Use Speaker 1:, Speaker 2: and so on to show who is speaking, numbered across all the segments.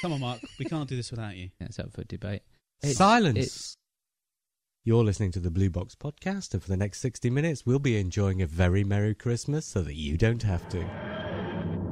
Speaker 1: Come on, Mark. We can't do this without you.
Speaker 2: That's up for debate. It's-
Speaker 3: Silence.
Speaker 2: it's-
Speaker 3: You're listening to the Blue Box Podcast, and for the next 60 minutes, we'll be enjoying a very Merry Christmas so that you don't have to.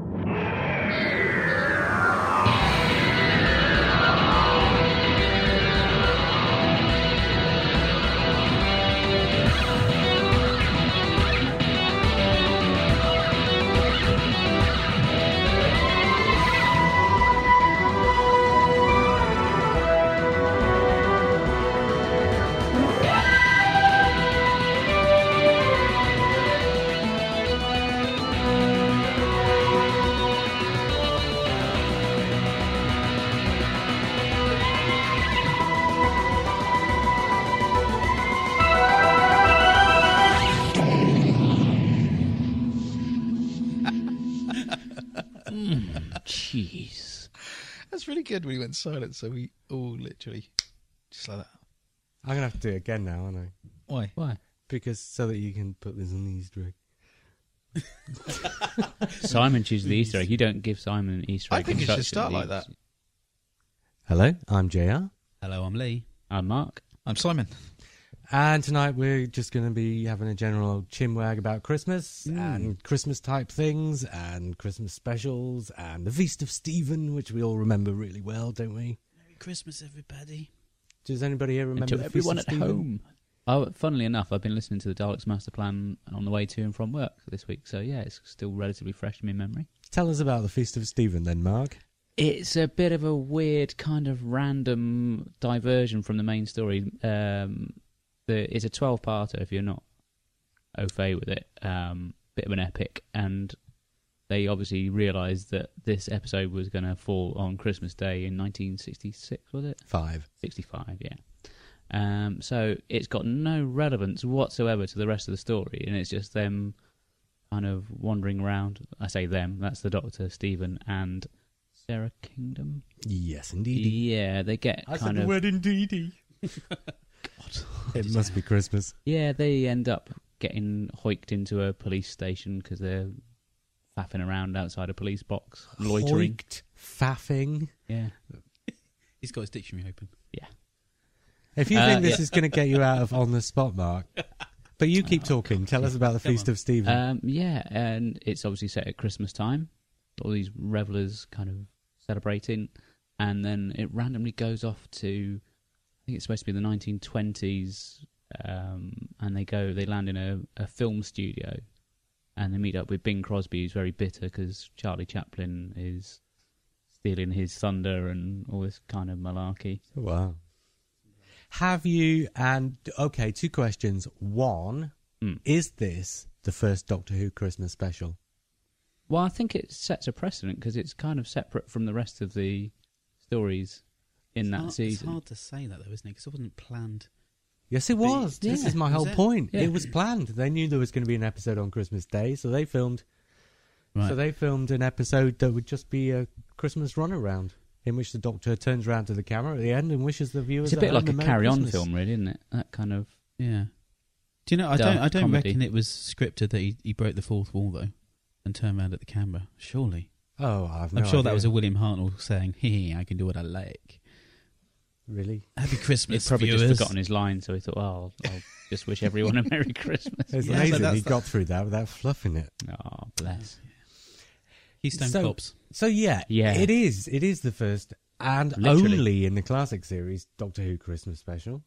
Speaker 2: Jeez.
Speaker 4: That's really good when you went silent, so we all literally just like that.
Speaker 3: I'm going to have to do it again now, aren't I?
Speaker 4: Why?
Speaker 2: Why?
Speaker 3: Because so that you can put this on the Easter egg.
Speaker 2: Simon chooses the Easter egg. You don't give Simon an Easter
Speaker 4: I
Speaker 2: egg.
Speaker 4: think it should
Speaker 2: instruction,
Speaker 4: start
Speaker 2: do you?
Speaker 4: like that.
Speaker 3: Hello, I'm JR.
Speaker 1: Hello, I'm Lee.
Speaker 2: I'm Uh, Mark.
Speaker 4: I'm Simon.
Speaker 3: And tonight we're just going to be having a general old chinwag about Christmas
Speaker 2: Mm.
Speaker 3: and Christmas type things and Christmas specials and the Feast of Stephen, which we all remember really well, don't we?
Speaker 1: Merry Christmas, everybody.
Speaker 3: Does anybody here remember
Speaker 2: and to
Speaker 3: the
Speaker 2: everyone at
Speaker 3: Feast of Stephen?
Speaker 2: home. Oh, funnily enough, I've been listening to the Daleks Master Plan on the way to and from work this week, so yeah, it's still relatively fresh in my memory.
Speaker 3: Tell us about the Feast of Stephen, then, Mark.
Speaker 2: It's a bit of a weird kind of random diversion from the main story. Um, the, it's a 12 parter if you're not au fait with it. Um, bit of an epic, and they obviously realised that this episode was going to fall on Christmas Day in 1966, was it?
Speaker 3: Five.
Speaker 2: 65, yeah. Um, so it's got no relevance whatsoever to the rest of the story, and it's just them kind of wandering around. I say them, that's the Doctor, Stephen, and Sarah Kingdom.
Speaker 3: Yes, indeed.
Speaker 2: Yeah, they get kind of.
Speaker 3: word indeedy. it must be Christmas.
Speaker 2: Yeah, they end up getting hoiked into a police station because they're faffing around outside a police box, loitering.
Speaker 3: Hoiked, faffing.
Speaker 2: Yeah.
Speaker 1: He's got his dictionary open.
Speaker 3: If you
Speaker 2: Uh,
Speaker 3: think this
Speaker 2: yeah.
Speaker 3: is going to get you out of on the spot, Mark, but you
Speaker 2: Oh,
Speaker 3: keep talking. Tell us about the
Speaker 1: Come
Speaker 3: Feast
Speaker 1: on.
Speaker 3: of Stephen.
Speaker 2: Um, yeah, and it's obviously set at Christmas time. All these revelers kind of celebrating, and then it randomly goes off to, I think it's supposed to be the 1920s, um, and they go, they land in a, a film studio, and they meet up with Bing Crosby, who's very bitter because Charlie Chaplin is stealing his thunder and all this kind of malarkey.
Speaker 3: wow. Have you and okay? Two questions. One,
Speaker 2: Hmm.
Speaker 3: is this the first Doctor Who Christmas special?
Speaker 2: Well, I think it sets a precedent because it's kind of separate from the rest of the stories in
Speaker 1: It's
Speaker 2: that
Speaker 1: hard-
Speaker 2: season.
Speaker 1: It's hard to say that, though, isn't it? Because it wasn't planned.
Speaker 3: Yes, it was.
Speaker 1: yeah,
Speaker 3: This is my
Speaker 1: was
Speaker 3: whole
Speaker 1: it?
Speaker 3: point.
Speaker 2: Yeah.
Speaker 3: It was planned. They knew there was going to be an episode on Christmas Day, so they filmed. So they filmed an episode that would just be a Christmas runaround, in which the Doctor turns around to the camera at the end and wishes the viewers.
Speaker 2: It's a
Speaker 3: at
Speaker 2: bit
Speaker 3: home
Speaker 2: like a
Speaker 3: Merry
Speaker 2: carry-on
Speaker 3: Christmas.
Speaker 2: film, really, isn't it? That kind of
Speaker 1: Yeah. Do you know? I
Speaker 2: Dark
Speaker 1: don't. I don't
Speaker 2: comedy.
Speaker 1: reckon it was scripted that he, he broke the fourth wall though, and turned around at the camera. Surely,
Speaker 3: Oh, I've no
Speaker 1: I'm sure that
Speaker 3: idea.
Speaker 1: was a William Hartnell saying, "Hey, I can do what I like."
Speaker 3: really.
Speaker 1: Happy
Speaker 2: he's
Speaker 1: Christmas,
Speaker 2: probably
Speaker 1: viewers.
Speaker 2: just forgotten his line, so he thought, "Oh, I'll, I'll just wish everyone a Merry Christmas."
Speaker 3: It's
Speaker 1: Yeah, so
Speaker 3: amazing
Speaker 1: that's
Speaker 3: he
Speaker 1: the-
Speaker 3: got through that without fluffing it.
Speaker 2: Oh, bless.
Speaker 1: Keystone
Speaker 3: So-
Speaker 1: Cops.
Speaker 3: So yeah,
Speaker 2: Yeah.
Speaker 3: it is. It is the first and
Speaker 2: Literally.
Speaker 3: only in the classic series Doctor Who Christmas special.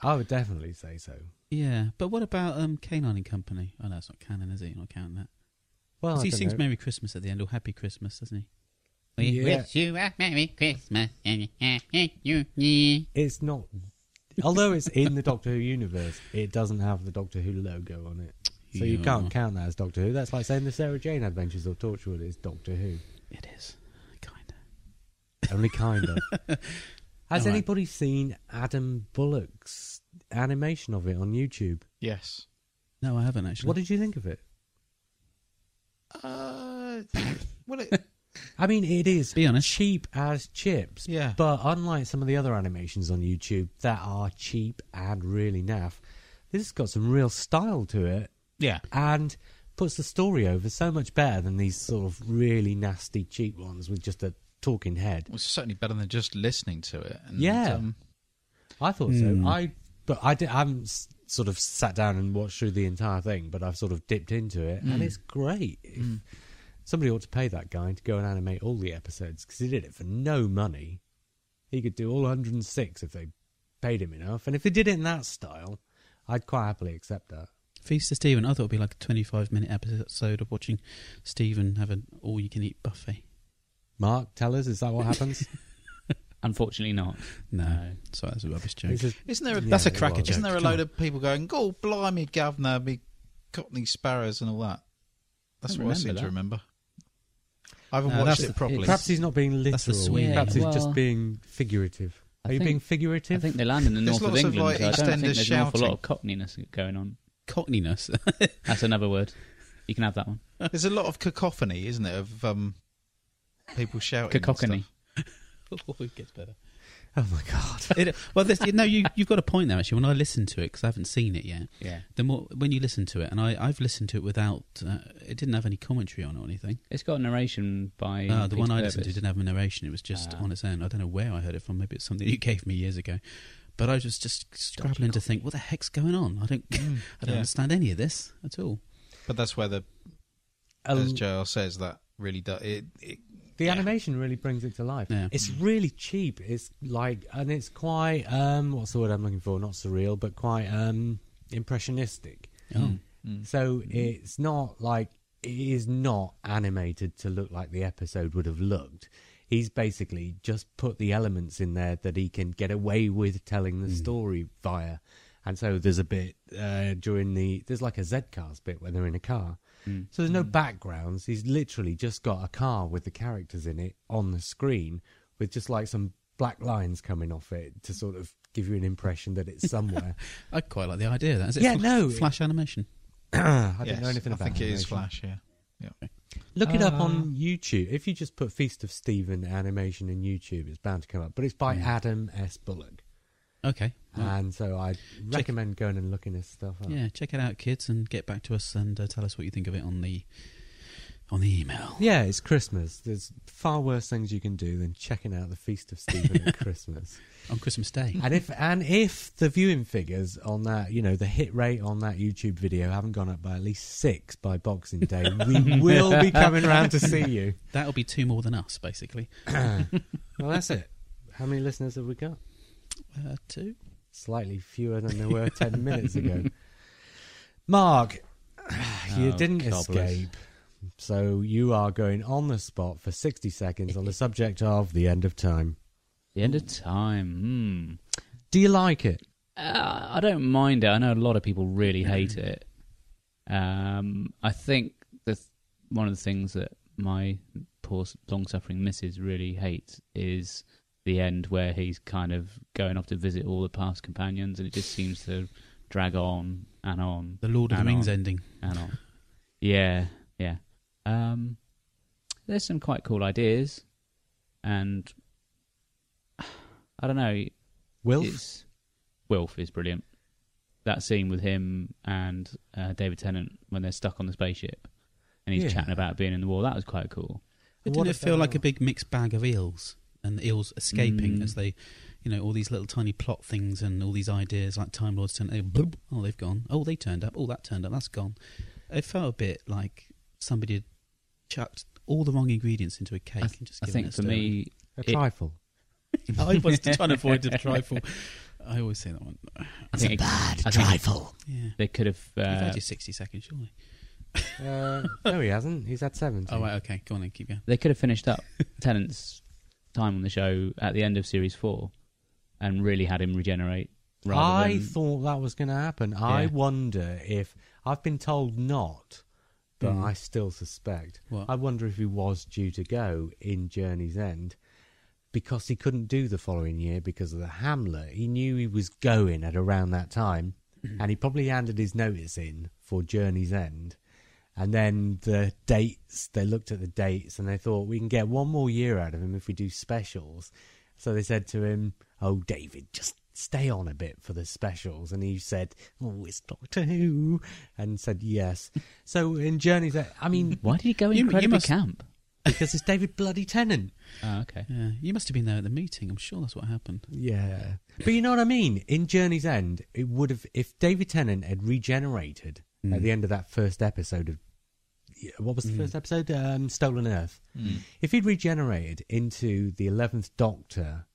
Speaker 3: I would definitely say so.
Speaker 1: Yeah, but what about um, Canine and Company? Oh no, it's not canon, is it? You're not counting that.
Speaker 3: Well,
Speaker 1: 'Cause
Speaker 3: Oh, I
Speaker 1: he
Speaker 3: don't
Speaker 1: sings
Speaker 3: know.
Speaker 1: "Merry Christmas" at the end, or "Happy Christmas," doesn't he?
Speaker 3: Yeah.
Speaker 5: you a Merry Christmas and a Happy New Year.
Speaker 3: It's not. Although it's in the Doctor Who universe, it doesn't have the Doctor Who logo on it. So you
Speaker 1: Yeah.
Speaker 3: can't count that as Doctor Who. That's like saying the Sarah Jane Adventures of Torchwood is Doctor Who.
Speaker 1: It is kind of.
Speaker 3: Only kind of. Has
Speaker 1: All right.
Speaker 3: anybody seen Adam Bullock's animation of it on YouTube?
Speaker 4: Yes.
Speaker 1: No, I haven't actually.
Speaker 3: What did you think of it?
Speaker 4: Uh, well, it,
Speaker 3: I mean, it is
Speaker 1: Be honest.
Speaker 3: cheap as chips.
Speaker 4: Yeah.
Speaker 3: But unlike some of the other animations on YouTube that are cheap and really naff, this has got some real style to it
Speaker 4: yeah.
Speaker 3: and puts the story over so much better than these sort of really nasty cheap ones with just a talking head.
Speaker 4: It was certainly better than just listening to it. And,
Speaker 3: Yeah.
Speaker 4: um,
Speaker 3: I thought
Speaker 1: Hmm.
Speaker 3: so. I but I, did, I haven't s- sort of sat down and watched through the entire thing, but I've sort of dipped into it,
Speaker 2: Hmm.
Speaker 3: and it's great. If Somebody ought to pay that guy to go and animate all the episodes because he did it for no money. He could do all 106 if they paid him enough, and if they did it in that style, I'd quite happily accept that.
Speaker 1: Feast of Stephen. I thought it would be like a 25 minute episode of watching Stephen have an all you can eat buffet.
Speaker 3: Mark, tell us, is that what happens?
Speaker 2: Unfortunately, not.
Speaker 1: No. Sorry, that's a rubbish joke.
Speaker 3: This is-
Speaker 4: Isn't there? A,
Speaker 3: Yeah, That's a it cracker was.
Speaker 4: Isn't there a
Speaker 1: joke,
Speaker 4: load
Speaker 1: come
Speaker 4: of people going, "Oh, blimey, governor, me cockney sparrows and all that"? That's
Speaker 2: I
Speaker 4: what I seem
Speaker 2: remember
Speaker 4: to
Speaker 2: that.
Speaker 4: remember. I haven't
Speaker 1: No,
Speaker 4: watched
Speaker 1: that's-
Speaker 4: it properly.
Speaker 3: Perhaps he's not being
Speaker 1: That's the
Speaker 3: literal.
Speaker 1: Sweeney.
Speaker 3: Perhaps he's
Speaker 2: Well,
Speaker 3: just being figurative. Are
Speaker 2: I
Speaker 3: you
Speaker 2: think-
Speaker 3: being
Speaker 2: I
Speaker 3: figurative?
Speaker 2: think they land in the
Speaker 4: There's
Speaker 2: north of
Speaker 4: lots of,
Speaker 2: England.
Speaker 4: like,
Speaker 2: so I don't think
Speaker 4: EastEnders
Speaker 2: there's an awful lot of
Speaker 4: shouting.
Speaker 2: cockneyness going on.
Speaker 1: Cockneyness.
Speaker 2: That's another word. You can have that one.
Speaker 4: There's a lot of cacophony, isn't there, of um, people shouting. and
Speaker 2: Cacophony.
Speaker 4: stuff.
Speaker 1: oh, it gets better.
Speaker 3: Oh my god!
Speaker 1: It, well, this, no, you, you've got a point there, actually. When I listened to it, because I haven't seen it yet,
Speaker 2: Yeah,
Speaker 1: the more, when you listen to it, and I, I've listened to it without, uh, it didn't have any commentary on it or anything.
Speaker 2: it's got a narration by.
Speaker 1: Uh, the
Speaker 2: Peter
Speaker 1: one I
Speaker 2: Purvis.
Speaker 1: listened to didn't have a narration. It was just
Speaker 2: Ah.
Speaker 1: on its own. I don't know where I heard it from. Maybe it's something you gave me years ago. But I was just scrabbling to think, what the heck's going on? I don't, I don't
Speaker 4: yeah.
Speaker 1: understand any of this at all.
Speaker 4: But that's where the as
Speaker 3: Um,
Speaker 4: JR says that really does it. it
Speaker 3: The animation really brings it to life.
Speaker 1: Yeah.
Speaker 3: It's really cheap. It's like, and it's quite um, what's the word I'm looking for? Not surreal, but quite um, impressionistic.
Speaker 1: Oh,
Speaker 4: Mm.
Speaker 3: So it's not like it is not animated to look like the episode would have looked. He's basically just put the elements in there that he can get away with telling
Speaker 4: Mm.
Speaker 3: the story via. And so there's a bit uh, during the there's like a Z cars bit where they're in a car.
Speaker 4: Mm.
Speaker 3: So there's no backgrounds. He's literally just got a car with the characters in it on the screen with just like some black lines coming off it to sort of give you an impression that it's somewhere.
Speaker 1: I quite like the idea of that. Is it
Speaker 3: Yeah,
Speaker 1: fl-
Speaker 3: no, it-
Speaker 1: Flash animation.
Speaker 3: I don't
Speaker 4: yes,
Speaker 3: know anything
Speaker 4: I
Speaker 3: about
Speaker 4: think it is
Speaker 3: animation.
Speaker 4: Flash. Yeah. Yeah.
Speaker 3: Look it up on YouTube. If you just put Feast of Stephen animation in YouTube, it's bound to come up. But it's by Adam S. Bullock.
Speaker 1: Okay. Well,
Speaker 3: And so I recommend going and looking this stuff up.
Speaker 1: Hmm. yeah, check it out, kids, and get back to us and uh, tell us what you think of it on the on the email.
Speaker 3: Yeah, it's Christmas. There's far worse things you can do than checking out the Feast of Stephen at Christmas.
Speaker 1: On Christmas Day.
Speaker 3: And if and if the viewing figures on that, you know, the hit rate on that YouTube video haven't gone up by at least six by Boxing Day, we will be coming round to see you.
Speaker 1: That'll be two more than us, basically.
Speaker 3: Well, that's it. How many listeners have we got?
Speaker 1: Uh, two?
Speaker 3: slightly fewer than there were 10 minutes ago. Mark, you
Speaker 2: Oh,
Speaker 3: didn't
Speaker 2: cobblers.
Speaker 3: escape. So you are going on the spot for 60 seconds on the subject of the end of time.
Speaker 2: The end of time.
Speaker 3: Do you like it?
Speaker 2: Hmm. Uh, I don't mind it. I know a lot of people really hate it. Um, I think the th- one of the things that my poor, long-suffering missus really hates is the end where he's kind of going off to visit all the past companions, and it just seems to drag on and on.
Speaker 1: The Lord of the
Speaker 2: and
Speaker 1: Rings
Speaker 2: on.
Speaker 1: ending.
Speaker 2: and on. Yeah, yeah. Um, there's some quite cool ideas, and I don't know.
Speaker 3: Wilf?
Speaker 2: It's, Wilf is brilliant. That scene with him and uh, David Tennant when they're stuck on the spaceship, and he's
Speaker 3: Yeah.
Speaker 2: chatting about being in the war. That was quite cool.
Speaker 1: Didn't
Speaker 3: What
Speaker 1: it feel like a
Speaker 3: about-
Speaker 1: big mixed bag of eels and the eels escaping
Speaker 2: Mm.
Speaker 1: as they, you know, all these little tiny plot things and all these ideas like Time Lords turn, oh, bloop, oh, they've gone. Oh, they turned up. Oh, that turned up. That's gone. It felt a bit like somebody had chucked all the wrong ingredients into a cake
Speaker 2: I,
Speaker 1: and just
Speaker 2: I
Speaker 1: given
Speaker 2: think
Speaker 1: it
Speaker 2: for
Speaker 1: a
Speaker 2: me,
Speaker 3: A
Speaker 2: it-
Speaker 3: trifle.
Speaker 1: stir. I was trying to avoid the trifle. I always say that one.
Speaker 2: I think it- I think
Speaker 5: Trifle.
Speaker 1: Yeah.
Speaker 2: they could have.
Speaker 1: You've
Speaker 2: Uh,
Speaker 1: had your 60 seconds, surely.
Speaker 3: Uh, no, he hasn't. He's had 70.
Speaker 1: Oh, right, okay. Go on then, keep going.
Speaker 2: they could have finished up Tennant's time on the show at the end of series four, and really had him regenerate. Rather
Speaker 3: I
Speaker 2: than,
Speaker 3: thought that was going to happen. I
Speaker 2: Yeah.
Speaker 3: wonder if I've been told not, but
Speaker 1: Mm.
Speaker 3: I still suspect.
Speaker 1: What?
Speaker 3: I wonder if he was due to go in Journey's End because he couldn't do the following year because of the Hamlet. He knew he was going at around that time, and he probably handed his notice in for Journey's End. And then the dates, they looked at the dates and they thought, we can get one more year out of him if we do specials. So they said to him, Oh, David, just stay on a bit for the specials. And he said, Oh, it's Doctor Who. And said, Yes. so in Journey's End, I mean,
Speaker 2: Why did he go
Speaker 1: You- you
Speaker 2: incredibly
Speaker 1: must-
Speaker 2: camp?
Speaker 3: because it's David Bloody Tennant.
Speaker 2: Oh, okay.
Speaker 1: Yeah, you must have been there at the meeting. I'm sure that's what happened.
Speaker 3: Yeah. But you know what I mean? In Journey's End, it would have, if David Tennant had regenerated
Speaker 1: Mm.
Speaker 3: at the end of that first episode of, yeah, what was the first episode? Um, Stolen Earth.
Speaker 4: Hmm.
Speaker 3: If he'd regenerated into the 11th Doctor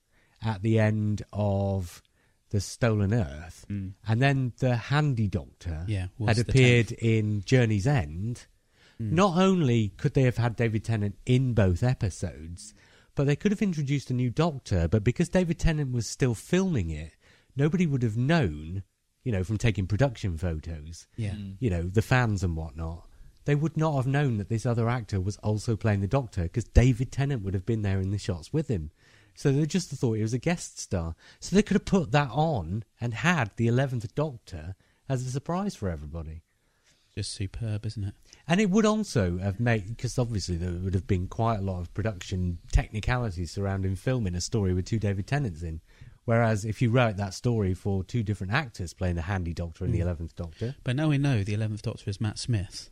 Speaker 3: at the end of the Stolen Earth, and then the Handy Doctor
Speaker 1: Yeah, was
Speaker 3: had
Speaker 1: the Hmm.
Speaker 3: appeared in Journey's End, not only could they have had David Tennant in both episodes, but they could have introduced a new Doctor. But because David Tennant was still filming it, nobody would have known, you know, from taking production photos,
Speaker 1: Yeah.
Speaker 3: you know, the fans and whatnot. They would not have known that this other actor was also playing the Doctor because David Tennant would have been there in the shots with him. So they just thought he was a guest star. So they could have put that on and had the 11th Doctor as a surprise for everybody.
Speaker 1: Just superb, isn't it?
Speaker 3: And it would also have made, because obviously there would have been quite a lot of production technicalities surrounding filming a story with two David Tennants in. Whereas if you wrote that story for two different actors playing the Handy Doctor and the Eleventh Doctor,
Speaker 1: But now we know the 11th Doctor is Matt Smith.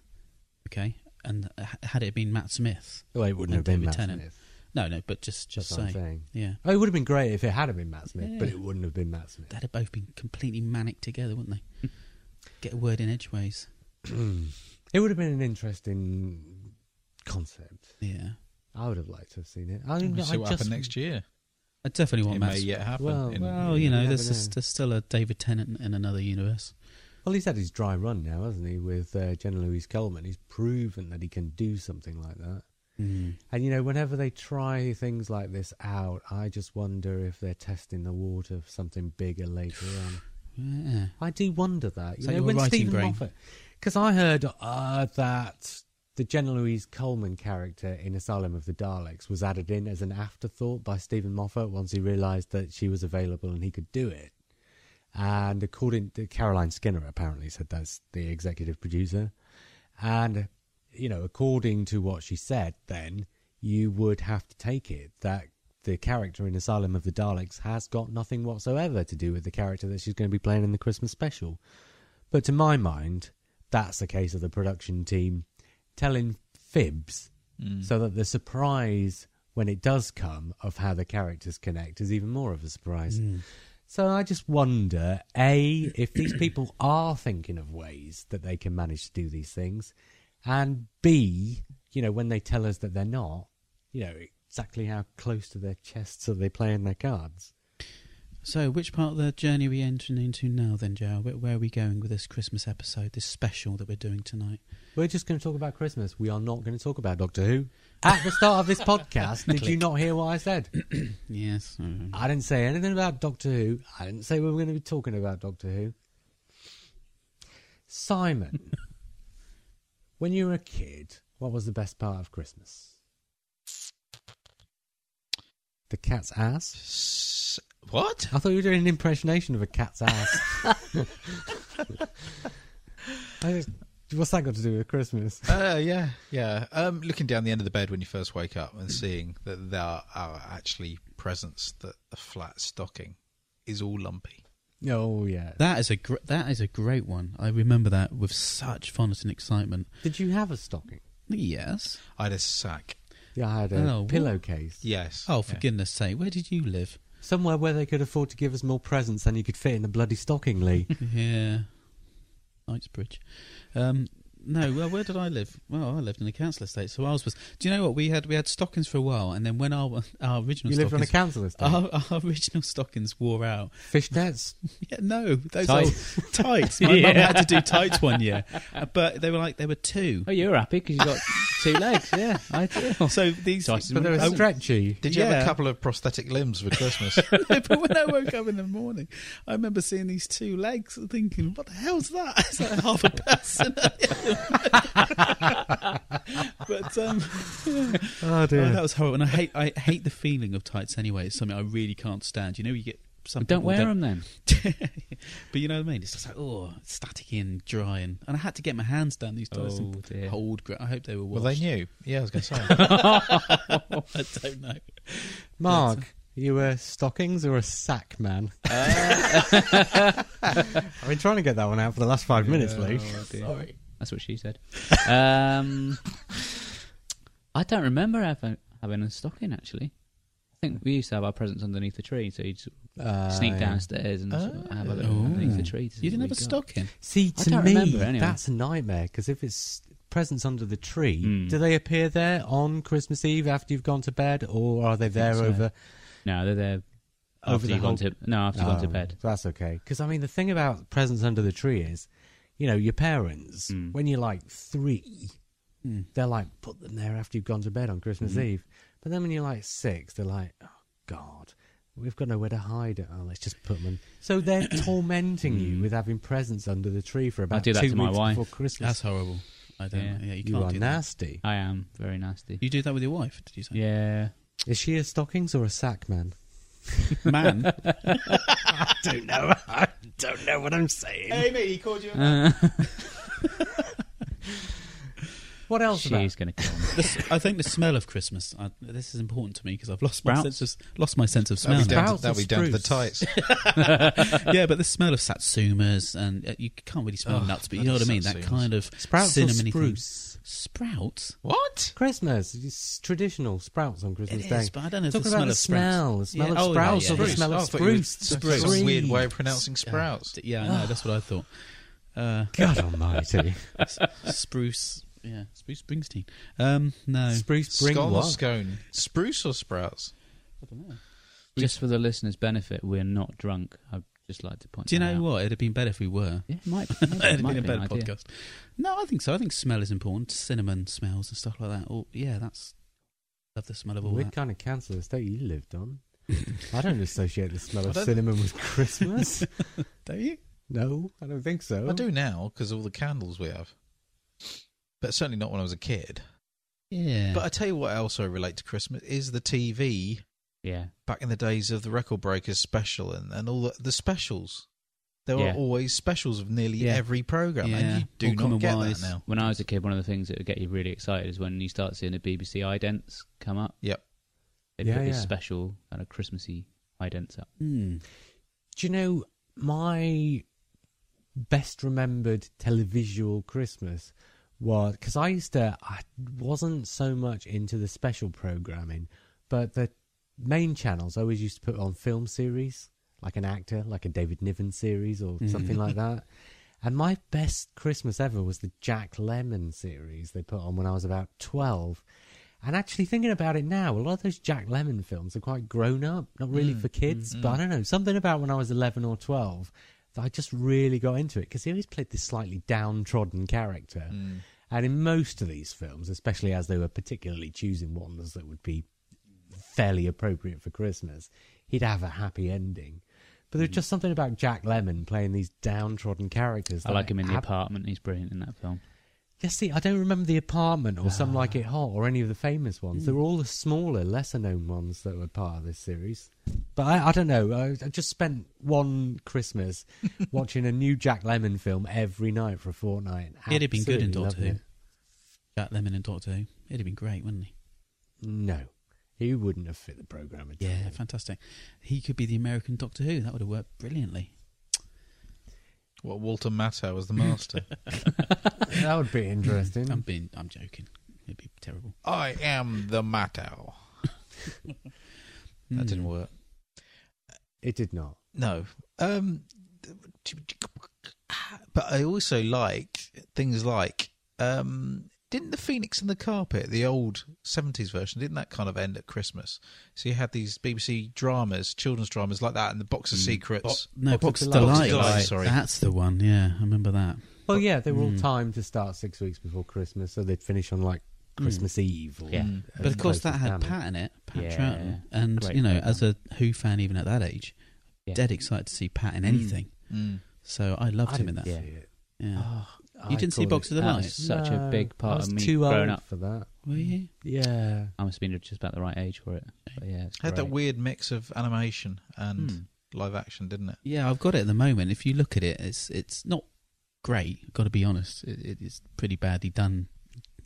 Speaker 1: Okay? And uh, h- had it been Matt Smith.
Speaker 3: well, it wouldn't
Speaker 1: And
Speaker 3: have been
Speaker 1: David
Speaker 3: Matt
Speaker 1: Tennant.
Speaker 3: Smith.
Speaker 1: No, no, but just,
Speaker 3: That's
Speaker 1: just
Speaker 3: what I'm
Speaker 1: saying.
Speaker 3: saying.
Speaker 1: Yeah.
Speaker 3: Oh, it would have been great if it had have been Matt Smith, but
Speaker 1: Yeah.
Speaker 3: it wouldn't have been Matt Smith.
Speaker 1: They'd have both been completely manic together, wouldn't they?
Speaker 3: Hmm.
Speaker 1: Get a word in edgeways.
Speaker 3: It would have been an interesting concept.
Speaker 1: Yeah.
Speaker 3: I would have liked to have seen it. I, mean,
Speaker 4: We'll see
Speaker 3: I
Speaker 4: what
Speaker 3: just
Speaker 4: happens next year.
Speaker 1: I definitely want
Speaker 4: It
Speaker 1: Matt
Speaker 4: may
Speaker 1: Smith.
Speaker 4: yet happen.
Speaker 3: Well,
Speaker 4: in-
Speaker 1: Well, you know,
Speaker 3: You
Speaker 1: there's,
Speaker 3: never
Speaker 1: just,
Speaker 3: know.
Speaker 1: there's still a David Tennant in another universe.
Speaker 3: Well, he's had his dry run now, hasn't he, with uh, Jenna Louise Coleman? He's proven that he can do something like that. And, you know, whenever they try things like this out, I just wonder if they're testing the water for something bigger later on.
Speaker 1: Yeah.
Speaker 3: I do wonder that. You
Speaker 1: So
Speaker 3: know,
Speaker 1: your
Speaker 3: when
Speaker 1: writing
Speaker 3: Stephen
Speaker 1: brain.
Speaker 3: Moffat. Because I heard uh, that the Jenna Louise Coleman character in Asylum of the Daleks was added in as an afterthought by Stephen Moffat once he realised that she was available and he could do it. And according to Caroline Skinner, apparently said that's the executive producer. And, you know, according to what she said, then you would have to take it that the character in Asylum of the Daleks has got nothing whatsoever to do with the character that she's going to be playing in the Christmas special. But to my mind, that's a case of the production team telling fibs so that the surprise when it does come of how the characters connect is even more of a surprise. So I just wonder A, if these people are thinking of ways that they can manage to do these things, and B, you know, when they tell us that they're not, you know, exactly how close to their chests are they playing their cards?
Speaker 1: So, which part of the journey are we entering into now, then, Joe? Where, where are we going with this Christmas episode, this special that we're doing tonight?
Speaker 3: We're just going to talk about Christmas. We are not going to talk about Doctor Who. At the start of this podcast, did you not hear what I said?
Speaker 1: Yes. mm.
Speaker 3: I didn't say anything about Doctor Who. I didn't say we were going to be talking about Doctor Who. Simon, when you were a kid, what was the best part of Christmas? The cat's ass?
Speaker 4: S- What?
Speaker 3: I thought you were doing an impersonation of a cat's ass. I just- what's that got to do with Christmas?
Speaker 4: Uh, yeah, yeah. Um, looking down the end of the bed when you first wake up and seeing that there are actually presents that the flat stocking is all lumpy.
Speaker 3: Oh, yeah.
Speaker 1: That is a gr- that is a great one. I remember that with such fondness and excitement.
Speaker 3: Did you have a stocking?
Speaker 1: Yes.
Speaker 4: I had a sack.
Speaker 3: Yeah, I had a
Speaker 1: Oh, what?
Speaker 3: pillowcase.
Speaker 4: Yes.
Speaker 1: Oh, for
Speaker 4: Yeah.
Speaker 1: goodness' sake! Where did you live?
Speaker 3: Somewhere where they could afford to give us more presents than you could fit in a bloody stocking, Lee.
Speaker 1: yeah, Knightsbridge. Um, no, well, where did I live? Well, I lived in a council estate, so ours was. Do you know what we had? We had stockings for a while, and then when our our original
Speaker 3: you lived on a
Speaker 1: stockings,
Speaker 3: council estate.
Speaker 1: our, our original stockings wore out.
Speaker 3: Fishnets.
Speaker 1: Yeah, no, those
Speaker 3: Tights.
Speaker 1: old tights. My mum had to do tights one year, Uh, but they were like there were two.
Speaker 2: Oh, you were happy because you got two legs. Yeah, I do.
Speaker 3: Oh.
Speaker 1: So these,
Speaker 2: Tights is
Speaker 3: But they were
Speaker 1: Oh,
Speaker 3: stretchy.
Speaker 4: Did you have
Speaker 1: Yeah.
Speaker 4: a couple of prosthetic limbs for Christmas?
Speaker 1: but when I woke up in the morning, I remember seeing these two legs and thinking, what the hell's that? It's like half a person. but um, oh,
Speaker 3: Oh
Speaker 1: that was horrible. And I hate, I hate the feeling of tights anyway. It's something I really can't stand. You know, you get some.
Speaker 2: Don't
Speaker 1: people
Speaker 2: wear
Speaker 1: that-
Speaker 2: them then.
Speaker 1: but you know what I mean? It's just like, oh, staticky and dry. And, and I had to get my hands down these tights
Speaker 2: Oh,
Speaker 1: and
Speaker 2: dear.
Speaker 1: hold grip. I hope they were
Speaker 4: well,
Speaker 1: washed.
Speaker 4: they knew. Yeah, I was going to say.
Speaker 1: I don't know.
Speaker 3: Mark, you were stockings or a sack man?
Speaker 2: Uh.
Speaker 3: I've been trying to get that one out for the last five minutes, Lee.
Speaker 2: Sorry. That's what she said. Um, I don't remember ever having a stocking actually. I think we used to have our presents underneath the tree, so you just
Speaker 3: Uh,
Speaker 2: sneak
Speaker 3: yeah.
Speaker 2: downstairs and sort of have a look
Speaker 1: Oh.
Speaker 2: underneath the tree. to see
Speaker 1: You didn't have
Speaker 2: what
Speaker 1: a
Speaker 2: we got.
Speaker 1: stocking.
Speaker 3: See,
Speaker 2: I
Speaker 3: to
Speaker 2: don't
Speaker 3: me,
Speaker 2: remember anyway.
Speaker 3: that's a nightmare because if it's presents under the tree,
Speaker 2: Mm.
Speaker 3: do they appear there on Christmas Eve after you've gone to bed, or are they there
Speaker 2: so.
Speaker 3: over
Speaker 2: No, they're there
Speaker 3: Over
Speaker 2: after
Speaker 3: the
Speaker 2: you've gone
Speaker 3: whole-
Speaker 2: to no after you've gone to
Speaker 3: Oh,
Speaker 2: bed.
Speaker 3: That's okay. Because I mean, the thing about presents under the tree is, you know, your parents
Speaker 1: Hmm.
Speaker 2: Mm.
Speaker 3: when you're like three, they're like put them there after you've gone to bed on
Speaker 1: Mm-hmm.
Speaker 3: Christmas Eve. But then when you're like six, they're like, oh God, we've got nowhere to hide it. Oh, let's just put them. So they're tormenting you
Speaker 1: Hmm.
Speaker 3: with having presents under the tree for about
Speaker 2: do that
Speaker 3: two
Speaker 2: to my
Speaker 3: weeks
Speaker 2: wife.
Speaker 3: before Christmas.
Speaker 1: That's horrible. I don't.
Speaker 2: Yeah.
Speaker 1: Yeah, you
Speaker 3: you
Speaker 1: can't
Speaker 3: are
Speaker 1: do that.
Speaker 3: nasty.
Speaker 2: I am very nasty.
Speaker 1: You do that with your wife? Did you say?
Speaker 2: Yeah.
Speaker 3: Is she a stockings or a sack man?
Speaker 1: Man,
Speaker 3: I don't know. I don't know what I'm saying.
Speaker 4: mate, he called you.
Speaker 2: Uh,
Speaker 3: What else? about-
Speaker 2: she's gonna kill me.
Speaker 1: this, I think the smell of Christmas. I, this is important to me because I've lost my
Speaker 2: Sprouts.
Speaker 1: sense of lost my sense of
Speaker 4: That'll
Speaker 1: smell.
Speaker 4: be,
Speaker 1: now.
Speaker 4: down
Speaker 3: Sprouts
Speaker 4: to, that'll be
Speaker 3: and
Speaker 4: down to the
Speaker 3: spruce.
Speaker 4: tights.
Speaker 1: yeah, but the smell of satsumas and uh, you can't really smell
Speaker 4: Oh,
Speaker 1: nuts, but you know what I
Speaker 4: bloody
Speaker 1: mean. That
Speaker 4: satsumas.
Speaker 1: kind of
Speaker 3: Sprouts or
Speaker 1: cinnamony thing.
Speaker 3: spruce?
Speaker 1: Sprouts.
Speaker 4: what?
Speaker 3: Christmas. It's traditional sprouts on Christmas
Speaker 1: It
Speaker 3: Day.
Speaker 1: is, but I don't know if
Speaker 3: Talking
Speaker 1: the
Speaker 3: about
Speaker 1: smell
Speaker 3: the
Speaker 1: of sprouts.
Speaker 3: smell, the smell
Speaker 1: Yeah,
Speaker 3: of
Speaker 1: oh, yeah,
Speaker 3: sprouts or
Speaker 1: yeah,
Speaker 3: the
Speaker 1: yeah.
Speaker 3: smell
Speaker 4: I
Speaker 3: of
Speaker 4: thought you were-
Speaker 3: spruce.
Speaker 4: that's a
Speaker 1: Spruce.
Speaker 4: weird way of pronouncing sprouts.
Speaker 1: Yeah, I know. That's what I thought. Uh,
Speaker 3: God almighty.
Speaker 1: s- spruce. Yeah, Spruce Springsteen. Um, no,
Speaker 3: spruce bring
Speaker 4: Scone or
Speaker 3: what?
Speaker 4: scone? Spruce or sprouts?
Speaker 2: Just for the listeners' benefit, we're not drunk. I'd just like to point.
Speaker 1: Do you
Speaker 2: that
Speaker 1: know
Speaker 2: out.
Speaker 1: what? It'd have been better if we were.
Speaker 2: Yeah, it might. Be, maybe,
Speaker 1: It'd
Speaker 2: it
Speaker 1: have been
Speaker 2: might
Speaker 1: a
Speaker 2: be an
Speaker 1: better
Speaker 2: idea.
Speaker 1: podcast. No, I think so. I think smell is important. Cinnamon smells and stuff like that. Or yeah, that's love the smell of all
Speaker 3: We're
Speaker 1: that.
Speaker 3: kind of cancel the state you lived on. I don't associate the smell of
Speaker 4: I don't-
Speaker 3: cinnamon with Christmas.
Speaker 1: Don't you?
Speaker 3: no, I don't think so.
Speaker 4: I do now because all the candles we have. But certainly not when I was a kid.
Speaker 1: Yeah.
Speaker 4: But I tell you what else I relate to Christmas is the TV
Speaker 2: Yeah.
Speaker 4: back in the days of the Record Breakers special and, and all the, the specials. There
Speaker 2: Yeah.
Speaker 4: were always specials of nearly
Speaker 2: Yeah.
Speaker 4: every program,
Speaker 1: Yeah.
Speaker 4: and you do
Speaker 1: All
Speaker 4: not
Speaker 1: Common
Speaker 4: get
Speaker 1: Wise.
Speaker 4: that now.
Speaker 2: When I was a kid, one of the things that would get you really excited is when you start seeing the BBC idents come up.
Speaker 4: Yep.
Speaker 2: They
Speaker 3: Yeah,
Speaker 2: put
Speaker 3: yeah.
Speaker 2: these special kind of Christmassy idents up.
Speaker 1: Hmm.
Speaker 3: Do you know my best remembered televisual Christmas was because I used to I wasn't so much into the special programming, but the main channels always used to put on film series, like an actor, like a David Niven series or something like that. And my best Christmas ever was the Jack Lemon series they put on when I was about twelve. And actually, thinking about it now, a lot of those Jack Lemon films are quite grown up, not really for kids. But I don't know, something about when I was 11 or 12 that I just really got into it because he always played this slightly downtrodden character. And in most of these films, especially as they were particularly choosing ones that would be fairly appropriate for Christmas, he'd have a happy ending. But
Speaker 1: Mm.
Speaker 3: there's just something about Jack Lemon playing these downtrodden characters.
Speaker 2: I
Speaker 3: that
Speaker 2: like him in the
Speaker 3: ab-
Speaker 2: apartment. He's brilliant in that film.
Speaker 3: yeah, see, I don't remember the apartment or
Speaker 1: Ah.
Speaker 3: some like it hot or any of the famous
Speaker 1: Mm.
Speaker 3: ones. They were all the smaller, lesser known ones that were part of this series. But I, I don't know. I, I just spent one Christmas watching a new Jack Lemon film every night for a fortnight.
Speaker 1: It'd have been good in
Speaker 3: Absolutely
Speaker 1: Doctor
Speaker 3: loving
Speaker 1: Who.
Speaker 3: it.
Speaker 1: Jack Lemon and Doctor Who. It'd have been great, wouldn't he?
Speaker 3: No, he wouldn't have fit the program at all.
Speaker 1: Yeah, fantastic. He could be the American Doctor Who. That would have worked brilliantly.
Speaker 4: What Walter Matthau was the master.
Speaker 3: that would be
Speaker 1: I'm
Speaker 3: interesting.
Speaker 1: being, I'm joking. It'd be terrible.
Speaker 4: I am the Matthau. That
Speaker 1: Hmm.
Speaker 4: didn't work.
Speaker 3: it did not.
Speaker 4: No. Um, but I also like things like um, didn't the Phoenix and the Carpet, the old seventies version, didn't that kind of end at Christmas? So you had these BBC dramas, children's dramas like that, and the Box of Secrets.
Speaker 1: No, Box,
Speaker 3: Box of
Speaker 1: of
Speaker 3: Delight.
Speaker 1: Delight.
Speaker 4: Box of Delight, sorry.
Speaker 1: That's the one. Yeah, I remember that.
Speaker 3: Well, yeah, they
Speaker 1: Mm.
Speaker 3: were all timed to start six weeks before Christmas, so they'd finish on like
Speaker 1: Mm.
Speaker 3: Hmm. Christmas Eve. Or,
Speaker 2: Yeah.
Speaker 4: Mm.
Speaker 1: But of course, that had
Speaker 3: Damn it.
Speaker 1: Pat in it, Pat
Speaker 2: Yeah.
Speaker 1: Troughton, and
Speaker 2: Great
Speaker 1: you know,
Speaker 2: programme.
Speaker 1: as a Who fan, even at that age,
Speaker 2: Yeah.
Speaker 1: dead excited to see Pat in anything.
Speaker 4: Mm.
Speaker 1: So I loved
Speaker 3: I
Speaker 1: him in
Speaker 3: didn't
Speaker 1: that.
Speaker 3: see
Speaker 1: Yeah,
Speaker 3: it. Oh,
Speaker 1: you didn't see Box of
Speaker 2: That
Speaker 1: Delight,
Speaker 2: was such a big
Speaker 3: I
Speaker 2: part
Speaker 3: was
Speaker 2: of me
Speaker 3: too
Speaker 2: growing
Speaker 3: old
Speaker 2: up.
Speaker 3: for that.
Speaker 1: were you?
Speaker 3: Yeah.
Speaker 2: I must have been just about the right age for it. But yeah, it's
Speaker 4: Had that
Speaker 2: great.
Speaker 4: weird mix of animation and live action, didn't it?
Speaker 1: Yeah, I've got it at the moment. If you look at it, it's it's not great. I've got to be honest, it, it, it's pretty badly done,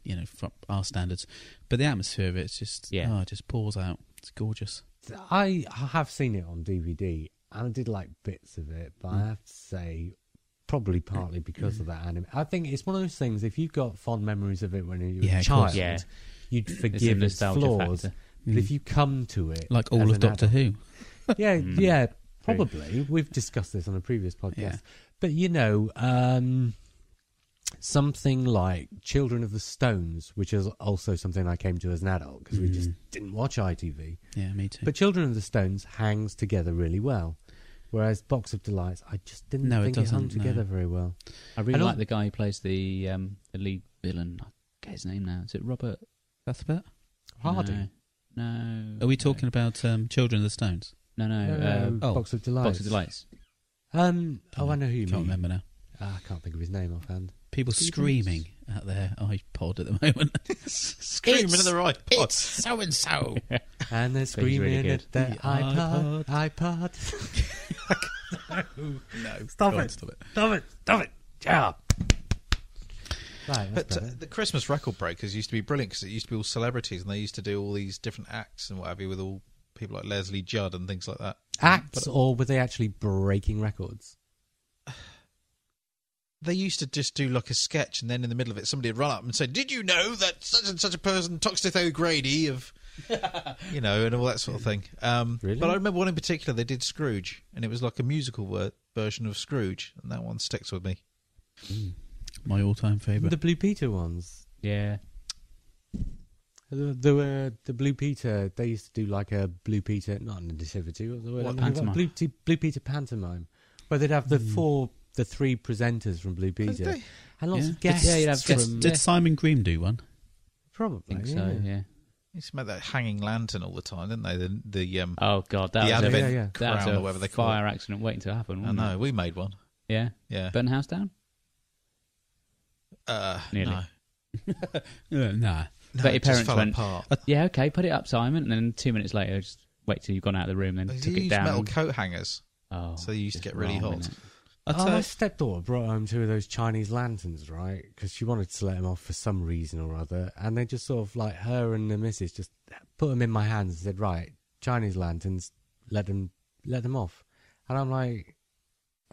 Speaker 1: you know, from our standards. But the atmosphere of it's just
Speaker 2: Yeah.
Speaker 1: oh, it just pours out. It's gorgeous.
Speaker 3: I have seen it on DVD and I did like bits of it, but
Speaker 1: Mm.
Speaker 3: I have to say, probably partly because of that anime. I think it's one of those things, if you've got fond memories of it when you were
Speaker 1: Yeah,
Speaker 3: a
Speaker 1: of
Speaker 3: child,
Speaker 1: course.
Speaker 2: Yeah.
Speaker 3: you'd
Speaker 2: a
Speaker 3: forgive its
Speaker 2: nostalgia
Speaker 3: flaws.
Speaker 2: factor.
Speaker 3: But if you come to it,
Speaker 1: Mm. like
Speaker 3: as
Speaker 1: all of
Speaker 3: an
Speaker 1: Doctor Who.
Speaker 3: yeah,
Speaker 2: Mm.
Speaker 3: yeah, probably. We've discussed this on a previous podcast.
Speaker 1: Hmm. Yeah.
Speaker 3: But you know, um, something like Children of the Stones, which is also something I came to as an adult because we just didn't watch ITV.
Speaker 1: Hmm. Yeah, me too.
Speaker 3: But Children of the Stones hangs together really well. Whereas Box of Delights, I just didn't
Speaker 1: No, it
Speaker 3: think it, hung
Speaker 1: doesn't, no.
Speaker 3: together very well.
Speaker 2: I really
Speaker 3: And
Speaker 2: like
Speaker 3: al-
Speaker 2: the guy who plays the um, the lead villain. I get his name now. Is it Robert
Speaker 1: That's about.
Speaker 3: Hardy.
Speaker 2: No. no
Speaker 1: Are we
Speaker 2: no.
Speaker 1: talking about um, Children of the Stones?
Speaker 2: No, no.
Speaker 3: No,
Speaker 2: uh,
Speaker 3: no,
Speaker 1: oh,
Speaker 3: Box of Delights.
Speaker 2: Box of Delights.
Speaker 3: Um, oh, I know who you
Speaker 1: Can't
Speaker 3: mean.
Speaker 1: remember now.
Speaker 3: Ah, I can't think of his name offhand.
Speaker 1: People screaming at their iPod at the moment.
Speaker 4: Screaming
Speaker 5: It's-
Speaker 4: at the right
Speaker 5: It's so and so.
Speaker 3: And
Speaker 2: think
Speaker 3: they're
Speaker 2: he's
Speaker 3: screaming
Speaker 2: really good.
Speaker 3: at their
Speaker 1: The
Speaker 3: iPod, iPod.
Speaker 4: No,
Speaker 3: Stop
Speaker 4: go on,
Speaker 3: it.
Speaker 4: stop it.
Speaker 3: Stop it! Stop it! Yeah. Right, that's
Speaker 4: But uh,
Speaker 3: better.
Speaker 4: the Christmas record breakers used to be brilliant because it used to be all celebrities and they used to do all these different acts and what have you with all people like Leslie Judd and things like that.
Speaker 3: acts, or were they actually breaking records?
Speaker 4: They used to just do like a sketch and then in the middle of it somebody would run up and say, Did you know that such and such a person, Toxteth O'Grady of you know, and all that sort of thing. Um
Speaker 3: Really?
Speaker 4: but I remember one in particular they did Scrooge and it was like a musical wor- version of Scrooge and that one sticks with me.
Speaker 1: My all-time favourite.
Speaker 3: The Blue Peter ones.
Speaker 2: Yeah.
Speaker 3: There there were Uh, the Blue Peter. They used to do like a Blue Peter, not a nativity. What, was the word?
Speaker 2: What,
Speaker 3: I'm thinking
Speaker 2: pantomime?
Speaker 3: about? Blue, T- Blue Peter pantomime, where they'd have the four, the three presenters from Blue Peter,
Speaker 4: Hmm. they?
Speaker 3: and lots
Speaker 1: Yeah.
Speaker 3: of guests.
Speaker 2: Yeah, you'd have
Speaker 1: Did-
Speaker 2: guests.
Speaker 3: from,
Speaker 2: Yeah.
Speaker 1: Did Simon Green do one?
Speaker 3: Probably.
Speaker 2: I think so, yeah.
Speaker 4: They used to make that hanging lantern all the time, didn't they? The the um
Speaker 2: Oh, God. That
Speaker 4: the
Speaker 2: was
Speaker 4: advent
Speaker 3: yeah,
Speaker 2: a,
Speaker 3: yeah.
Speaker 2: That was
Speaker 4: crown
Speaker 2: a
Speaker 4: or whatever they call
Speaker 2: fire accident waiting to happen.
Speaker 4: it. I
Speaker 2: wasn't
Speaker 4: know,
Speaker 2: it?
Speaker 4: we made one.
Speaker 2: Yeah.
Speaker 4: Yeah.
Speaker 2: Burn the house down?
Speaker 4: uh
Speaker 2: Nearly.
Speaker 4: no.
Speaker 1: Uh, nah.
Speaker 4: No,
Speaker 2: Bet your
Speaker 4: it just
Speaker 2: parents
Speaker 4: fell
Speaker 2: went,
Speaker 4: apart.
Speaker 2: Yeah, okay. Put it up, Simon. And then two minutes later, just wait till you've gone out of the room, then
Speaker 4: They
Speaker 2: took it
Speaker 4: used
Speaker 2: down.
Speaker 4: metal coat hangers.
Speaker 2: Oh,
Speaker 4: So they used to
Speaker 2: just
Speaker 4: get really
Speaker 2: wrong,
Speaker 4: hot.
Speaker 2: innit?
Speaker 1: I
Speaker 3: Oh,
Speaker 1: tell-
Speaker 3: my stepdaughter brought home two of those Chinese lanterns, right? Because she wanted to let them off for some reason or other. And they just sort of like her and the missus just put them in my hands and said, right, Chinese lanterns, let them, let them off. And I'm like,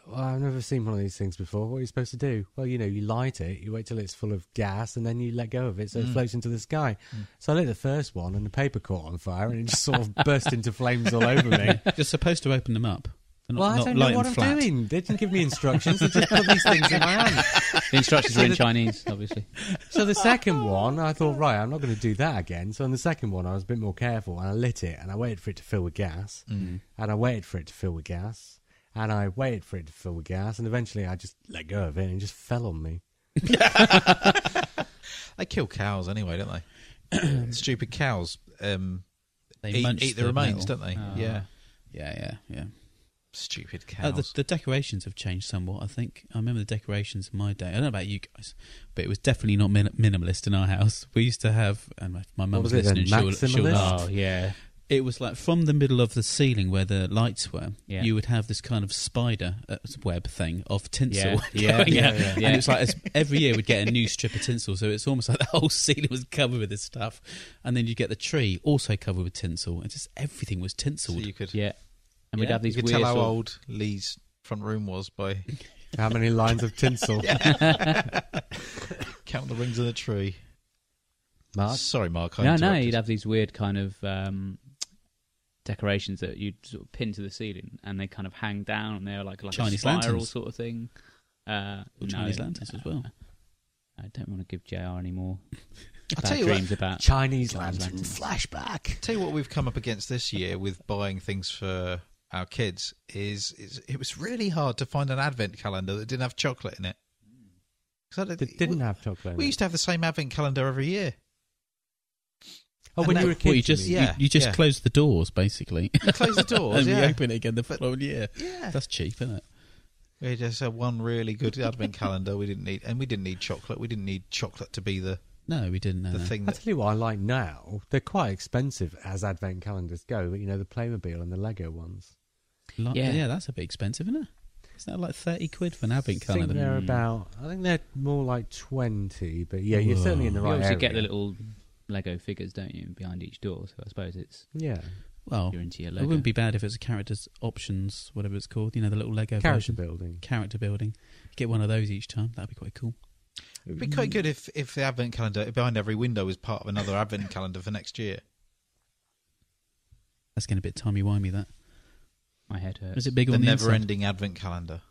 Speaker 3: well, I've never seen one of these things before. What are you supposed to do? Well, you know, you light it, you wait till it's full of gas, and then you let go of it so
Speaker 1: Mm.
Speaker 3: it floats into the sky. So I lit the first one, and the paper caught on fire, and it just sort of burst into flames all over me.
Speaker 1: You're supposed to open them up. They're not,
Speaker 3: Well, I
Speaker 1: not
Speaker 3: don't
Speaker 1: light
Speaker 3: know what
Speaker 1: and
Speaker 3: I'm
Speaker 1: flat.
Speaker 3: doing. They didn't give me instructions. They just put these things in my hand.
Speaker 2: The instructions were in Chinese, obviously.
Speaker 3: So the second one, I thought, right, I'm not going to do that again. So on the second one, I was a bit more careful and I lit it and I waited for it to fill with gas
Speaker 4: mm.
Speaker 3: and I waited for it to fill with gas and I waited for it to fill with gas and eventually I just let go of it and it just fell on me.
Speaker 4: They kill cows anyway, don't they? Stupid cows um,
Speaker 1: They
Speaker 4: eat,
Speaker 1: munch
Speaker 4: eat the remains,
Speaker 1: metal.
Speaker 4: don't they? yeah,
Speaker 1: Yeah, yeah, yeah.
Speaker 4: stupid
Speaker 1: Uh,
Speaker 4: cows.
Speaker 1: the, the decorations have changed somewhat. I think I remember the decorations in my day. I don't know about you guys, but it was definitely not min- minimalist in our house. We used to have, and my, my mum
Speaker 3: was
Speaker 1: was
Speaker 3: it then,
Speaker 1: listening. She'll, she'll
Speaker 3: maximalist?
Speaker 1: laugh.
Speaker 2: Oh, yeah.
Speaker 1: It was like from the middle of the ceiling where the lights were.
Speaker 2: Yeah.
Speaker 1: You would have this kind of spider uh, web thing of tinsel.
Speaker 2: Yeah, yeah,
Speaker 1: going
Speaker 2: yeah,
Speaker 1: out.
Speaker 2: yeah, yeah.
Speaker 1: And it's like it's- every year we'd get a new strip of tinsel, so it's almost like the whole ceiling was covered with this stuff. And then you would get the tree also covered with tinsel, and just everything was
Speaker 4: so
Speaker 1: tinseled.
Speaker 4: you could,
Speaker 2: Yeah. And we'd
Speaker 1: Yeah,
Speaker 2: have
Speaker 4: you
Speaker 2: these
Speaker 4: could
Speaker 2: weird.
Speaker 4: tell how
Speaker 2: sort of-
Speaker 4: old Lee's front room was by
Speaker 3: How many lines of tinsel?
Speaker 4: count the rings of the tree.
Speaker 3: Mark?
Speaker 4: Sorry, Mark. I
Speaker 2: No, no,
Speaker 4: interrupted.
Speaker 2: you'd have these weird kind of um, decorations that you'd sort of pin to the ceiling, and they kind of hang down, and they're like like
Speaker 1: Chinese
Speaker 2: a spiral
Speaker 1: lanterns.
Speaker 2: sort of thing. Uh,
Speaker 1: Or
Speaker 2: no,
Speaker 1: Chinese lanterns as well.
Speaker 2: I don't want to give Jr. any more
Speaker 4: I'll
Speaker 2: bad
Speaker 4: tell you what.
Speaker 2: dreams about.
Speaker 3: Chinese
Speaker 2: Chinese
Speaker 3: lantern flashback.
Speaker 4: Tell you what we've come up against this year with buying things for our kids is, is it was really hard to find an advent calendar that didn't have chocolate in it. 'Cause I don't-
Speaker 3: That didn't
Speaker 4: we,
Speaker 3: have chocolate. in
Speaker 4: We
Speaker 3: it.
Speaker 4: used to have the same advent calendar every year.
Speaker 3: oh, when
Speaker 4: and
Speaker 3: you
Speaker 4: that-
Speaker 3: were a kid,
Speaker 1: Well, you
Speaker 3: you
Speaker 1: just
Speaker 3: mean?
Speaker 1: you,
Speaker 4: Yeah,
Speaker 1: you just
Speaker 4: yeah.
Speaker 1: close the doors basically,
Speaker 4: You close the doors,
Speaker 1: and you
Speaker 4: yeah.
Speaker 1: open it again the following year.
Speaker 4: yeah.
Speaker 1: That's cheap, isn't it?
Speaker 4: We just had one really good advent calendar. We didn't need, and we didn't need chocolate. We didn't need chocolate to be the,
Speaker 1: No, we didn't. No,
Speaker 4: the
Speaker 1: no.
Speaker 4: thing
Speaker 3: I
Speaker 4: that.
Speaker 3: tell you what I like now. They're quite expensive as advent calendars go, but you know the Playmobil and the Lego ones.
Speaker 1: Like-
Speaker 2: Yeah.
Speaker 1: yeah. that's a bit expensive, isn't it? Isn't that like thirty quid for an advent
Speaker 3: I think
Speaker 1: calendar? Hmm.
Speaker 3: they're
Speaker 2: Hmm.
Speaker 3: about. I think they're more like twenty, but yeah, you're certainly in the
Speaker 2: You
Speaker 3: right
Speaker 2: obviously
Speaker 3: area.
Speaker 2: get the little Lego figures, don't you, behind each door? So I suppose it's
Speaker 3: yeah
Speaker 1: Well,
Speaker 3: Oh.
Speaker 2: you're into your
Speaker 1: it
Speaker 2: Lego.
Speaker 1: wouldn't be bad if it was a character's options, whatever it's called. You know, the little Lego
Speaker 3: character
Speaker 1: version.
Speaker 3: building.
Speaker 1: character building. Get one of those each time. That'd be quite cool.
Speaker 4: It'd be quite good if, if the advent calendar behind every window was part of another advent calendar for next year.
Speaker 1: That's getting a bit timey wimey. That
Speaker 2: My head hurts.
Speaker 1: is it big
Speaker 4: the
Speaker 1: on the
Speaker 4: never
Speaker 1: inside?
Speaker 4: ending advent calendar.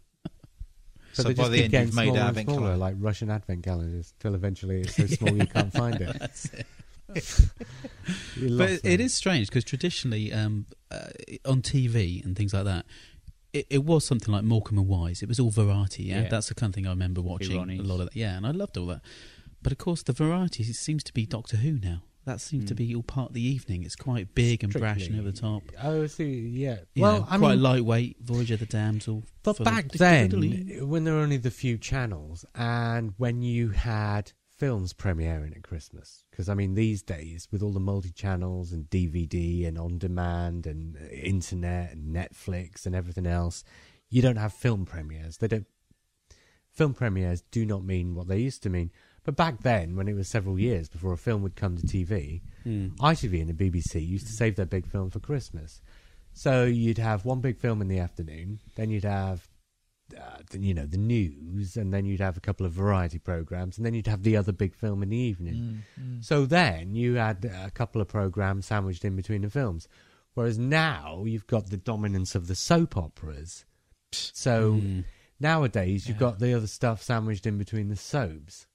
Speaker 3: So,
Speaker 4: So
Speaker 3: they
Speaker 4: by
Speaker 3: just
Speaker 4: the
Speaker 3: keep
Speaker 4: end,
Speaker 3: getting
Speaker 4: you've made
Speaker 3: smaller
Speaker 4: an
Speaker 3: and
Speaker 4: advent
Speaker 3: smaller,
Speaker 4: calendar.
Speaker 3: like Russian advent calendars, till eventually it's so small you can't find it. You
Speaker 1: But
Speaker 3: lost
Speaker 1: it- it
Speaker 3: them.
Speaker 1: is strange because traditionally, um, uh, on TV and things like that, it, it was something like Morecambe and Wise. It was all variety. Yeah?
Speaker 2: Yeah.
Speaker 1: that's the kind of thing I remember watching
Speaker 2: Ronnies.
Speaker 1: a lot of. That. Yeah, and I loved all that. But of course, the variety seems to be Doctor Who now. That seems to
Speaker 2: Mm.
Speaker 1: be all part of the evening. It's quite big and brash and
Speaker 3: Strictly.
Speaker 1: over the top.
Speaker 3: Oh, I see, yeah.
Speaker 1: You
Speaker 3: well,
Speaker 1: know,
Speaker 3: I
Speaker 1: quite
Speaker 3: mean,
Speaker 1: lightweight. Voyager the Damsel.
Speaker 3: But
Speaker 1: full of
Speaker 3: back
Speaker 1: diddly.
Speaker 3: then, when there were only the few channels, and when you had films premiering at Christmas, because I mean, these days with all the multi channels and DVD and on demand and uh, internet and Netflix and everything else, you don't have film premieres. They don't. Film premieres do not mean what they used to mean. But back then, when it was several years before a film would come to TV, ITV and the BBC used to save their big film for Christmas. So you'd have one big film in the afternoon, then you'd have, uh, the, you know, the news, and then you'd have a couple of variety programs, and then you'd have the other big film in the evening. So then you had a couple of programs sandwiched in between the films. Whereas now you've got the dominance of the soap operas. So nowadays you've got the other stuff sandwiched in between the soaps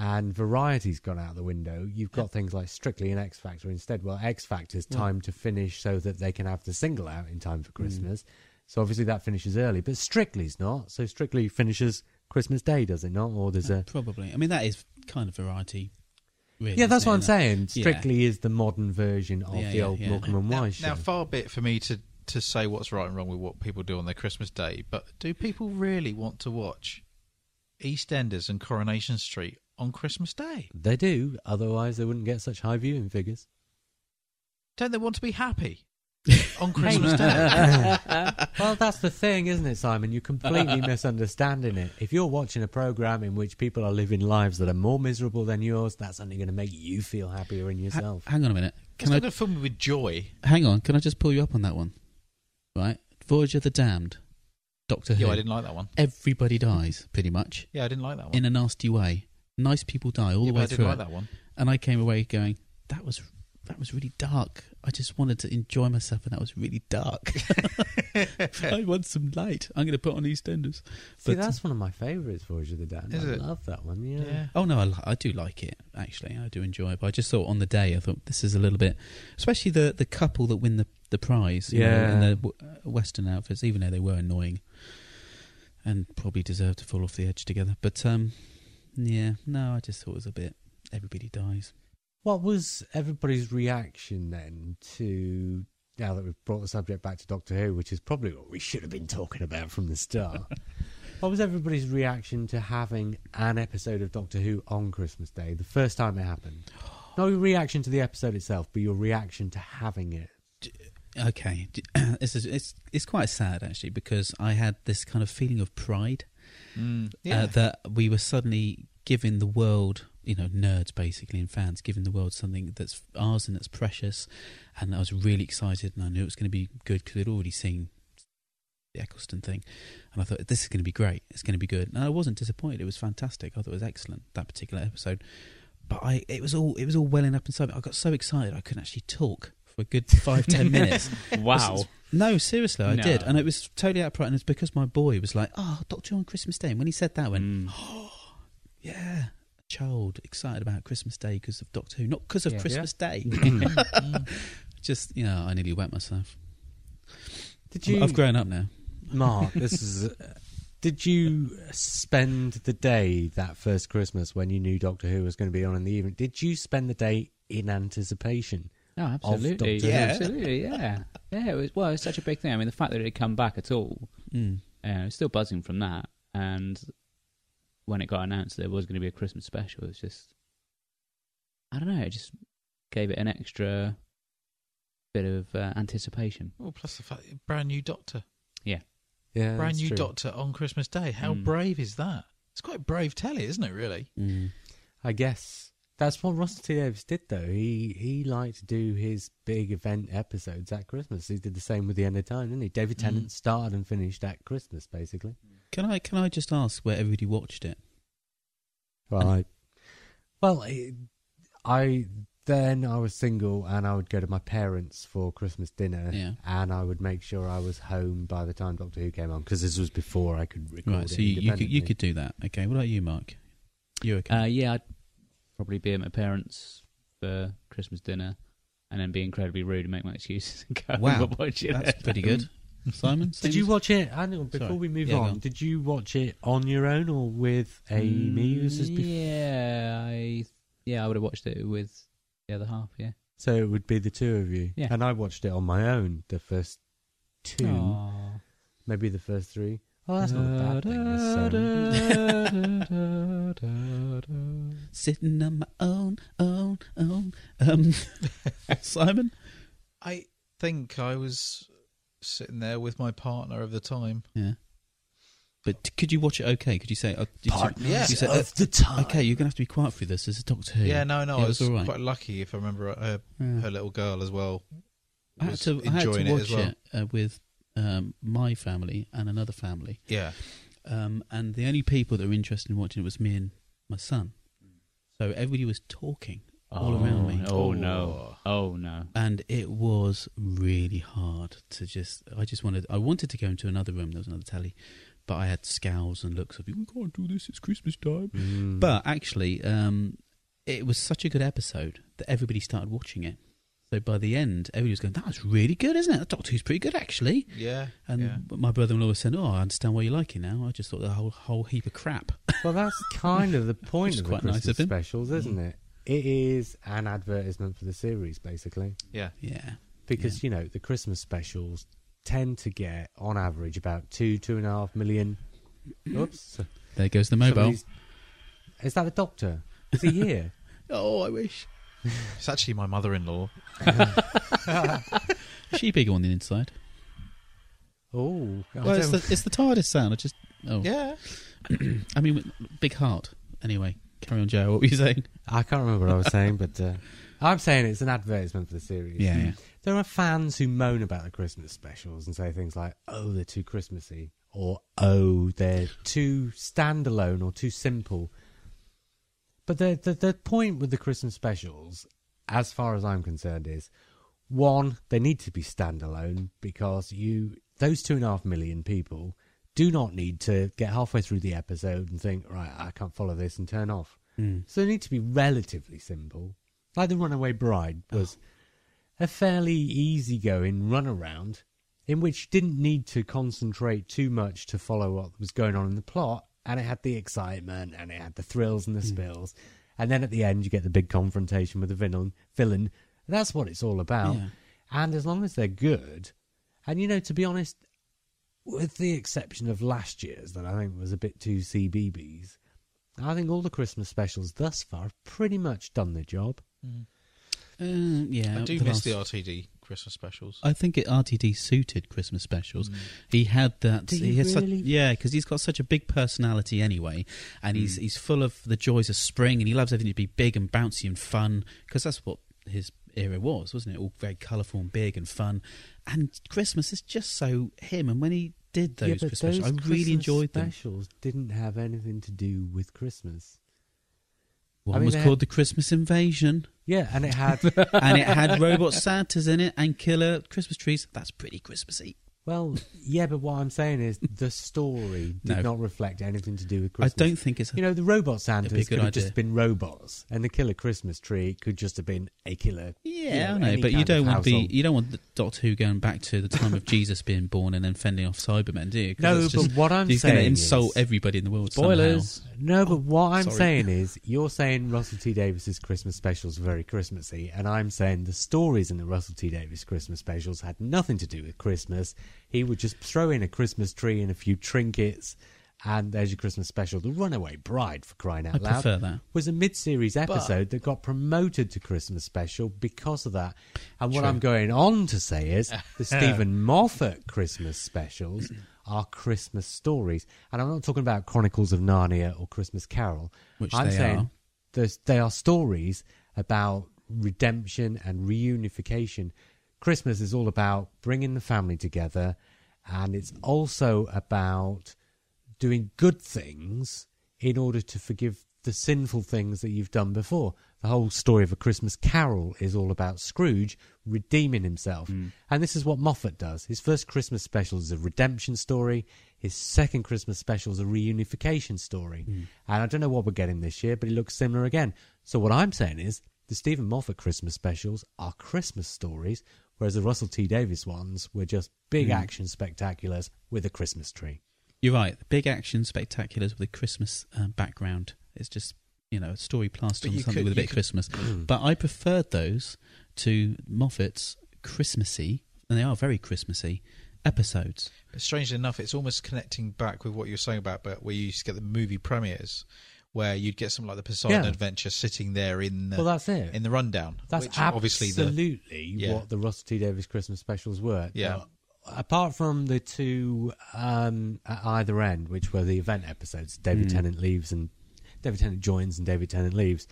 Speaker 3: and variety's gone out the window. You've got things like Strictly and X Factor instead. Well, X Factor's timed to finish so that they can have the single out in time for Christmas. So obviously that finishes early, but Strictly's not. So Strictly finishes Christmas Day, does it not? Or there's a
Speaker 1: probably. I mean, that is kind of variety. Really,
Speaker 3: yeah, that's
Speaker 1: isn't
Speaker 3: what
Speaker 1: it?
Speaker 3: I'm saying.
Speaker 1: Yeah.
Speaker 3: Strictly is the modern version of
Speaker 1: Yeah,
Speaker 3: the
Speaker 1: yeah,
Speaker 3: old
Speaker 1: yeah.
Speaker 3: Malcolm and
Speaker 4: Now,
Speaker 3: Wise
Speaker 4: now,
Speaker 3: show.
Speaker 4: far be it for me to, to say what's right and wrong with what people do on their Christmas day, but do people really want to watch EastEnders and Coronation Street on Christmas Day?
Speaker 3: They do, otherwise they wouldn't get such high viewing figures.
Speaker 4: Don't they want to be happy on Christmas Day?
Speaker 3: Well, that's the thing, isn't it, Simon? You're completely misunderstanding it. If you're watching a program in which people are living lives that are more miserable than yours, that's only going to make you feel happier in
Speaker 1: Ha-
Speaker 3: yourself.
Speaker 1: hang on a minute.
Speaker 4: It's
Speaker 1: Can
Speaker 4: not
Speaker 1: I
Speaker 4: going to fill me with joy.
Speaker 1: Hang on, can I just pull you up on that one? Right, Voyager the Damned, Doctor Who.
Speaker 4: Yeah, I didn't like that one.
Speaker 1: Everybody dies pretty much
Speaker 4: Yeah, I didn't like that one.
Speaker 1: in a nasty way. Nice people die all the
Speaker 4: Yeah, but
Speaker 1: way
Speaker 4: I
Speaker 1: through
Speaker 4: didn't like
Speaker 1: it.
Speaker 4: that one.
Speaker 1: and I came away going, "That was that was really dark. I just wanted to enjoy myself, and that was really dark. I want some light. I'm going to put on EastEnders."
Speaker 3: See,
Speaker 1: But-
Speaker 3: that's one of my favourites, Voyage of the Damned.
Speaker 4: Is
Speaker 3: I
Speaker 4: it?
Speaker 3: love that one, yeah.
Speaker 4: Yeah.
Speaker 1: Oh no, I, li- I do like it actually. I do enjoy it. But I just thought on the day, I thought this is a little bit, especially the the couple that win the the prize, you know,
Speaker 3: Yeah.
Speaker 1: in the w- uh, Western outfits, even though they were annoying and probably deserved to fall off the edge together. But um, yeah, no, I just thought it was a bit. Everybody dies.
Speaker 3: What was everybody's reaction then to, now that we've brought the subject back to Doctor Who, which is probably what we should have been talking about from the start? what was everybody's reaction to having an episode of Doctor Who on Christmas Day, the first time it happened? Not your reaction to the episode itself, but your reaction to having it.
Speaker 1: Okay, d- this is it's it's quite sad actually because I had this kind of feeling of pride
Speaker 4: Mm.
Speaker 1: uh, that we were suddenly giving the world, you know, nerds basically and fans, giving the world something that's ours and that's precious. And I was really excited and I knew it was going to be good because we'd already seen the Eccleston thing. And I thought, this is going to be great. It's going to be good. And I wasn't disappointed. It was fantastic. I thought it was excellent, that particular episode. But I, it was all, it was all welling up inside me. I got so excited I couldn't actually talk for a good five, ten minutes.
Speaker 2: wow.
Speaker 1: No, seriously, I
Speaker 2: No.
Speaker 1: did, and it was totally out of pride. And it's because my boy was like, "Oh, Doctor Who on Christmas Day." And when he said that, I went,
Speaker 2: Mm.
Speaker 1: "Yeah, child, excited about Christmas Day because of Doctor Who, not because of
Speaker 3: Yeah.
Speaker 1: Christmas Day."
Speaker 4: Mm.
Speaker 1: Just you know, I nearly wet myself.
Speaker 3: Did
Speaker 1: I'm-
Speaker 3: you,
Speaker 1: I've grown up now.
Speaker 3: Mark? This is. uh, Did you spend the day that first Christmas when you knew Doctor Who was going to be on in the evening? Did you spend the day in anticipation?
Speaker 2: No, Oh, absolutely.
Speaker 3: Doctor
Speaker 2: Yeah,
Speaker 3: Who.
Speaker 2: absolutely. Yeah. Yeah, it was, well, it's such a big thing. I mean, the fact that it had come back at all,
Speaker 1: Mm.
Speaker 2: uh, it's still buzzing from that. And when it got announced that it was going to be a Christmas special, it's just, I don't know, it just gave it an extra bit of uh, anticipation.
Speaker 4: Well, Oh, plus the fact, brand new Doctor,
Speaker 3: Yeah,
Speaker 4: brand
Speaker 3: that's
Speaker 4: new
Speaker 3: true.
Speaker 4: Doctor on Christmas Day. How
Speaker 2: Mm.
Speaker 4: brave is that? It's quite brave telly, isn't it? Really?
Speaker 1: Mm.
Speaker 3: I guess that's what Russell T Davies did, though. He he liked to do his big event episodes at Christmas. He did the same with the end of time, didn't he?
Speaker 1: Mm.
Speaker 3: David Tennant
Speaker 4: Mhm.
Speaker 3: started and finished at Christmas, basically.
Speaker 1: Can I can I just ask where everybody watched it?
Speaker 3: Right. Well, it, I then I was single and I would go to my parents for Christmas dinner
Speaker 1: Yeah.
Speaker 3: and I would make sure I was home by the time Doctor Who came on because this was before I could record
Speaker 1: Right,
Speaker 3: it
Speaker 1: so you, you could you
Speaker 3: independently.
Speaker 1: could do that. Okay, what about you, Mark? You okay?
Speaker 2: Uh, yeah, I'd probably be at my parents for Christmas dinner, and then be incredibly rude and make my excuses and go.
Speaker 1: Wow,
Speaker 2: and watch it.
Speaker 1: That's pretty good, Simon.
Speaker 3: Uh, Did
Speaker 1: seems-
Speaker 3: you watch it? I know. Before
Speaker 1: Sorry.
Speaker 3: we move
Speaker 1: Yeah, go
Speaker 3: on,
Speaker 1: on.
Speaker 3: did you watch it on your own or with Amy?
Speaker 2: Mm,
Speaker 3: This is bef-
Speaker 2: yeah, I yeah I would have watched it with the other half. Yeah.
Speaker 3: So it would be the two of you.
Speaker 2: Yeah.
Speaker 3: And I watched it on my own. The first two,
Speaker 2: Aw.
Speaker 3: maybe the first three. Oh, that's not a bad thing. necessarily.
Speaker 1: sitting on my own, own, own? Um, Simon.
Speaker 4: I think I was sitting there with my partner of the time.
Speaker 1: Yeah. But t- could you watch it? Okay, could you say? Uh, you said-
Speaker 4: yeah.
Speaker 1: you said, uh,
Speaker 3: the time.
Speaker 1: okay, you're gonna have to be quiet through this. This is Doctor Who.
Speaker 4: Yeah, no, no,
Speaker 1: Yeah,
Speaker 4: I was
Speaker 1: all right.
Speaker 4: quite lucky if I remember right. her,
Speaker 1: Yeah.
Speaker 4: her little girl as well.
Speaker 1: I had
Speaker 4: was
Speaker 1: to, I had to
Speaker 4: enjoying it
Speaker 1: watch
Speaker 4: as well.
Speaker 1: it, uh, with um, my family and another family,
Speaker 4: Yeah,
Speaker 1: um, and the only people that were interested in watching it was me and my son. So everybody was talking all around me.
Speaker 2: Oh no! Oh no!
Speaker 1: and it was really hard to just i just wanted i wanted to go into another room there was another telly but i had scowls and looks of we can't do this it's christmas time
Speaker 3: Mm.
Speaker 1: but actually um, it was such a good episode that everybody started watching it so by the end everybody was going that was really good isn't it doctor who's pretty good actually
Speaker 4: yeah,
Speaker 1: and
Speaker 4: yeah.
Speaker 1: my brother-in-law was saying oh i understand why you like it now i just thought the whole whole heap of crap
Speaker 3: Well, that's kind of the point
Speaker 1: Which
Speaker 3: of
Speaker 1: is
Speaker 3: the
Speaker 1: quite nice
Speaker 3: Christmas
Speaker 1: of him. Mm.
Speaker 3: specials, isn't it? It is an advertisement for the series, basically.
Speaker 4: yeah.
Speaker 1: yeah
Speaker 3: Because, you know, the Christmas specials tend to get, on average, about two, two and a half million. Oops.
Speaker 1: there goes the mobile
Speaker 3: Somebody's- Is that the doctor? Is he here?
Speaker 1: oh i wish
Speaker 4: It's actually my mother-in-law.
Speaker 1: is she bigger on the inside
Speaker 3: oh, I
Speaker 1: well it's
Speaker 3: don't-
Speaker 1: the, it's the tardis sound i just oh
Speaker 4: Yeah,
Speaker 1: I mean, big heart. Anyway, carry on, Joe. What were you saying?
Speaker 3: I can't remember what I was saying, but uh, I'm saying it's an advertisement for the series.
Speaker 1: Yeah, yeah.
Speaker 3: There are fans who moan about the Christmas specials and say things like, oh, they're too Christmassy, or oh, they're too standalone or too simple. But the, the, the point with the Christmas specials, as far as I'm concerned, is one, they need to be standalone because you, those two and a half million people, do not need to get halfway through the episode and think, right, I can't follow this and turn off. So they need to be relatively simple. Like The Runaway Bride was a fairly easygoing runaround in which you didn't need to concentrate too much to follow what was going on in the plot, and it had the excitement and it had the thrills and the spills. And then at the end, you get the big confrontation with the villain. villain. That's what it's all about.
Speaker 1: Yeah.
Speaker 3: And as long as they're good, and you know, to be honest, with the exception of last year's that I think was a bit too CBBS, I think all the Christmas specials thus far have pretty much done their job.
Speaker 1: Uh, yeah.
Speaker 4: I do
Speaker 1: the
Speaker 4: miss
Speaker 1: last-
Speaker 4: the RTD Christmas specials.
Speaker 1: I think it RTD suited Christmas specials. He had that.
Speaker 3: Mm. Do
Speaker 1: he
Speaker 3: you
Speaker 1: has such-
Speaker 3: really?
Speaker 1: yeah, because he's got such a big personality anyway, and he's
Speaker 3: Mm.
Speaker 1: he's full of the joys of spring, and he loves everything to be big and bouncy and fun, because that's what his era was, wasn't it? All very colourful and big and fun, and Christmas is just so him. And when he did those
Speaker 3: Yeah, but
Speaker 1: Christmas, specials, I
Speaker 3: those
Speaker 1: really
Speaker 3: Christmas
Speaker 1: enjoyed them.
Speaker 3: specials didn't have anything to do with Christmas.
Speaker 1: One
Speaker 3: mean,
Speaker 1: was
Speaker 3: they
Speaker 1: called
Speaker 3: had-
Speaker 1: the Christmas Invasion.
Speaker 3: Yeah, and it had
Speaker 1: and it had robot Santas in it and killer Christmas trees. That's pretty Christmassy.
Speaker 3: well, yeah, but what I'm saying is the story did
Speaker 1: No.
Speaker 3: not reflect anything to do with Christmas.
Speaker 1: I don't think it's.
Speaker 3: you know, the
Speaker 1: be
Speaker 3: robot
Speaker 1: a
Speaker 3: Santas
Speaker 1: good
Speaker 3: could have
Speaker 1: idea.
Speaker 3: just been robots, and the killer Christmas tree could just have been a killer.
Speaker 1: yeah,
Speaker 3: you
Speaker 1: I know,
Speaker 3: any
Speaker 1: but you
Speaker 3: kind of
Speaker 1: don't want to be.
Speaker 3: household.
Speaker 1: You don't want the Doctor Who going back to the time of Jesus being born and then fending off Cybermen, do you? 'Cause
Speaker 3: No,
Speaker 1: that's
Speaker 3: but what I'm
Speaker 1: he's gonna
Speaker 3: saying
Speaker 1: insult
Speaker 3: is-
Speaker 1: everybody in the world.
Speaker 2: Spoilers.
Speaker 3: No, but what I'm
Speaker 1: Oh, sorry.
Speaker 3: saying is, you're saying Russell T Davis's Christmas specials are very Christmassy, and I'm saying the stories in the Russell T Davis Christmas specials had nothing to do with Christmas. He would just throw in a Christmas tree and a few trinkets, and there's your Christmas special. The Runaway Bride, for crying out
Speaker 1: I
Speaker 3: loud,
Speaker 1: prefer that.
Speaker 3: was a mid-series episode that got promoted to Christmas special because of that. And what I'm going on to say is the Stephen Moffat Christmas specials are Christmas stories, and I'm not talking about Chronicles of Narnia or Christmas Carol.
Speaker 1: Which
Speaker 3: I'm
Speaker 1: they are.
Speaker 3: saying there's- they are stories about redemption and reunification. Christmas is all about bringing the family together, and it's also about doing good things in order to forgive the sinful things that you've done before. The whole story of A Christmas Carol is all about Scrooge redeeming himself. And this is what Moffat does. His first Christmas special is a redemption story. His second Christmas special is a reunification story. And I don't know what we're getting this year, but it looks similar again. So what I'm saying is the Stephen Moffat Christmas specials are Christmas stories, whereas the Russell T Davis ones were just big action spectaculars with a Christmas tree.
Speaker 1: You're right. The big action spectaculars with a Christmas um, background. It's just you know a story plastered
Speaker 4: But
Speaker 1: on
Speaker 4: you
Speaker 1: something
Speaker 4: could-
Speaker 1: with a bit
Speaker 4: you
Speaker 1: of Christmas.
Speaker 3: Hmm.
Speaker 1: but I preferred those to Moffat's Christmassy, and they are very Christmassy episodes.
Speaker 4: But strangely enough, it's almost connecting back with what you're saying about but where you used to get the movie premieres, where you'd get something like the Poseidon
Speaker 3: Yeah.
Speaker 4: Adventure sitting there in the,
Speaker 3: Well, that's it.
Speaker 4: in the rundown.
Speaker 3: That's
Speaker 4: which
Speaker 3: absolutely
Speaker 4: obviously the yeah.
Speaker 3: what the Russell T Davis Christmas specials were.
Speaker 4: Yeah.
Speaker 3: Now, apart from the two um, at either end, which were the event episodes,
Speaker 4: Mm.
Speaker 3: David Tennant leaves and David Tennant joins and David Tennant leaves.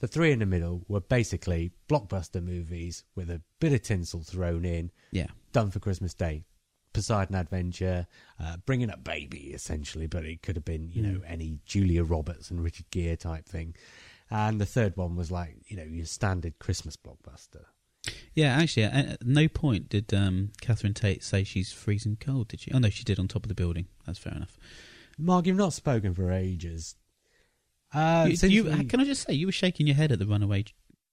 Speaker 3: The three in the middle were basically blockbuster movies with a bit of tinsel thrown in,
Speaker 1: Yeah,
Speaker 3: done for Christmas Day. Poseidon Adventure, uh, bringing up baby essentially, but it could have been you
Speaker 1: Hmm.
Speaker 3: know any Julia Roberts and Richard Gere type thing. And the third one was like you know your standard Christmas blockbuster.
Speaker 1: yeah. Actually, at at no point did um, Catherine Tate say she's freezing cold, did she? Oh no, she did on top of the building. That's fair enough.
Speaker 3: Mark, you've not spoken for ages. Uh,
Speaker 1: You-
Speaker 3: since
Speaker 1: you-
Speaker 3: we-
Speaker 1: Can I just say you were shaking your head at the runaway,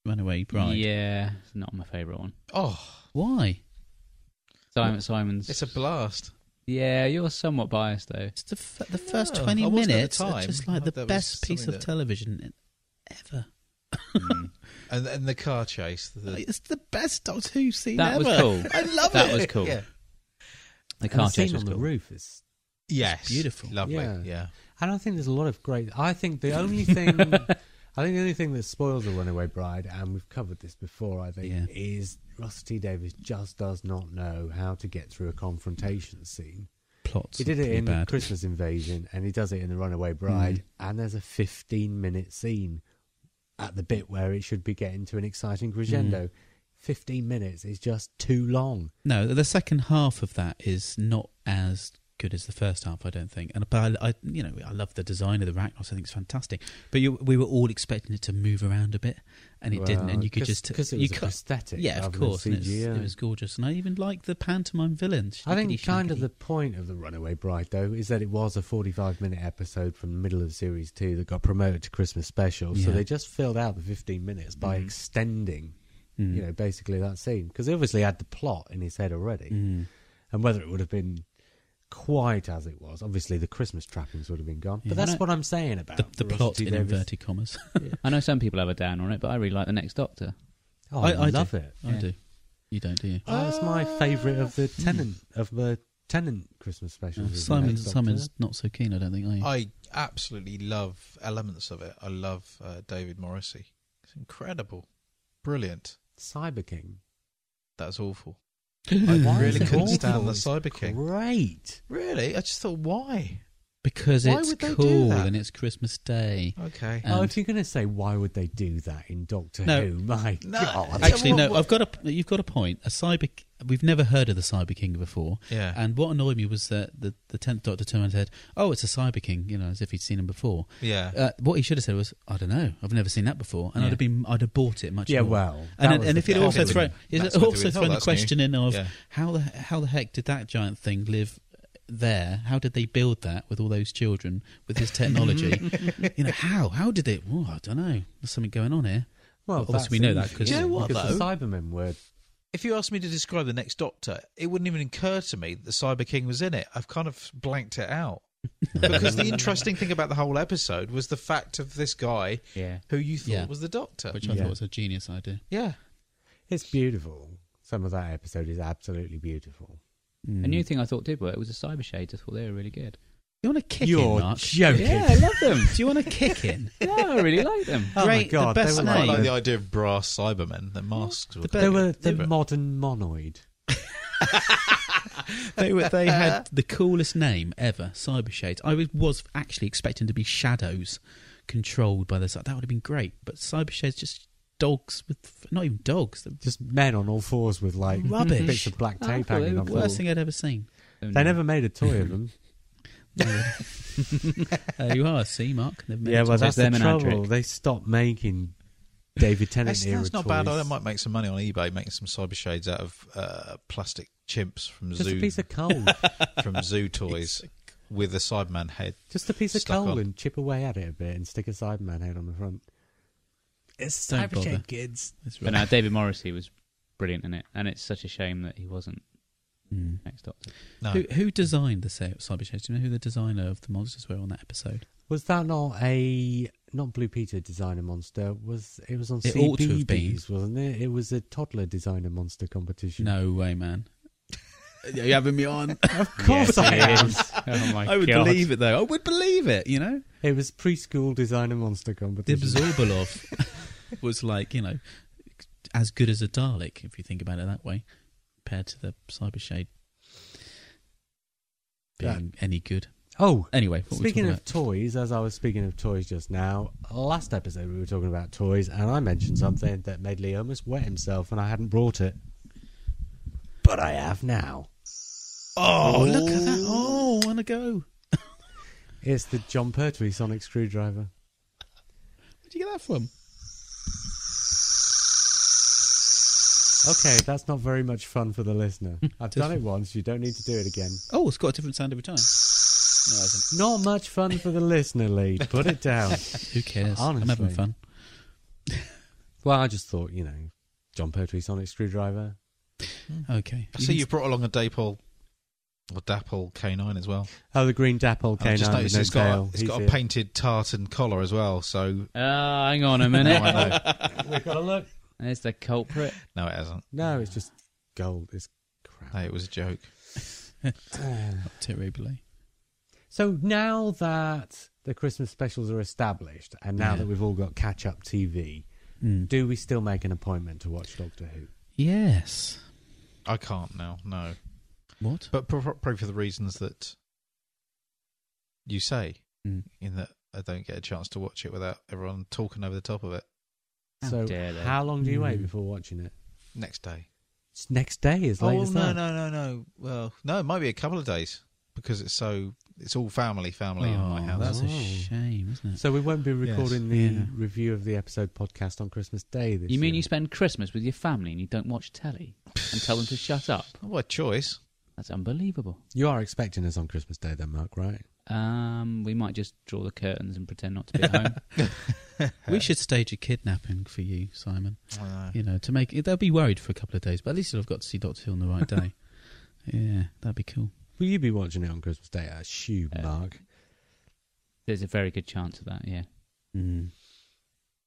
Speaker 1: runaway bride?
Speaker 2: Yeah, it's not my favourite one.
Speaker 4: Oh,
Speaker 1: Why?
Speaker 2: Simon Simon's.
Speaker 4: it's a blast.
Speaker 2: yeah, you're somewhat biased though.
Speaker 1: It's the f- the first
Speaker 4: No,
Speaker 1: twenty
Speaker 4: I wasn't at the
Speaker 1: minutes are
Speaker 4: time.
Speaker 1: just like
Speaker 4: I
Speaker 1: the
Speaker 4: thought that was
Speaker 1: best piece of
Speaker 4: something that-
Speaker 1: television e-, ever.
Speaker 4: And, and the car chase. The,
Speaker 1: It's the best Doctor Who scene
Speaker 2: That
Speaker 1: ever.
Speaker 2: was cool.
Speaker 1: I love
Speaker 2: That
Speaker 1: it.
Speaker 2: was cool.
Speaker 4: Yeah.
Speaker 2: The
Speaker 3: and the
Speaker 2: car chase
Speaker 3: scene
Speaker 2: was
Speaker 3: on the
Speaker 2: cool.
Speaker 3: roof is.
Speaker 4: Yes.
Speaker 1: beautiful.
Speaker 4: Lovely.
Speaker 3: Yeah.
Speaker 4: Yeah.
Speaker 3: I don't think there's a lot of great. I think the only thing, I think the only thing that spoils a Runaway Bride, and we've covered this before, I think,
Speaker 1: Yeah.
Speaker 3: is Russell T Davis just does not know how to get through a confrontation scene.
Speaker 1: Plots.
Speaker 3: He did it
Speaker 1: pretty
Speaker 3: in
Speaker 1: bad. Mm.
Speaker 3: Christmas Invasion, and he does it in The Runaway Bride, and there's a 15 minute scene at the bit where it should be getting to an exciting crescendo.
Speaker 1: Mm.
Speaker 3: 15 minutes is just too long.
Speaker 1: No, the second half of that is not as good as the first half, I don't think. And but I, I you know, I love the design of the Ragnos. I think it's fantastic. But you, we were all expecting it to move around a bit, and it didn't. And you could just
Speaker 3: because it
Speaker 1: you
Speaker 3: was a
Speaker 1: cut-
Speaker 3: prosthetic.
Speaker 1: Yeah, of
Speaker 3: rather than
Speaker 1: course. and it's-
Speaker 3: CGI.
Speaker 1: it was gorgeous, and I even liked the pantomime villain.
Speaker 3: I think
Speaker 1: Shiggity,
Speaker 3: kind of
Speaker 1: shaggity.
Speaker 3: the point of the Runaway Bride, though, is that it was a 45 minute episode from the middle of series two that got promoted to Christmas special. So
Speaker 1: Yeah. Mm-hmm.
Speaker 3: they just filled out the 15 minutes by extending,
Speaker 1: Mm.
Speaker 3: you know, basically that scene. Because he obviously had the plot in his head already.
Speaker 1: Mm.
Speaker 3: And whether it would have been quite as it was, obviously the Christmas trappings would have been gone. But
Speaker 1: Yeah.
Speaker 3: that's
Speaker 1: And I-
Speaker 3: what I'm saying about
Speaker 1: the, the
Speaker 3: Russell
Speaker 1: plot
Speaker 3: T.
Speaker 1: in
Speaker 3: uh, Davies.
Speaker 1: inverted commas.
Speaker 2: I know some people have a down on it, but I really like the Next Doctor.
Speaker 3: Oh, I,
Speaker 1: I do. Ah.
Speaker 3: love it.
Speaker 1: I
Speaker 2: Yeah.
Speaker 1: do. You don't, do you?
Speaker 3: Oh, it's my favourite of the Tenant, of the Tenant Christmas specials. is the
Speaker 1: Hmm. Ah, Simon,
Speaker 3: Next Doctor.
Speaker 1: Simon's not so keen. I don't think. Are you?
Speaker 4: I absolutely love elements of it. I love uh, David Morrissey. It's incredible. Brilliant.
Speaker 3: Cyber King.
Speaker 4: That's awful.
Speaker 3: I
Speaker 4: really couldn't stand the Cyber King.
Speaker 3: Great.
Speaker 4: Really? I just thought, why?
Speaker 1: because
Speaker 4: Why
Speaker 1: it's
Speaker 4: would they do
Speaker 1: cool
Speaker 4: that?
Speaker 1: and it's Christmas Day.
Speaker 4: Okay.
Speaker 1: And-
Speaker 3: oh, if you're going to say why would they do that in Doctor
Speaker 1: No.
Speaker 3: Who, my
Speaker 4: No.
Speaker 3: God.
Speaker 4: Yeah,
Speaker 1: Actually,
Speaker 4: what-
Speaker 1: no.
Speaker 4: what-
Speaker 1: I've got a. You've got a point. A cyber. We've never heard of the Cyber King before.
Speaker 4: Yeah.
Speaker 1: And what annoyed me was that the the tenth Doctor turned and said, "Oh, it's a Cyber King," you know, as if he'd seen him before.
Speaker 4: Yeah.
Speaker 1: Uh, what he should have said was, "I don't know. I've never seen that before," and I'd
Speaker 2: Yeah.
Speaker 1: have been. I'd have bought it much.
Speaker 3: Yeah,
Speaker 1: more.
Speaker 3: well, that
Speaker 1: And,
Speaker 3: was
Speaker 1: and
Speaker 3: the
Speaker 1: if he'd
Speaker 3: best.
Speaker 1: also
Speaker 4: That's
Speaker 1: thrown,
Speaker 4: what
Speaker 1: is
Speaker 4: they
Speaker 1: it
Speaker 4: would-
Speaker 1: also
Speaker 4: oh,
Speaker 1: thrown the
Speaker 4: that's new.
Speaker 1: question in of
Speaker 4: Yeah.
Speaker 1: how the how the heck did that giant thing live there? How did they build that with all those children with this technology? you know, how how did it? Well, I don't know. There's something going on here.
Speaker 3: Well,
Speaker 1: obviously
Speaker 3: that's
Speaker 1: we know
Speaker 3: it.
Speaker 1: that 'cause-
Speaker 4: Do you know what,
Speaker 3: because the
Speaker 4: though?
Speaker 3: Cybermen were.
Speaker 4: if you asked me to describe the next Doctor, it wouldn't even occur to me that the Cyber King was in it. I've kind of blanked it out. because the interesting thing about the whole episode was the fact of this guy
Speaker 2: Yeah.
Speaker 4: who you thought
Speaker 1: Yeah.
Speaker 4: was the Doctor.
Speaker 1: Which
Speaker 3: I
Speaker 1: I
Speaker 3: Yeah.
Speaker 1: thought
Speaker 3: thought was
Speaker 1: was a genius idea.
Speaker 4: yeah.
Speaker 3: It's beautiful. Some of that episode is absolutely beautiful.
Speaker 1: Hmm.
Speaker 2: A new thing I thought did work was the Cyber Shades. I thought they were really good.
Speaker 1: You want to kick
Speaker 3: You're
Speaker 1: in, Mark?
Speaker 3: joking.
Speaker 2: Yeah, I love them.
Speaker 1: Do you want to kick in?
Speaker 2: yeah, I really like them.
Speaker 3: Oh my
Speaker 1: Great, the
Speaker 3: God,
Speaker 1: best
Speaker 3: they were
Speaker 4: I
Speaker 1: name.
Speaker 3: like,
Speaker 4: like
Speaker 3: the-
Speaker 4: the idea of brass Cybermen, the masks. were
Speaker 3: they
Speaker 4: quite
Speaker 3: were
Speaker 4: good.
Speaker 3: the
Speaker 4: But-
Speaker 3: modern monoid.
Speaker 1: they were, they had the coolest name ever, Cyber Shades. I was, was actually expecting to be shadows controlled by the side. That would have been great, but Cyber Shades just dogs with not even dogs. The
Speaker 3: Just men on all fours with like
Speaker 1: Rubbish.
Speaker 3: bits of black
Speaker 2: I
Speaker 3: tape
Speaker 2: thought they
Speaker 3: hanging
Speaker 2: were
Speaker 3: off.
Speaker 1: worst
Speaker 3: them.
Speaker 1: thing I'd ever seen.
Speaker 3: They never made a toy of them.
Speaker 1: There Uh, you are. See, Mark. They've made
Speaker 2: Yeah,
Speaker 1: it.
Speaker 2: well, that's
Speaker 3: That's the
Speaker 2: them and our
Speaker 3: trouble.
Speaker 2: trick.
Speaker 3: They stopped making David Tennant
Speaker 4: That's,
Speaker 3: era
Speaker 4: that's not
Speaker 3: toys.
Speaker 4: bad. I might make some money on eBay making some cyber shades out of uh, plastic chimps from
Speaker 3: Just
Speaker 4: zoo
Speaker 3: a piece of coal.
Speaker 4: from zoo toys with a Cyberman head.
Speaker 3: Just a piece of
Speaker 4: Stuck
Speaker 3: coal
Speaker 4: on.
Speaker 3: and chip away at it a bit and stick a Cyberman head on the front. It's
Speaker 1: Don't
Speaker 3: Cyber
Speaker 1: bother.
Speaker 3: Shade Kids.
Speaker 1: That's
Speaker 2: But
Speaker 1: right.
Speaker 2: now David Morrissey was brilliant in it, and it's such a shame that he wasn't
Speaker 1: Mm.
Speaker 2: next Doctor.
Speaker 4: No,
Speaker 1: Who, who designed the Cy- Cyber Shades? Do you know who the designer of the monsters were on that episode?
Speaker 3: Was that not a not Blue Peter designer monster? Was it was on
Speaker 1: It ought to have been.
Speaker 3: CBBS, wasn't it? It was a toddler designer monster competition.
Speaker 1: No way, man. Are you having me on?
Speaker 3: of course I am.
Speaker 2: Oh my
Speaker 1: I would
Speaker 2: god!
Speaker 1: believe it, though. I would believe it, you know?
Speaker 3: It was preschool designer monster competition.
Speaker 1: Dibzorbalov was like, you know, as good as a Dalek, if you think about it that way, compared to the Cyber Shade being any good.
Speaker 3: Oh,
Speaker 1: Anyway, what
Speaker 3: Speaking
Speaker 1: were we
Speaker 3: of toys, as I was speaking of toys just now, last episode we were talking about toys, and I mentioned something that made Lee almost wet himself, and I hadn't brought it, but I have now.
Speaker 1: Oh, look at that. Oh, I want to go. Where'd
Speaker 3: It's the John Pertwee sonic screwdriver.
Speaker 1: you get that from?
Speaker 3: Okay, that's not very much fun for the listener. I've done it once. You don't need to do it again.
Speaker 1: Oh, it's got a different sound every time. No, it isn't.
Speaker 3: Not much fun for the listener, Lee. Put it down.
Speaker 1: Who cares? I'm
Speaker 3: Honestly.
Speaker 1: having fun.
Speaker 3: Well, I just thought, you know, John Pertwee sonic screwdriver.
Speaker 1: Okay.
Speaker 4: I see you brought along a Dapple or Dapple canine as well.
Speaker 3: Oh, the green dapple
Speaker 4: And
Speaker 3: canine
Speaker 4: I just
Speaker 3: with
Speaker 4: noticed
Speaker 3: no
Speaker 4: it's got a,
Speaker 3: tail.
Speaker 4: it's
Speaker 3: He's
Speaker 4: got a
Speaker 3: it.
Speaker 4: painted tartan collar as well. So
Speaker 2: Ah, hang on a
Speaker 4: no,
Speaker 2: minute.
Speaker 4: I know.
Speaker 3: We've got a look.
Speaker 2: There's the culprit.
Speaker 4: no, it hasn't.
Speaker 3: No, it's just gold. It's crap.
Speaker 4: No, it was a joke.
Speaker 1: Terribly.
Speaker 3: So now that the Christmas specials are established, and now
Speaker 1: Yeah.
Speaker 3: that we've all got catch-up TV,
Speaker 1: Mm.
Speaker 3: do we still make an appointment to watch Doctor Who?
Speaker 1: Yes.
Speaker 4: I can't now. No,
Speaker 1: What?
Speaker 4: but pro- probably for the reasons that you say,
Speaker 1: Mm.
Speaker 4: in that I don't get a chance to watch it without everyone talking over the top of it
Speaker 2: How
Speaker 3: so
Speaker 2: dare they.
Speaker 3: how long do you wait
Speaker 1: Mm.
Speaker 3: before watching it?
Speaker 4: next day.
Speaker 3: It's next day, as late
Speaker 4: oh
Speaker 3: as
Speaker 4: no,
Speaker 3: that.
Speaker 4: no, no, no. Well, no, it might be a couple of days because it's so it's all family, family in my
Speaker 1: Oh,
Speaker 4: house.
Speaker 1: That's
Speaker 3: Oh.
Speaker 1: a shame, isn't it?
Speaker 3: So we won't be recording the
Speaker 1: Yeah.
Speaker 3: review of the episode podcast on Christmas Day this
Speaker 2: You mean
Speaker 3: year.
Speaker 2: you spend Christmas with your family and you don't watch telly and tell them to shut up?
Speaker 4: What a choice.
Speaker 2: That's unbelievable.
Speaker 3: You are expecting us on Christmas Day, then, Mark? Right?
Speaker 2: Um, we might just draw the curtains and pretend not to be at home.
Speaker 1: we should stage a kidnapping for you, Simon.
Speaker 4: I know.
Speaker 1: You know, to make they'll be worried for a couple of days, but at least you'll have got to see Doctor Who on the right day. yeah, that'd be cool.
Speaker 3: Will you be watching it on Christmas Day? I assume,
Speaker 2: Uh,
Speaker 3: Mark.
Speaker 2: There's a very good chance of that. Yeah.
Speaker 1: Mm.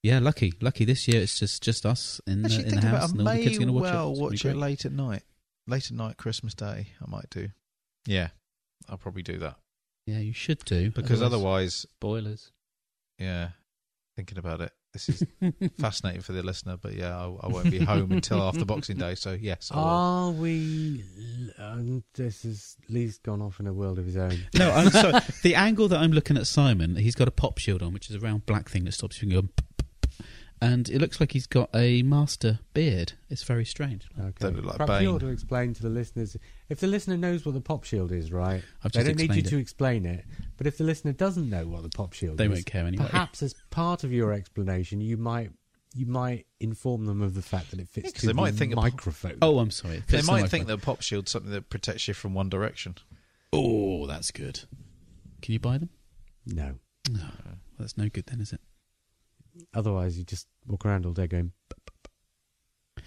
Speaker 1: Yeah, lucky, lucky. This year it's just just us in the,
Speaker 4: Actually,
Speaker 1: in the
Speaker 4: think about
Speaker 1: house,
Speaker 4: it.
Speaker 1: and
Speaker 4: I
Speaker 1: all
Speaker 4: may
Speaker 1: the kids are going to watch
Speaker 4: well
Speaker 1: it. It's gonna be
Speaker 4: watch it
Speaker 1: great.
Speaker 4: late at night. Late at night, Christmas Day. I might do. Yeah, I'll probably do that
Speaker 1: Yeah, you should do
Speaker 4: because otherwise,
Speaker 2: Boilers.
Speaker 4: yeah. Thinking about it, this is fascinating for the listener. But yeah, I, I won't be home until after Boxing Day. So yes, I will.
Speaker 3: Are we? Um, this is Lee's gone off in a world of his own.
Speaker 1: no, I'm sorry. the angle that I'm looking at Simon, he's got a pop shield on, which is a round black thing that stops you from going. pop, pop, pop. And it looks like he's got a master beard. It's very strange.
Speaker 3: Okay.
Speaker 4: look like
Speaker 3: Perhaps you
Speaker 4: Bane.
Speaker 3: ought to explain to the listeners if the listener knows what the pop shield is, right?
Speaker 1: I've
Speaker 3: They
Speaker 1: just
Speaker 3: don't need you
Speaker 1: explained
Speaker 3: to explain it, but if the listener doesn't know what the pop shield
Speaker 1: They
Speaker 3: is,
Speaker 1: won't care anyway.
Speaker 3: Perhaps as part of your explanation, you might you might inform them of the fact that it fits
Speaker 4: Yeah, 'cause
Speaker 3: to
Speaker 4: they
Speaker 3: the
Speaker 4: might think a pop-
Speaker 3: microphone.
Speaker 1: Oh, I'm sorry.
Speaker 4: They
Speaker 1: It's
Speaker 4: might
Speaker 1: not
Speaker 4: think
Speaker 1: my
Speaker 4: that Pop Shield's something that protects you from One Direction.
Speaker 1: phone. Oh, that's good. Can you buy them?
Speaker 3: no!
Speaker 1: No, well, that's no good then, is it?
Speaker 3: Otherwise, you just walk around all day going. "P- p-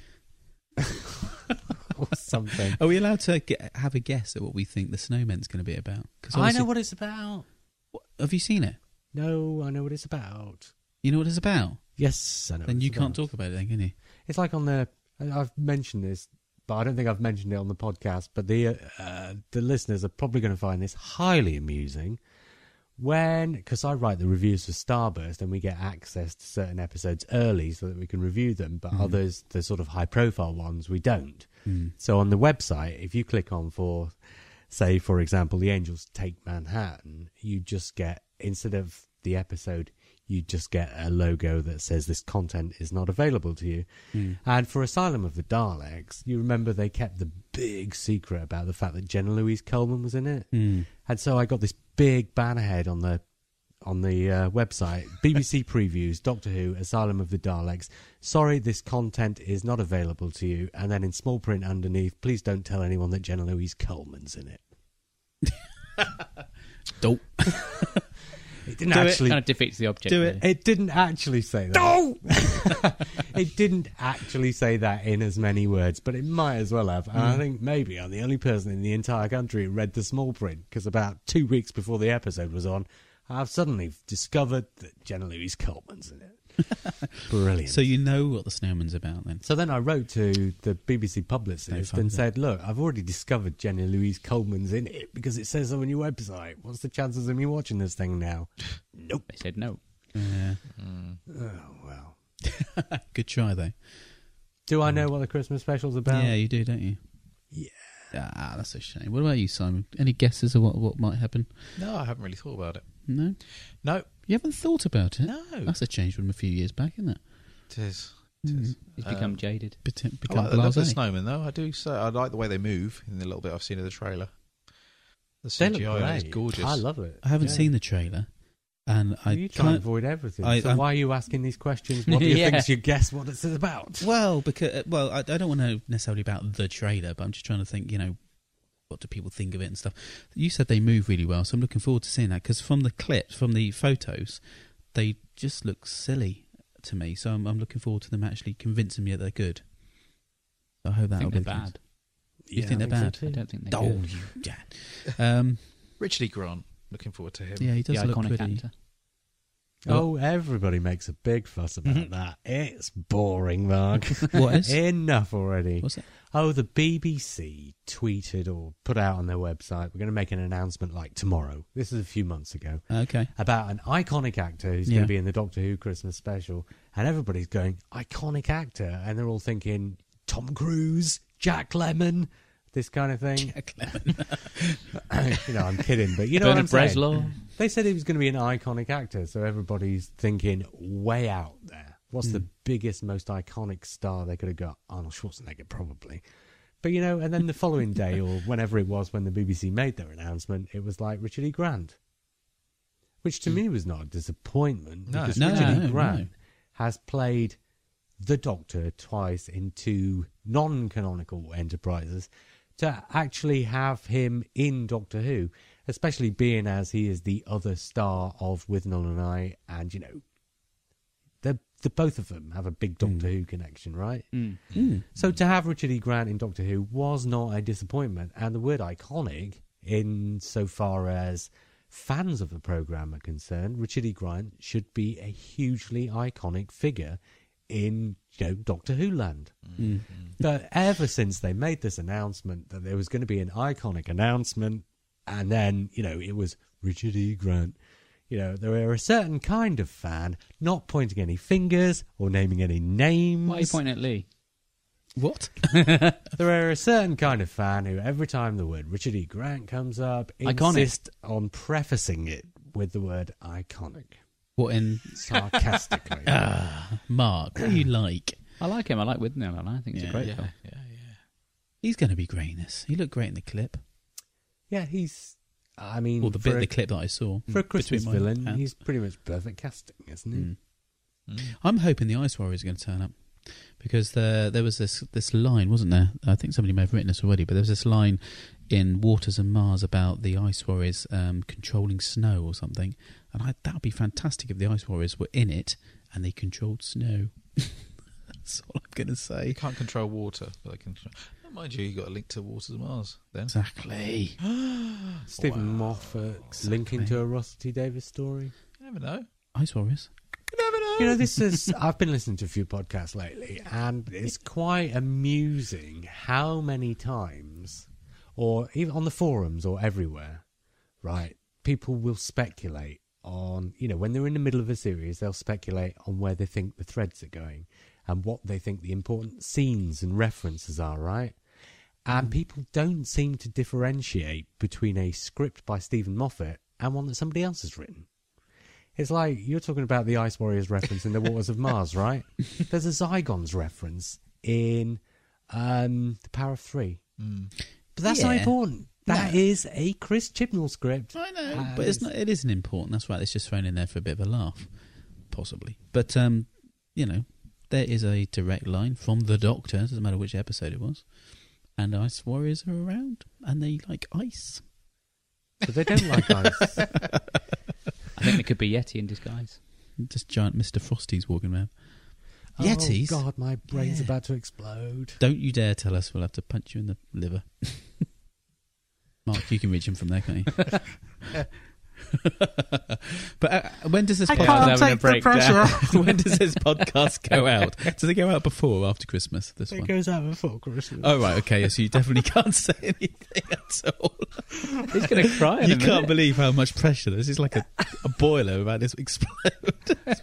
Speaker 3: p-" or something.
Speaker 1: Are we allowed to get, have a guess at what we think the snowman's going to be about? Because
Speaker 3: I know what it's about.
Speaker 1: Have you seen it?
Speaker 3: No, I know what it's about.
Speaker 1: You know what it's about.
Speaker 3: Yes, I know. what
Speaker 1: then
Speaker 3: it's
Speaker 1: you can't
Speaker 3: about.
Speaker 1: talk about it, then, can you?
Speaker 3: It's like on the. I- I've mentioned this, but I don't think I've mentioned it on the podcast. But the uh, uh, the listeners are probably going to find this highly amusing. When, because I write the reviews for Starburst and we get access to certain episodes early so that we can review them, but others, the sort of high profile ones, we don't. So on the website, if you click on for, say, for example, The Angels Take Manhattan, you just get, instead of the episode, you just get a logo that says this content is not available to you. And for Asylum of the Daleks, you remember
Speaker 1: Hmm.
Speaker 3: they kept the big secret about the fact that Jenna Louise Coleman was in it. And so I got this big banner head on the on the uh, website BBC previews Doctor Who Asylum of the Daleks. Sorry, this content is not available to you. And then in small print underneath, please don't tell anyone that Jenna Louise Coleman's in it.
Speaker 1: Dope.
Speaker 3: It didn't
Speaker 1: Do it.
Speaker 3: actually.
Speaker 2: kind of defeats the object.
Speaker 1: Do it.
Speaker 2: really.
Speaker 3: It didn't actually say that. No! it didn't actually say that in as many words, but it might as well have. And I think maybe I'm the only person in the entire country who read the small print because about two weeks before the episode was on, I've suddenly discovered that Jenna Louise Coleman's in it. Brilliant.
Speaker 1: So you know what the snowman's about then.
Speaker 3: So then I wrote to the BBC publicist
Speaker 1: fun,
Speaker 3: and
Speaker 1: yeah.
Speaker 3: said, "Look, I've already discovered Jenny Louise Coleman's in it because it says so on your website. What's the chances of me watching this thing now?" nope.
Speaker 2: They said no.
Speaker 1: Yeah.
Speaker 3: Oh well.
Speaker 1: Good try though.
Speaker 3: Do I know what the Christmas special's about?
Speaker 1: Yeah, you do, don't you?
Speaker 3: Yeah.
Speaker 1: Ah, that's a shame. What about you, Simon? Any guesses of what, what might happen?
Speaker 4: No, I haven't really thought about it.
Speaker 1: No?
Speaker 4: No,
Speaker 1: You haven't thought about it?
Speaker 4: no.
Speaker 1: That's a change from a few years back, isn't it?
Speaker 4: It is.
Speaker 2: He's
Speaker 1: Uh,
Speaker 2: become jaded.
Speaker 1: Bete-
Speaker 4: I
Speaker 1: become
Speaker 4: like the look of the
Speaker 1: blasé.
Speaker 4: snowman though. I do. So I like the way they move in the little bit I've seen of the trailer. The
Speaker 3: They
Speaker 4: CGI
Speaker 3: look
Speaker 4: is
Speaker 3: great.
Speaker 4: gorgeous.
Speaker 3: I love it.
Speaker 1: I haven't
Speaker 3: Yeah.
Speaker 1: seen the trailer, and I
Speaker 3: you try and
Speaker 1: can't.
Speaker 3: avoid everything.
Speaker 1: I-
Speaker 3: so
Speaker 1: I'm-
Speaker 3: why are you asking these questions? What do you
Speaker 2: Yeah.
Speaker 3: think you guess what it's about?
Speaker 1: Well, because uh, well, I, I don't want to know necessarily about the trailer, but I'm just trying to think. You know, what do people think of it and stuff. You said they move really well, so I'm looking forward to seeing that because from the clips, from the photos, they just look silly to me. So I'm, I'm looking forward to them actually convincing me that they're good. I hope
Speaker 2: I
Speaker 1: that'll
Speaker 2: think they're
Speaker 1: be
Speaker 2: bad.
Speaker 1: You
Speaker 3: Yeah,
Speaker 1: think
Speaker 3: I
Speaker 1: they're bad?
Speaker 3: so
Speaker 2: I
Speaker 3: too.
Speaker 2: don't think they're
Speaker 1: Oh,
Speaker 2: good.
Speaker 1: you yeah. Um,
Speaker 4: Richard E. Grant. Looking forward to him.
Speaker 1: yeah, he
Speaker 2: The
Speaker 1: does look
Speaker 2: iconic
Speaker 1: pretty.
Speaker 2: actor.
Speaker 3: Oh, everybody makes a big fuss
Speaker 1: Mm-hmm.
Speaker 3: about that. It's boring, Mark.
Speaker 1: What is?
Speaker 3: Enough already.
Speaker 1: What's that?
Speaker 3: Oh, the BBC tweeted or put out on their website, we're going to make an announcement like tomorrow. This is a few months ago
Speaker 1: Okay.
Speaker 3: about an iconic actor who's
Speaker 1: Yeah.
Speaker 3: going to be in the Doctor Who Christmas special. And everybody's going, iconic actor. And they're all thinking, Tom Cruise, Jack Lemon, this kind of thing. you know, I'm kidding, but you know
Speaker 2: Bernard
Speaker 3: what I'm saying.
Speaker 2: Breslau.
Speaker 3: They said he was going to be an iconic actor, so everybody's thinking way out there. What's the biggest, most iconic star they could have got? Arnold Schwarzenegger, probably. But you know, and then the following day, or whenever it was when the BBC made their announcement, it was like Richard E. Grant, which to me was not a disappointment
Speaker 4: No,
Speaker 3: because
Speaker 1: Hmm. no,
Speaker 3: Richard
Speaker 1: no,
Speaker 3: E.
Speaker 1: no.
Speaker 3: Grant has played the Doctor twice in two non canonical enterprises to actually have him in Doctor Who, especially being as he is the other star of With Nolan and I, and you know, the the both of them have a big Doctor
Speaker 1: Hmm.
Speaker 3: Who connection, right?
Speaker 2: Mm.
Speaker 1: Mm.
Speaker 3: So to have Richard E. Grant in Doctor Who was not a disappointment, and the word iconic, in so far as fans of the program are concerned, Richard E. Grant should be a hugely iconic figure in you know Doctor Who land.
Speaker 1: Mm.
Speaker 3: But ever since they made this announcement that there was going to be an iconic announcement, and then, you know, it was Richard E. Grant, you know, there were a certain kind of fan not pointing any fingers or naming any names.
Speaker 1: Mm.
Speaker 2: Why are you pointing at Lee?
Speaker 1: What?
Speaker 3: There are a certain kind of fan who, every time the word Richard E. Grant comes up,
Speaker 2: Iconic.
Speaker 3: insist on prefacing it with the word iconic,
Speaker 1: What in
Speaker 3: sarcastically.
Speaker 1: Uh. Mark? What do you like?
Speaker 2: I like him. I like Withnail. and I think it's
Speaker 1: Yeah,
Speaker 2: a great
Speaker 4: yeah,
Speaker 2: film.
Speaker 4: yeah, yeah.
Speaker 1: He's going to be great in this. He looked great in the clip.
Speaker 3: yeah, he's, I mean,
Speaker 1: Well, the
Speaker 3: for
Speaker 1: bit,
Speaker 3: a,
Speaker 1: the clip that I saw
Speaker 3: for a
Speaker 1: between
Speaker 3: Christmas
Speaker 1: my
Speaker 3: villain,
Speaker 1: hands.
Speaker 3: he's pretty much perfect casting, isn't he?
Speaker 1: Mm. I'm hoping the Ice Warriors are going to turn up because there there was this this line, wasn't there? I think somebody may have written this already, but there was this line in Waters and Mars about the Ice Warriors um, controlling snow or something, and I, that would be fantastic if the Ice Warriors were in it and they controlled snow. That's all I'm going to
Speaker 4: You
Speaker 1: say.
Speaker 4: can't control water, but they can. Oh, mind you, you got a link to Waters of Mars. Then
Speaker 1: Exactly.
Speaker 3: Oh, Stephen Moffat linking to a Rossity Davis story.
Speaker 4: you never know.
Speaker 1: Ice Warriors.
Speaker 3: You know, this is. I've been listening to a few podcasts lately, and it's quite amusing how many times, or even on the forums or everywhere, right? People will speculate on, you know, when they're in the middle of a series, they'll speculate on where they think the threads are going and what they think the important scenes and references are, right? And people don't seem to differentiate between a script by Stephen Moffat and one that somebody else has written. It's like you're talking about the Ice Warriors reference in the Waters of Mars, right? There's a Zygons reference in um, The Power of Three. But that's not
Speaker 1: Yeah.
Speaker 3: important. That
Speaker 4: No.
Speaker 3: is a Chris Chibnall script.
Speaker 4: I know,
Speaker 3: And-
Speaker 1: But it's not. It isn't important. That's right. It's just thrown in there for a bit of a laugh, possibly. But um, you know, there is a direct line from the Doctor. Doesn't matter which episode it was. And ice warriors are around, and they like ice.
Speaker 3: But they don't like ice.
Speaker 2: I think it could be Yeti in disguise.
Speaker 1: Just giant Mister Frosties walking around.
Speaker 3: Oh,
Speaker 1: Yetis.
Speaker 3: God, my brain's
Speaker 1: Yeah.
Speaker 3: about to explode.
Speaker 1: Don't you dare tell us. We'll have to punch you in the liver. Mark, you can reach him from there, can't you? but uh, when does this
Speaker 4: I
Speaker 1: podcast?
Speaker 2: I
Speaker 4: can't
Speaker 2: was having a
Speaker 4: take the
Speaker 2: breakdown.
Speaker 4: pressure off.
Speaker 1: when does this podcast go out? Does it go out before or after Christmas? This
Speaker 3: It
Speaker 1: one.
Speaker 3: goes out before Christmas.
Speaker 1: Oh right, okay. So you definitely can't say anything at all.
Speaker 2: He's going to cry. In
Speaker 1: You
Speaker 2: a
Speaker 1: can't
Speaker 2: minute.
Speaker 1: believe how much pressure this is. Like a, a boiler about this explode.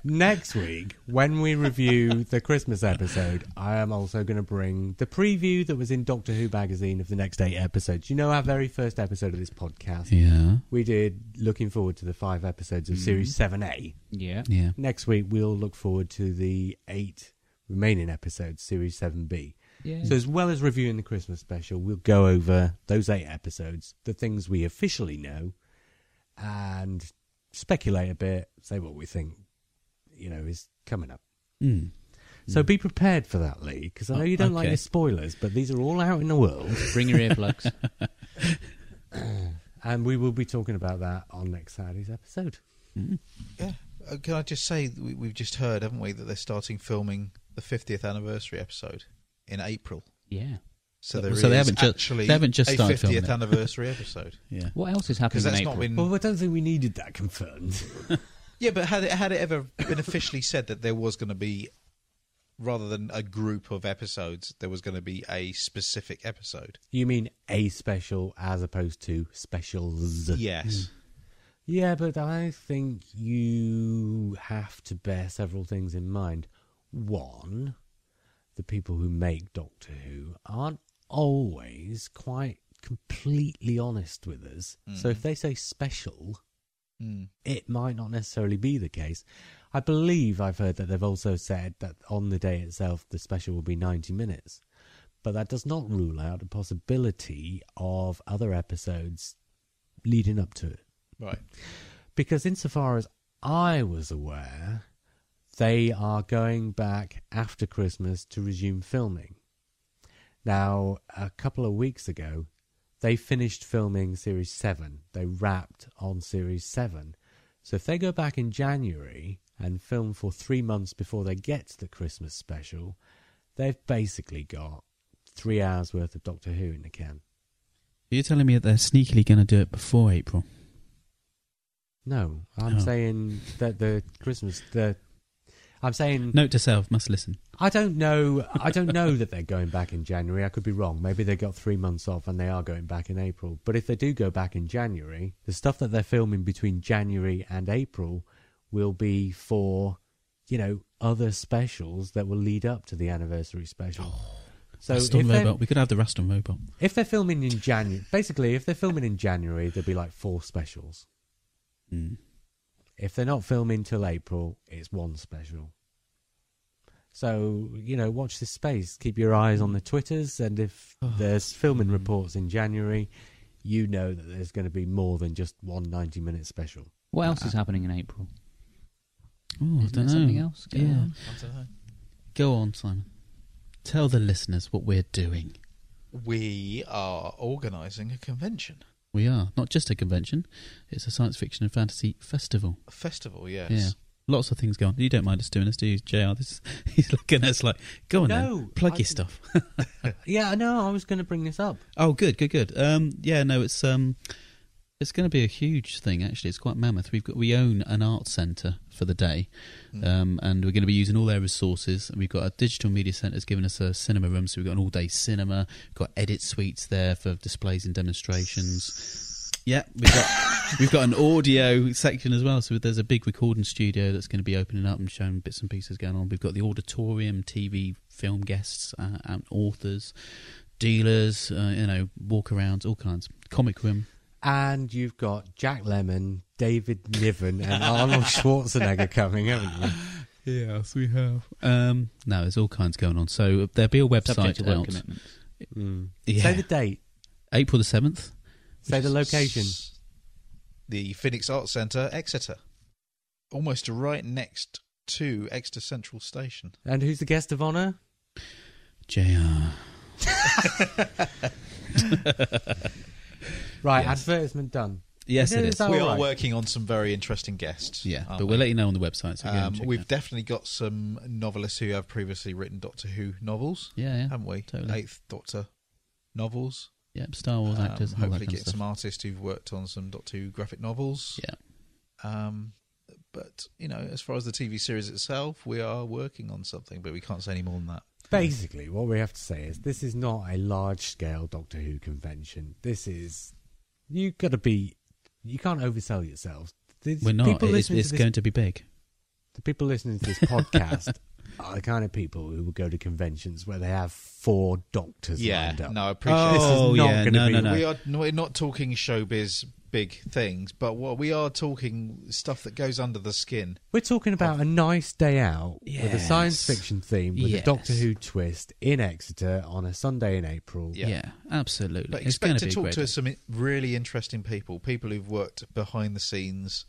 Speaker 3: Next week, when we review the Christmas episode, I am also going to bring the preview that was in Doctor Who magazine of the next eight episodes. You know, our very first episode of this podcast,
Speaker 1: Yeah,
Speaker 3: we did looking forward to the five episodes of Series 7A.
Speaker 2: Yeah.
Speaker 1: yeah.
Speaker 3: Next week, we'll look forward to the eight remaining episodes, Series 7B.
Speaker 2: Yeah.
Speaker 3: So, as well as reviewing the Christmas special, we'll go over those eight episodes, the things we officially know, and speculate a bit, say what we think, you know, is coming up.
Speaker 1: Mm.
Speaker 3: So be prepared for that, Lee, because I know you don't like
Speaker 1: Okay.
Speaker 3: your spoilers, but these are all out in the world,
Speaker 2: Bring your earplugs.
Speaker 3: and we will be talking about that on next Saturday's episode.
Speaker 4: Yeah. Uh, Can I just say that we, we've just heard, haven't we, that they're starting filming the 50th anniversary episode in April.
Speaker 2: yeah.
Speaker 4: So,
Speaker 1: Well,
Speaker 4: there
Speaker 1: so they
Speaker 4: is
Speaker 1: haven't ju-
Speaker 4: actually
Speaker 1: they haven't just
Speaker 4: a
Speaker 1: started
Speaker 4: 50th
Speaker 1: filming it.
Speaker 4: anniversary episode
Speaker 1: Yeah.
Speaker 2: What else is happening
Speaker 4: because
Speaker 2: in
Speaker 4: that's
Speaker 2: April?
Speaker 4: not been.
Speaker 3: Well, I don't think we needed that confirmed.
Speaker 4: yeah, but had it had it ever been officially said that there was going to be, rather than a group of episodes, there was going to be a specific episode?
Speaker 3: you mean a special as opposed to specials?
Speaker 4: Yes.
Speaker 3: Yeah, but I think you have to bear several things in mind. One, the people who make Doctor Who aren't always quite completely honest with us. So if they say special,
Speaker 4: Mm.
Speaker 3: it might not necessarily be the case. I believe I've heard that they've also said that on the day itself, the special will be 90 minutes. But that does not rule out the possibility of other episodes leading up to it
Speaker 4: Right.
Speaker 3: because insofar as I was aware, they are going back after Christmas to resume filming. Now, a couple of weeks ago, they finished filming Series 7. They wrapped on Series 7. So if they go back in January and film for three months before they get to the Christmas special, they've basically got three hours worth of Doctor Who in the can.
Speaker 1: You're telling me that they're sneakily going to do it before April?
Speaker 3: No, I'm
Speaker 1: Oh.
Speaker 3: saying that the Christmas, the. I'm saying
Speaker 1: Note to self: must listen.
Speaker 3: I don't know. I don't know that they're going back in January. I could be wrong. Maybe they got three months off and they are going back in April. But if they do go back in January, the stuff that they're filming between January and April will be for, you know, other specials that will lead up to the anniversary special. so if
Speaker 1: Raston
Speaker 3: they're,
Speaker 1: robot. We could have the Raston robot.
Speaker 3: if they're filming in January, basically, if they're filming in January, there'll be like four specials. Hmm.
Speaker 1: Mm.
Speaker 3: If they're not filming till April, it's one special. So, you know, watch this space. Keep your eyes on the Twitters. And if there's filming reports in January, you know that there's going to be more than just one 90 minute special.
Speaker 2: What else is happening in April?
Speaker 1: Oh, I don't
Speaker 2: Isn't there
Speaker 1: know.
Speaker 2: something else going
Speaker 1: yeah.
Speaker 2: on?
Speaker 4: I don't know.
Speaker 1: Go on, Simon. Tell the listeners what we're doing.
Speaker 4: We are organising a convention,
Speaker 1: We are not just a convention; it's a science fiction and fantasy festival.
Speaker 4: a festival. Yes.
Speaker 1: Yeah, lots of things going. on. You don't mind us doing this, do you, Jr? This he's looking at us like, go on,
Speaker 3: No,
Speaker 1: then, plug
Speaker 3: I
Speaker 1: your
Speaker 3: can-
Speaker 1: stuff.
Speaker 3: Yeah, I know. I was going to bring this up.
Speaker 1: oh, good, good, good. Um, yeah, no, it's um, it's going to be a huge thing. Actually, it's quite mammoth. We've got we own an art centre for the day,
Speaker 4: Mm.
Speaker 1: um, and we're going to be using all their resources. And we've got a digital media centre's given us a cinema room, so we've got an all day cinema. We've got edit suites there for displays and demonstrations. Yeah, we've got we've got an audio section as well. So there's a big recording studio that's going to be opening up and showing bits and pieces going on. We've got the auditorium, TV, film guests, uh, and authors, dealers, uh, you know, walk arounds, all kinds. Comic room.
Speaker 3: And you've got Jack Lemon, David Niven, and Arnold Schwarzenegger coming, haven't you?
Speaker 1: Yes, we have. Um, no, there's all kinds going on. So there'll be a
Speaker 2: Subject to
Speaker 1: website
Speaker 2: work
Speaker 1: out.
Speaker 2: commitments.
Speaker 3: Mm.
Speaker 1: Yeah.
Speaker 3: Say the date.
Speaker 1: April the seventh.
Speaker 3: Say the location.
Speaker 4: The Phoenix Arts Centre, Exeter. Almost right next to Exeter Central Station.
Speaker 3: And who's the guest of honour?
Speaker 1: JR.
Speaker 3: Right, advertisement done.
Speaker 1: Yes, it is. Oh,
Speaker 3: Oh,
Speaker 4: we are
Speaker 3: right.
Speaker 4: working on some very interesting guests.
Speaker 1: Yeah, but
Speaker 4: aren't we?
Speaker 1: we'll let you know on the website. So go and
Speaker 4: Um,
Speaker 1: check
Speaker 4: we've
Speaker 1: it out.
Speaker 4: definitely got some novelists who have previously written Doctor Who novels,
Speaker 1: yeah, yeah,
Speaker 4: haven't we?
Speaker 1: Totally.
Speaker 4: Eighth Doctor novels.
Speaker 1: Yep, Star Wars
Speaker 4: Um,
Speaker 1: actors. and all that
Speaker 4: hopefully,
Speaker 1: kind of
Speaker 4: get
Speaker 1: stuff.
Speaker 4: some artists who've worked on some Doctor Who graphic novels.
Speaker 1: Yeah.
Speaker 4: Um, but you know, as far as the TV series itself, we are working on something, but we can't say any more than that.
Speaker 3: Basically, what we have to say is this is not a large scale Doctor Who convention. This is you got to be you can't oversell yourselves. These
Speaker 1: We're not.
Speaker 3: People
Speaker 1: It's,
Speaker 3: listening
Speaker 1: it's
Speaker 3: to this,
Speaker 1: going to be big.
Speaker 3: the people listening to this podcast are the kind of people who will go to conventions where they have four doctors lined up.
Speaker 4: no, I appreciate.
Speaker 3: This is
Speaker 1: Oh,
Speaker 3: not
Speaker 1: yeah,
Speaker 3: gonna
Speaker 1: no,
Speaker 3: be-
Speaker 1: no, no.
Speaker 4: We are no, we're not talking showbiz big things, but what we are talking stuff that goes under the skin.
Speaker 3: We're talking about a nice day out with a science
Speaker 1: Yes.
Speaker 3: fiction theme with a
Speaker 1: Yes.
Speaker 3: Doctor Who twist in Exeter on a Sunday in April.
Speaker 4: Yeah.
Speaker 1: Yeah, absolutely.
Speaker 4: But
Speaker 1: it's going
Speaker 4: expect to
Speaker 1: be
Speaker 4: talk
Speaker 1: great.
Speaker 4: to some i- really interesting people, people who've worked behind the scenes,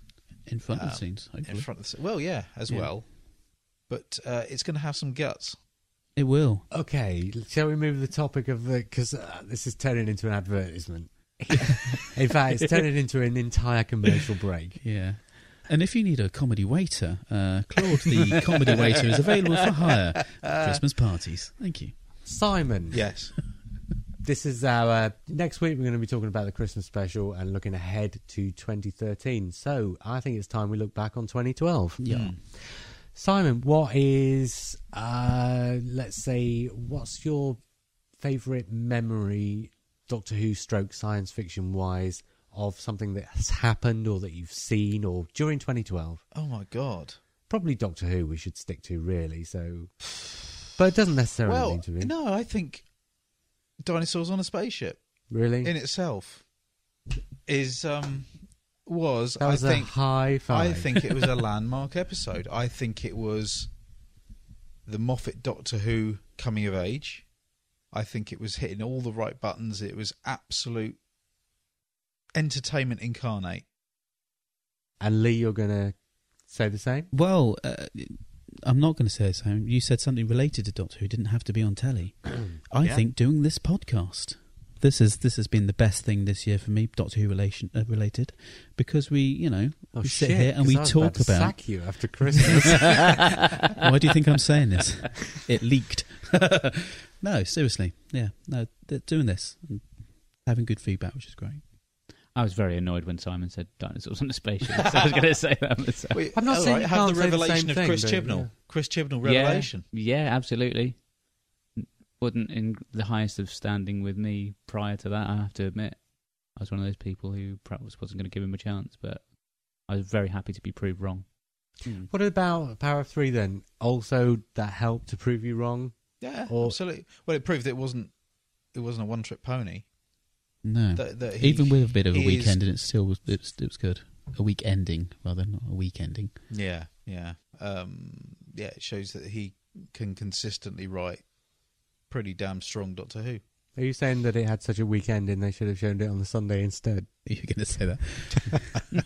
Speaker 1: in front of
Speaker 4: um,
Speaker 1: the scenes.
Speaker 4: in
Speaker 1: Hopefully,
Speaker 4: front of the scenes. Well, yeah, as
Speaker 1: Yeah.
Speaker 4: well. But uh, it's going to have some guts.
Speaker 1: it will.
Speaker 3: Okay, shall we move the topic of the because uh, this is turning into an advertisement. in fact, it's turning into an entire commercial break.
Speaker 1: Yeah. And if you need a comedy waiter, uh, Claude the comedy waiter is available for hire
Speaker 4: Uh,
Speaker 1: at Christmas parties. Thank you.
Speaker 3: Simon,
Speaker 4: Yes.
Speaker 3: this is our uh, next week. We're going to be talking about the Christmas special and looking ahead to 2013. So I think it's time we look back on 2012.
Speaker 1: Yeah.
Speaker 3: Simon, what is, uh, let's say, what's your favourite memory, Doctor Who stroke science fiction wise, of something that has happened or that you've seen or during 2012?
Speaker 4: Oh my god.
Speaker 3: Probably Doctor Who, we should stick to, really. So, But it doesn't necessarily
Speaker 4: Well,
Speaker 3: mean to be.
Speaker 4: no, I think dinosaurs on a spaceship
Speaker 3: really?
Speaker 4: in itself is um was,
Speaker 3: that was
Speaker 4: I
Speaker 3: a
Speaker 4: think
Speaker 3: high five.
Speaker 4: I think it was a landmark episode. I think it was the Moffat Doctor Who coming of age. I think it was hitting all the right buttons. It was absolute entertainment incarnate.
Speaker 3: And Lee, you're going to say the same?
Speaker 1: Well, uh, I'm not going to say the same. You said something related to Doctor Who didn't have to be on telly. I
Speaker 3: Yeah.
Speaker 1: think doing this podcast. This is this has been the best thing this year for me, Doctor Who relation uh, related, because we you know
Speaker 3: Oh,
Speaker 1: we sit
Speaker 3: shit,
Speaker 1: here and
Speaker 3: 'cause
Speaker 1: we
Speaker 3: I was
Speaker 1: talk
Speaker 3: about, to
Speaker 1: about.
Speaker 3: sack you after Christmas.
Speaker 1: Why do you think I'm saying this? It leaked. no, seriously, yeah, no, th- doing this, and having good feedback, which is great.
Speaker 2: I was very annoyed when Simon said dinosaurs on a spaceship. so I was going to say that myself.
Speaker 4: Wait,
Speaker 3: I'm not
Speaker 4: all
Speaker 3: saying
Speaker 4: right,
Speaker 3: you
Speaker 4: have
Speaker 3: can't say
Speaker 4: the
Speaker 3: the
Speaker 4: revelation
Speaker 3: same
Speaker 4: of
Speaker 3: thing,
Speaker 4: Chris
Speaker 3: but,
Speaker 4: Chibnall.
Speaker 3: yeah.
Speaker 4: Chris Chibnall
Speaker 2: Yeah.
Speaker 4: revelation.
Speaker 2: Yeah, absolutely. Wasn't in the highest of standing with me prior to that. I have to admit, I was one of those people who perhaps wasn't going to give him a chance, but I was very happy to be proved wrong.
Speaker 3: What about Power of Three then? Also, that helped to prove you wrong.
Speaker 4: Yeah,
Speaker 3: Or-
Speaker 4: absolutely. Well, it proved that it wasn't it wasn't a one trick pony.
Speaker 1: No,
Speaker 4: That, that he-
Speaker 1: even with a bit of a
Speaker 4: he is-
Speaker 1: weekend, and it still was it was, it was good. A week ending rather, not a week ending.
Speaker 4: Yeah, yeah, um, yeah. It shows that he can consistently write pretty damn strong Doctor Who.
Speaker 3: Are you saying that it had such a weak ending they should have shown it on the Sunday instead?
Speaker 1: You're going to say that?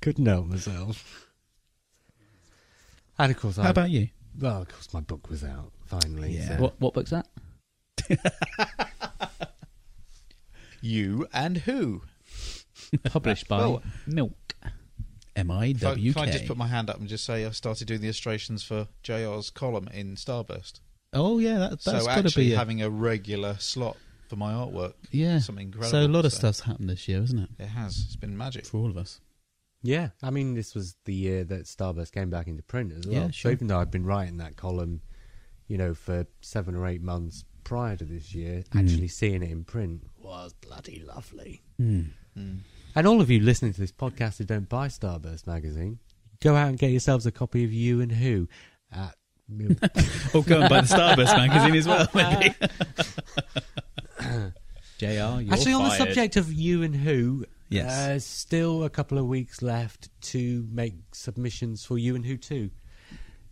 Speaker 3: Couldn't help myself. And of course, I,
Speaker 1: How about you?
Speaker 3: well, of course, my book was out finally.
Speaker 1: Yeah.
Speaker 3: so-
Speaker 2: What what book's that?
Speaker 4: You and who?
Speaker 2: Published by
Speaker 4: Well-
Speaker 2: Milk.
Speaker 1: M I
Speaker 4: If I-
Speaker 1: W
Speaker 4: Can I just
Speaker 1: K.
Speaker 4: put my hand up and just say I started doing the illustrations for JR's column in Starburst.
Speaker 1: Oh yeah, that, that's
Speaker 4: so
Speaker 1: got to
Speaker 4: actually
Speaker 1: be a,
Speaker 4: having a regular slot for my artwork.
Speaker 1: yeah.
Speaker 4: something incredible.
Speaker 1: So a lot of stuff's happened this year, isn't it?
Speaker 4: It has. It's been magic.
Speaker 1: For all of us.
Speaker 3: Yeah, I mean, this was the year that Starburst came back into print as well.
Speaker 1: Yeah, sure.
Speaker 3: So even though I'd been writing that column, you know, for seven or eight months prior to this year,
Speaker 1: Mm.
Speaker 3: actually seeing it in print was bloody lovely.
Speaker 1: Mm.
Speaker 4: Mm.
Speaker 3: And all of you listening to this podcast who don't buy Starburst magazine, go out and get yourselves a copy of You and Who Uh, at Milk.
Speaker 1: Oh, go and buy the Starburst magazine as well.
Speaker 2: Jr. You're
Speaker 3: Actually, on the
Speaker 2: fired.
Speaker 3: subject of You and Who,
Speaker 1: Yes.
Speaker 3: uh, still a couple of weeks left to make submissions for You and Who 2.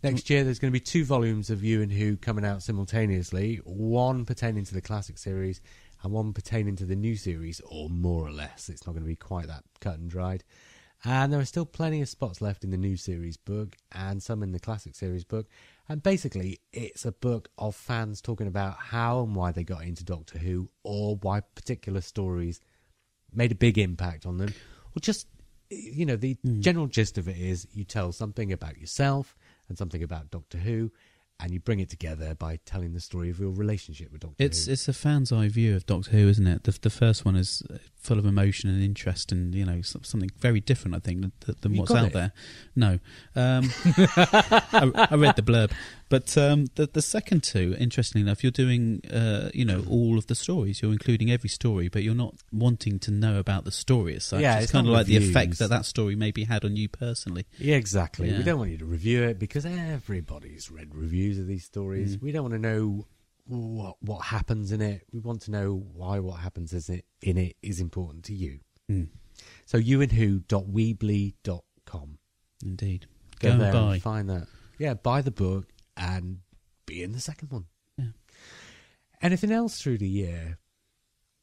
Speaker 3: Next year, there's going to be two volumes of You and Who coming out simultaneously, one pertaining to the classic series and one pertaining to the new series, or more or less. It's not going to be quite that cut and dried. And there are still plenty of spots left in the new series book and some in the classic series book. And basically, it's a book of fans talking about how and why they got into Doctor Who or why particular stories made a big impact on them. Or just, you know, the
Speaker 1: Hmm.
Speaker 3: general gist of it is you tell something about yourself and something about Doctor Who and you bring it together by telling the story of your relationship with Doctor
Speaker 1: It's
Speaker 3: Who.
Speaker 1: it's a fan's eye view of Doctor Who, isn't it? The the first one is uh, full of emotion and interest, and you know so- something very different, I think, than, than
Speaker 3: You
Speaker 1: what's
Speaker 3: got
Speaker 1: out
Speaker 3: it.
Speaker 1: there. No, um, I, I read the blurb, but um, the the second two, interestingly enough, you're doing uh, you know all of the stories, you're including every story, but you're not wanting to know about the story as such.
Speaker 3: Yeah,
Speaker 1: it's,
Speaker 3: it's
Speaker 1: kind of
Speaker 3: not
Speaker 1: like the effect
Speaker 3: reviews.
Speaker 1: that that story maybe had on you personally.
Speaker 3: Yeah, exactly.
Speaker 1: Yeah.
Speaker 3: We don't want you to review it because everybody's read reviews of these stories.
Speaker 1: Hmm.
Speaker 3: We don't want to know what what happens in it. We want to know why what happens is it, in it is important to you.
Speaker 1: Hmm.
Speaker 3: So youandwho.weebly.com.
Speaker 1: Indeed,
Speaker 3: Go
Speaker 1: and
Speaker 3: there
Speaker 1: buy.
Speaker 3: and find that. Yeah, buy the book and be in the second one.
Speaker 1: Yeah.
Speaker 3: Anything else through the year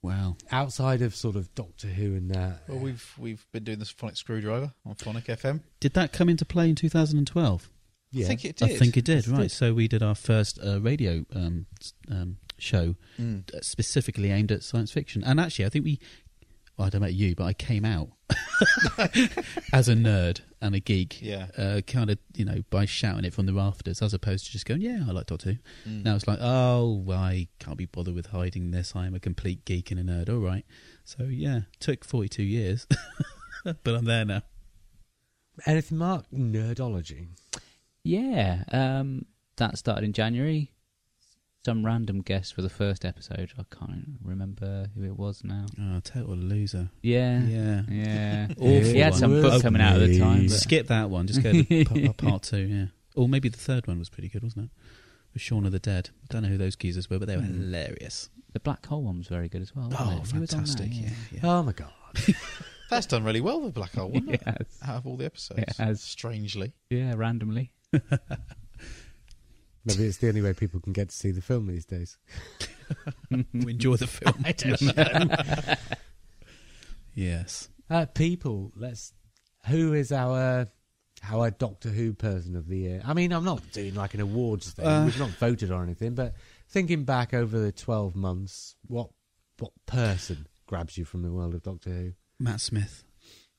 Speaker 1: Wow.
Speaker 3: outside of sort of Doctor Who and that?
Speaker 4: Well, we've we've been doing this phonic screwdriver on phonic FM.
Speaker 1: Did that come into play in 2012?
Speaker 3: yeah.
Speaker 4: I think it did.
Speaker 1: I think it did,
Speaker 3: Yes, it
Speaker 1: right.
Speaker 3: did.
Speaker 1: So we did our first uh, radio um, s- um, show
Speaker 4: Mm.
Speaker 1: uh, specifically aimed at science fiction. And actually, I think we, well, I don't know about you, but I came out as a nerd and a geek,
Speaker 4: Yeah.
Speaker 1: uh, kind of, you know, by shouting it from the rafters as opposed to just going, yeah, I like Doctor Who.
Speaker 4: Mm.
Speaker 1: Now it's like, oh, well, I can't be bothered with hiding this. I am a complete geek and a nerd. All right. So yeah, took 42 years, but I'm there now.
Speaker 3: Anything, Mark? Nerdology.
Speaker 2: Yeah, um, that started in January. Some random guest for the first episode. I can't remember who it was now.
Speaker 1: Oh, total loser.
Speaker 2: Yeah,
Speaker 1: Yeah.
Speaker 2: yeah.
Speaker 1: Awful
Speaker 2: He had some
Speaker 1: one.
Speaker 2: book
Speaker 1: Oh,
Speaker 2: coming out at the time.
Speaker 3: please.
Speaker 2: but-
Speaker 1: Skip that one. Just go to p- p- part two. Yeah, or maybe the third one was pretty good, wasn't it? With Shaun of the Dead. I don't know who those geezers were, but they were hilarious.
Speaker 2: The black hole one was very good as well. wasn't
Speaker 1: Oh,
Speaker 2: it? Mm. Who was on that?
Speaker 1: fantastic! Yeah, yeah.
Speaker 3: Oh my god.
Speaker 4: That's done really well, the Black Hole, wasn't it?
Speaker 2: Yes.
Speaker 4: Out of all the episodes,
Speaker 2: It has.
Speaker 4: strangely.
Speaker 2: Yeah, randomly.
Speaker 3: Maybe it's the only way people can get to see the film these days.
Speaker 1: We enjoy the film. I don't know. yes.
Speaker 3: Uh, people, let's. Who is our our Doctor Who person of the year? I mean, I'm not doing like an awards thing.
Speaker 1: Uh,
Speaker 3: We've not voted or anything, but thinking back over the 12 months, what what person grabs you from the world of Doctor Who?
Speaker 1: Matt Smith.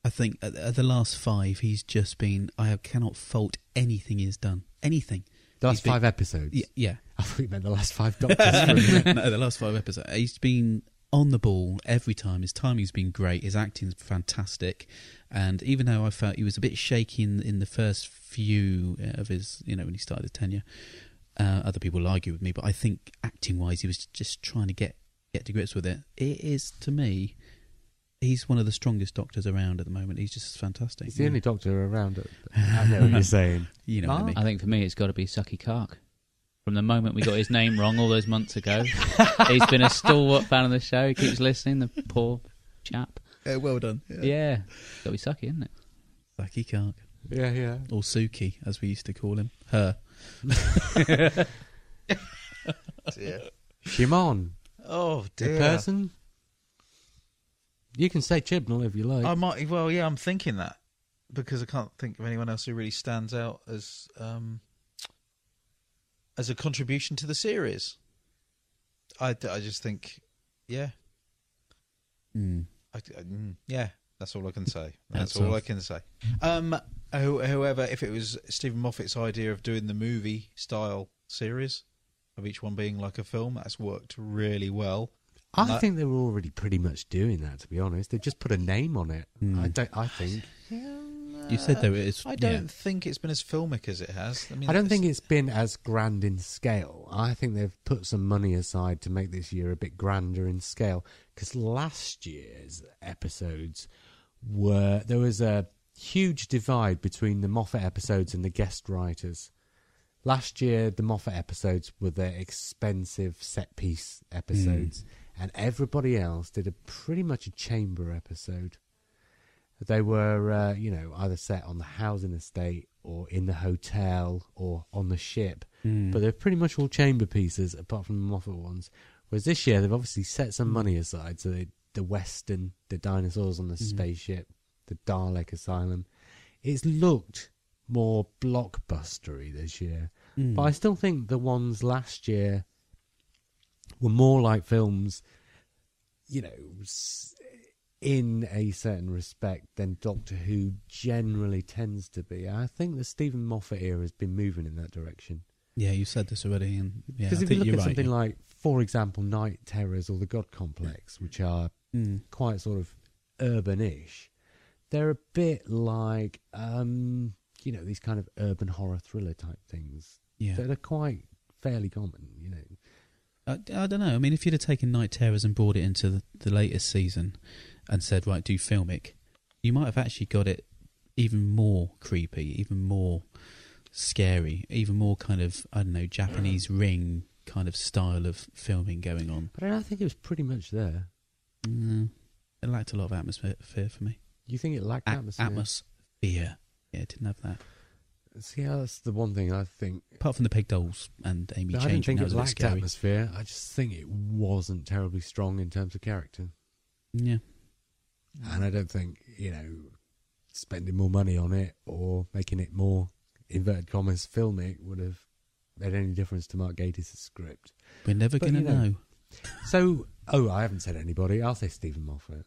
Speaker 1: I think at, at the last five, he's just been. I cannot fault anything he's done. Anything.
Speaker 3: The last
Speaker 1: He's been-
Speaker 3: five episodes.
Speaker 1: Yeah. yeah.
Speaker 3: I thought you meant the last five Doctors. for a minute.
Speaker 1: no, the last five episodes. He's been on the ball every time. His timing's been great. His acting's fantastic. And even though I felt he was a bit shaky in, in the first few uh, of his, you know, when he started his tenure, uh, other people will argue with me, but I think acting wise, he was just trying to get, get to grips with it. It is, to me, he's one of the strongest doctors around at the moment. He's just fantastic.
Speaker 3: He's the only Doctor around. at- I know what you're saying.
Speaker 1: you know what I mean?
Speaker 2: I think for me, it's got to be Sucky Clark. From the moment we got his name wrong all those months ago, he's been a stalwart fan of the show. He keeps listening. The poor chap.
Speaker 1: Uh, well done.
Speaker 2: Yeah, got to be Sucky, isn't it?
Speaker 1: Saki Kark,
Speaker 3: Yeah, yeah.
Speaker 1: or Suki, as we used to call him. Her.
Speaker 4: Dear.
Speaker 3: Shimon,
Speaker 4: Oh,
Speaker 3: the
Speaker 4: dear.
Speaker 3: person. You can say Chibnall if you like.
Speaker 4: I might. Well, yeah, I'm thinking that because I can't think of anyone else who really stands out as um, as a contribution to the series. I, I just think, yeah,
Speaker 1: Mm.
Speaker 4: I, I- mm, yeah, that's all I can say. That's,
Speaker 1: That's
Speaker 4: all
Speaker 1: all.
Speaker 4: I can say. Um, who- however, if it was Stephen Moffat's idea of doing the movie style series of each one being like a film, that's worked really well.
Speaker 3: I
Speaker 4: No.
Speaker 3: think they were already pretty much doing that. To be honest, they just put a name on it. I don't. I think.
Speaker 1: You said though it is.
Speaker 4: Uh, I don't
Speaker 1: yeah.
Speaker 4: think it's been as filmic as it has. I, mean,
Speaker 3: I don't
Speaker 4: it's-
Speaker 3: think it's been as grand in scale. I think they've put some money aside to make this year a bit grander in scale. Because last year's episodes were there was a huge divide between the Moffat episodes and the guest writers. Last year, the Moffat episodes were their expensive set piece episodes, and everybody else did a pretty much a chamber episode. They were, uh, you know, either set on the housing estate or in the hotel or on the ship, but they're pretty much all chamber pieces apart from the Moffat ones. Whereas this year they've obviously set some money aside, so they, the Western, the dinosaurs on the spaceship, the Dalek Asylum, it's looked more blockbustery this year.
Speaker 1: Hmm.
Speaker 3: But I still think the ones last year were more like films, you know, s- in a certain respect than Doctor Who generally tends to be. I think the Stephen Moffat era has been moving in that direction.
Speaker 1: Yeah, you said this already, and yeah, I
Speaker 3: Because if
Speaker 1: think
Speaker 3: you look
Speaker 1: you're
Speaker 3: at
Speaker 1: right.
Speaker 3: something
Speaker 1: yeah.
Speaker 3: like, for example, Night Terrors or The God Complex, which are
Speaker 1: Mm.
Speaker 3: quite sort of urban-ish, they're a bit like, um, you know, these kind of urban horror thriller type things
Speaker 1: yeah.
Speaker 3: that are quite fairly common, you know.
Speaker 1: I, I don't know. I mean, if you'd have taken Night Terrors and brought it into the, the latest season and said, right, do filmic, you might have actually got it even more creepy, even more scary, even more kind of, I don't know, Japanese ring kind of style of filming going on.
Speaker 3: But I don't think it was pretty much there.
Speaker 1: Mm, it lacked a lot of atmosphere fear for me.
Speaker 3: You think it lacked
Speaker 1: A-
Speaker 3: atmosphere?
Speaker 1: Atmosphere. Yeah, it didn't have that.
Speaker 3: See, yeah, that's the one thing I think.
Speaker 1: Apart from the pig dolls and Amy
Speaker 3: I
Speaker 1: Change,
Speaker 3: didn't think
Speaker 1: that
Speaker 3: it
Speaker 1: was a bit
Speaker 3: lacked
Speaker 1: scary.
Speaker 3: atmosphere. I just think it wasn't terribly strong in terms of character.
Speaker 1: Yeah.
Speaker 3: And I don't think, you know, spending more money on it or making it more, inverted commas, filmic would have made any difference to Mark Gatiss' script.
Speaker 1: We're never
Speaker 3: But,
Speaker 1: going to
Speaker 3: you know,
Speaker 1: know.
Speaker 3: So, oh, I haven't said anybody. I'll say Stephen Moffat.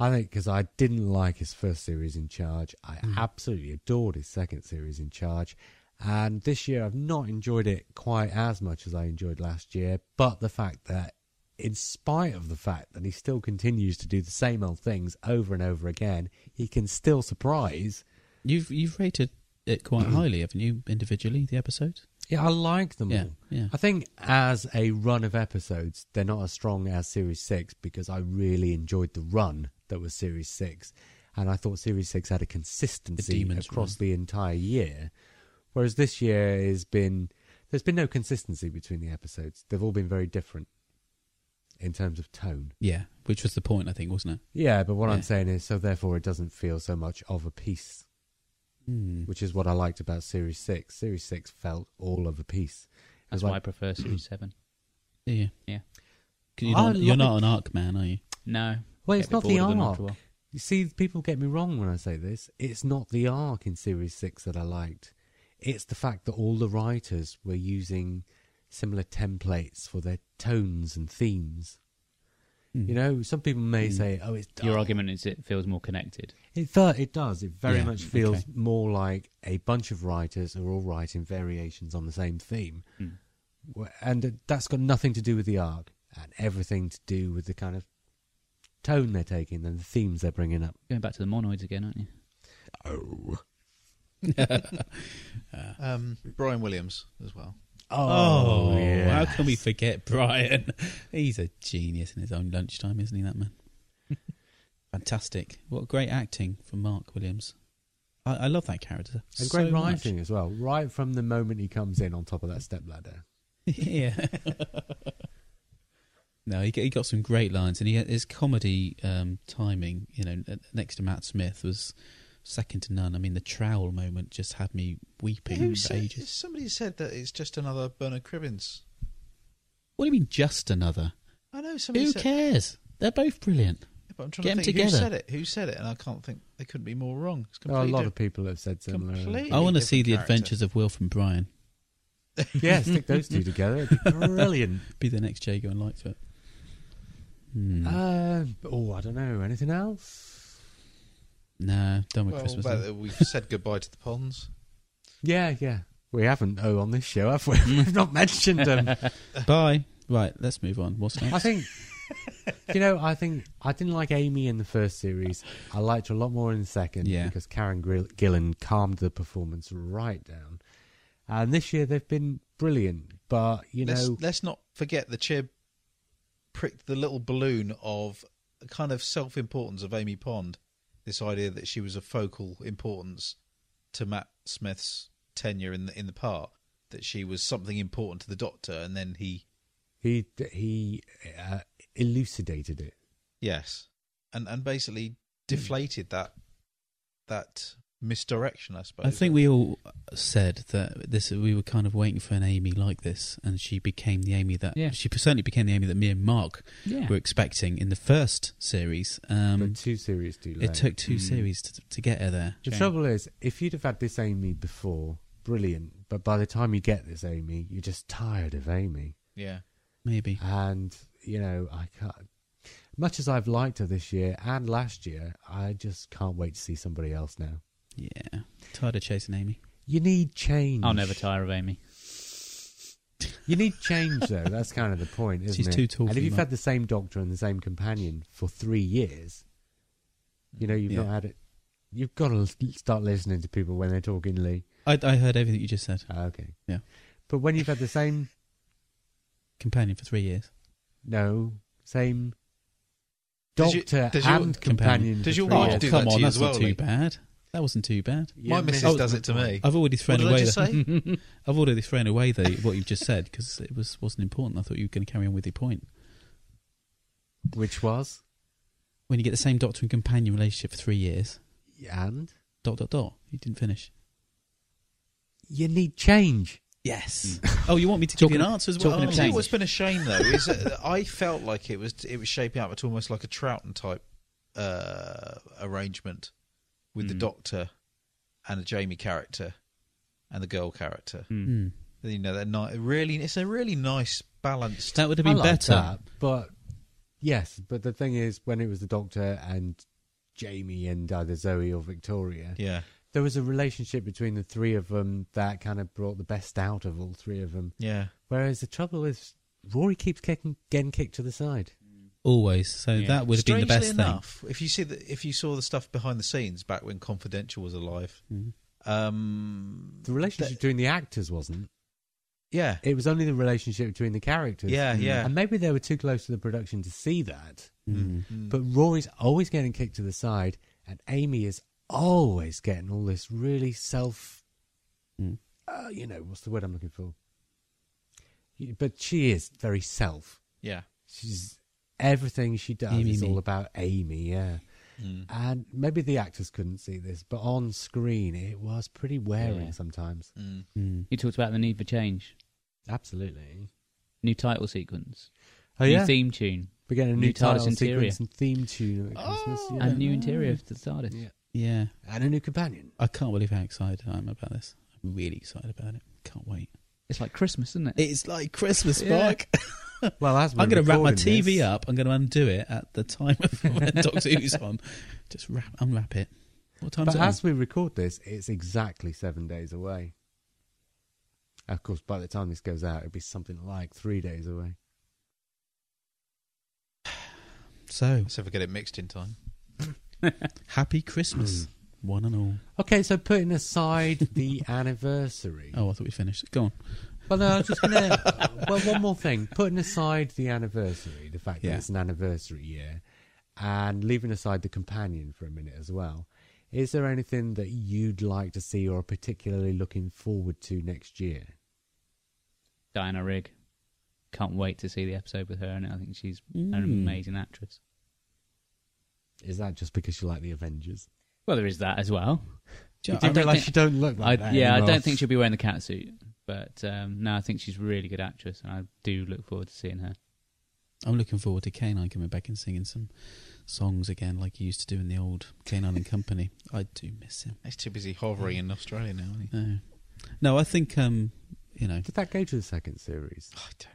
Speaker 3: I think because I didn't like his first series in charge. I absolutely adored his second series in charge. And this year I've not enjoyed it quite as much as I enjoyed last year. But the fact that, in spite of the fact that he still continues to do the same old things over and over again, he can still surprise.
Speaker 1: You've you've rated it
Speaker 3: Mm.
Speaker 1: quite highly, haven't you? Individually, the episode.
Speaker 3: Yeah, I like them
Speaker 1: Yeah,
Speaker 3: all.
Speaker 1: yeah.
Speaker 3: I think as a run of episodes, they're not as strong as Series 6 because I really enjoyed the run that was Series 6. And I thought Series 6 had a consistency
Speaker 1: Demons
Speaker 3: across the entire year. Whereas this year has been, there's been no consistency between the episodes. They've all been very different in terms of tone.
Speaker 1: Yeah, which was the point, I think, wasn't
Speaker 3: Yeah, but what
Speaker 1: Yeah.
Speaker 3: I'm saying is, so therefore it doesn't feel so much of a piece
Speaker 1: it? Mm.
Speaker 3: which is what I liked about Series Six. Series Six felt all of a piece. It was
Speaker 2: That's why I
Speaker 3: like-
Speaker 2: prefer Series 7.
Speaker 1: Yeah,
Speaker 2: Yeah.
Speaker 1: 'Cause You're not,
Speaker 3: I
Speaker 1: you're not
Speaker 3: like-
Speaker 1: an arc man, are you?
Speaker 2: No.
Speaker 3: Well,
Speaker 2: get
Speaker 3: it's
Speaker 2: a bit
Speaker 3: not the
Speaker 2: bored of them after a
Speaker 3: arc.
Speaker 2: while.
Speaker 3: You see, people get me wrong when I say this. It's not the arc in Series Six that I liked. It's the fact that all the writers were using similar templates for their tones and themes.
Speaker 1: Mm.
Speaker 3: You know, some people may
Speaker 1: Hmm.
Speaker 3: say, "Oh, it's
Speaker 2: Your
Speaker 3: dull."
Speaker 2: argument is it feels more connected.
Speaker 3: It th- it does. It very
Speaker 1: Yeah,
Speaker 3: much feels
Speaker 1: okay.
Speaker 3: more like a bunch of writers are all writing variations on the same theme,
Speaker 1: Hmm.
Speaker 2: Mm.
Speaker 3: Wh- and uh, that's got nothing to do with the arc and everything to do with the kind of tone they're taking and the themes they're bringing up.
Speaker 2: Going back to the monoids again, aren't you?
Speaker 3: Oh,
Speaker 4: Um, Brian Williams as well.
Speaker 1: Oh,
Speaker 3: yeah.
Speaker 1: how can we forget Brian? He's a genius in his own lunchtime, isn't he? That man. Fantastic! What great acting from Mark Williams. I, I love that character.
Speaker 3: and
Speaker 1: so
Speaker 3: great
Speaker 1: much.
Speaker 3: writing as well. Right from the moment he comes in on top of that step ladder.
Speaker 1: yeah. no, he, g- he got some great lines, and he had his comedy um, timing, you know, n- next to Matt Smith was second to none. I mean, the trowel moment just had me weeping
Speaker 4: Who
Speaker 1: for
Speaker 4: said,
Speaker 1: ages.
Speaker 4: somebody said that it's just another Bernard Cribbins.
Speaker 1: What do you mean, just another?
Speaker 4: I know somebody
Speaker 1: Who
Speaker 4: said
Speaker 1: cares? They're both brilliant.
Speaker 4: but I'm trying
Speaker 1: Get 'em
Speaker 4: to think who
Speaker 1: together.
Speaker 4: said it. Who said it? And I can't think. They couldn't be more wrong. It's
Speaker 3: Oh, a
Speaker 4: completely
Speaker 3: lot of people have said similar.
Speaker 4: Complete-
Speaker 1: I want to see the
Speaker 4: different character.
Speaker 1: adventures of Will from Brian.
Speaker 3: yeah, stick those two together. It'd be brilliant.
Speaker 1: Be the next Jago and Lightfoot. Hmm.
Speaker 3: Uh, oh, I don't know. Anything else?
Speaker 1: nah, done with
Speaker 4: Well,
Speaker 1: Christmas.
Speaker 4: but
Speaker 1: now.
Speaker 4: we've said goodbye to the ponds.
Speaker 3: Yeah, yeah. We haven't, oh, on this show, have we? We've not mentioned them.
Speaker 1: Bye. Right, let's move on. What's
Speaker 3: I
Speaker 1: next?
Speaker 3: think, you know, I think I didn't like Amy in the first series. I liked her a lot more in the second
Speaker 1: Yeah.
Speaker 3: because Karen Grill- Gillan calmed the performance right down. And this year they've been brilliant, but, you
Speaker 4: let's,
Speaker 3: know,
Speaker 4: let's not forget the chib pricked the little balloon of a kind of self importance of Amy Pond. This idea that she was of focal importance to Matt Smith's tenure in the in the part, that she was something important to the Doctor, and then he
Speaker 3: he he uh, elucidated it.
Speaker 1: Hmm.
Speaker 4: yes, and and basically deflated that that misdirection, I suppose.
Speaker 1: I think we all said that this we were kind of waiting for an Amy like this, and she became the Amy that
Speaker 2: Yeah.
Speaker 1: she certainly became the Amy that me and Mark
Speaker 2: Yeah.
Speaker 1: were expecting in the first series. Um,
Speaker 3: but two series too late.
Speaker 1: it took two
Speaker 4: Hmm.
Speaker 2: Mm.
Speaker 1: series to, to get her there.
Speaker 3: The
Speaker 2: Shame.
Speaker 3: trouble is, if you'd have had this Amy before, brilliant. But by the time you get this Amy, you're just tired of Amy,
Speaker 4: Yeah.
Speaker 1: Maybe
Speaker 3: and you know I can't. Much as I've liked her this year and last year, I just can't wait to see somebody else now.
Speaker 1: Yeah. Tired of chasing Amy.
Speaker 3: You need change.
Speaker 2: I'll never tire of Amy.
Speaker 3: You need change, though. That's kind of the point, isn't
Speaker 1: She's
Speaker 3: it?
Speaker 1: too tall
Speaker 3: And
Speaker 1: for
Speaker 3: if
Speaker 1: you,
Speaker 3: you've
Speaker 1: Mark.
Speaker 3: had the same doctor and the same companion for three years, you know you've
Speaker 1: Yeah.
Speaker 3: not had it. You've got to l- start listening to people when they're talking, Lee.
Speaker 1: I, I heard everything you just said.
Speaker 3: Ah, okay.
Speaker 1: Yeah.
Speaker 3: But when you've had the same
Speaker 1: Companion for three years.
Speaker 3: no same
Speaker 4: Does you-
Speaker 3: doctor
Speaker 4: does your-
Speaker 3: and companion.
Speaker 4: does
Speaker 3: for
Speaker 4: your
Speaker 3: three
Speaker 4: wife
Speaker 3: years.
Speaker 4: do
Speaker 1: come
Speaker 4: that to
Speaker 1: on,
Speaker 4: you
Speaker 1: that's
Speaker 4: as
Speaker 1: not
Speaker 4: well,
Speaker 1: too
Speaker 4: Lee.
Speaker 1: bad. That wasn't too bad.
Speaker 3: You
Speaker 4: My
Speaker 3: missed
Speaker 4: missus
Speaker 3: the
Speaker 4: does it to
Speaker 3: point.
Speaker 4: me.
Speaker 1: I've already thrown
Speaker 4: What did
Speaker 1: away.
Speaker 4: I just
Speaker 1: the-
Speaker 4: say?
Speaker 3: Mm.
Speaker 1: I've already thrown away the what you've just said because it was wasn't important. I thought you were going to carry on with your point.
Speaker 3: Which was
Speaker 1: When you get the same doctor and companion relationship for three years,
Speaker 3: and
Speaker 1: dot dot dot. You didn't finish.
Speaker 3: you need change.
Speaker 1: Yes. oh, you want me to give you an
Speaker 2: Talking-
Speaker 1: answer as well?
Speaker 2: talking
Speaker 1: Oh,
Speaker 2: of
Speaker 4: Do you know
Speaker 2: change.
Speaker 4: what's been a shame though is that I felt like it was it was shaping up to almost like a Troughton type uh, arrangement with the
Speaker 2: Mm.
Speaker 4: Doctor and a Jamie character and the girl character.
Speaker 2: Mm.
Speaker 1: Hmm.
Speaker 4: You know, they're not really. It's a really nice balanced.
Speaker 1: That would have been
Speaker 3: I like
Speaker 1: better.
Speaker 3: that, but yes. But the thing is, when it was the doctor and Jamie and either Zoe or Victoria,
Speaker 4: Yeah,
Speaker 3: there was a relationship between the three of them that kind of brought the best out of all three of them.
Speaker 4: yeah.
Speaker 3: Whereas the trouble is, Rory keeps kicking, getting kicked to the side.
Speaker 1: Always. So
Speaker 2: Yeah.
Speaker 1: that would have been the best
Speaker 4: Strangely enough, If you see the, if you saw the stuff behind the scenes back when Confidential was alive,
Speaker 1: Mhm.
Speaker 4: um,
Speaker 3: The relationship between the actors wasn't.
Speaker 4: yeah,
Speaker 3: It was only the relationship between the characters.
Speaker 4: yeah, yeah.
Speaker 3: And maybe they were too close to the production to see that.
Speaker 1: thing. Hmm.
Speaker 4: Mm.
Speaker 3: But Rory's always getting kicked to the side, and Amy is always getting all this really self.
Speaker 1: Mm.
Speaker 3: Uh, you know, what's the word I'm looking for? You- But she is very self.
Speaker 4: yeah,
Speaker 3: She's. Everything she does
Speaker 1: Amy
Speaker 3: is
Speaker 1: me.
Speaker 3: all about Amy, yeah.
Speaker 4: Mm.
Speaker 3: And maybe the actors couldn't see this, but on screen it was pretty wearing
Speaker 2: Yeah.
Speaker 3: sometimes.
Speaker 4: Mm.
Speaker 1: Hmm.
Speaker 2: You talked about the need for change.
Speaker 3: Absolutely.
Speaker 2: New title sequence.
Speaker 3: Oh,
Speaker 2: new
Speaker 3: yeah.
Speaker 2: theme tune.
Speaker 3: We're getting a new,
Speaker 2: New TARDIS
Speaker 3: title
Speaker 2: interior.
Speaker 3: sequence and theme tune at
Speaker 4: Oh,
Speaker 3: Christmas. yeah.
Speaker 2: And new interior for the TARDIS.
Speaker 3: Yeah.
Speaker 1: Yeah.
Speaker 3: And a new companion.
Speaker 1: I can't believe how excited I am about this. I'm really excited about it. Can't wait.
Speaker 2: It's like Christmas, isn't it?
Speaker 1: It's like Christmas,
Speaker 2: Yeah.
Speaker 1: Mark.
Speaker 3: Well, as we're
Speaker 1: I'm going to wrap my
Speaker 3: recording
Speaker 1: TV
Speaker 3: this-
Speaker 1: up. I'm going to undo it at the time of when Doctor Who's on. Just wrap, unwrap it. What time's
Speaker 3: But
Speaker 1: it? on?
Speaker 3: as we record this, it's exactly seven days away. Of course, by the time this goes out, it'll be something like three days away.
Speaker 1: So
Speaker 4: So if I get it mixed in time,
Speaker 1: happy Christmas,
Speaker 3: Hmm.
Speaker 1: one and all.
Speaker 3: Okay, so putting aside the anniversary.
Speaker 1: Oh, I thought we finished. Go on.
Speaker 3: Well, no, I was just going to. Well, one more thing. Putting aside the anniversary, the fact
Speaker 1: Yeah.
Speaker 3: that it's an anniversary year, and leaving aside the companion for a minute as well, is there anything that you'd like to see or are particularly looking forward to next year?
Speaker 2: Diana Rigg. Can't wait to see the episode with her in it. I think she's an
Speaker 1: Mm.
Speaker 2: amazing actress.
Speaker 3: Is that just because you like the Avengers?
Speaker 2: Well, there is that as well.
Speaker 1: Do you know,
Speaker 2: I
Speaker 3: I
Speaker 2: don't
Speaker 3: realise
Speaker 2: think-
Speaker 3: you don't look
Speaker 2: I,
Speaker 3: like that.
Speaker 2: yeah, I
Speaker 3: anymore.
Speaker 2: don't think she'll be wearing the cat suit, but um, no, I think she's a really good actress, and I do look forward to seeing her.
Speaker 1: I'm looking forward to Canine coming back and singing some songs again, like he used to do in the old Canine and Company. I do miss him.
Speaker 4: he's too busy hovering in Australia now. Isn't he?
Speaker 1: No, no, I think um, you know,
Speaker 3: Did that go to the second series?
Speaker 4: I don't.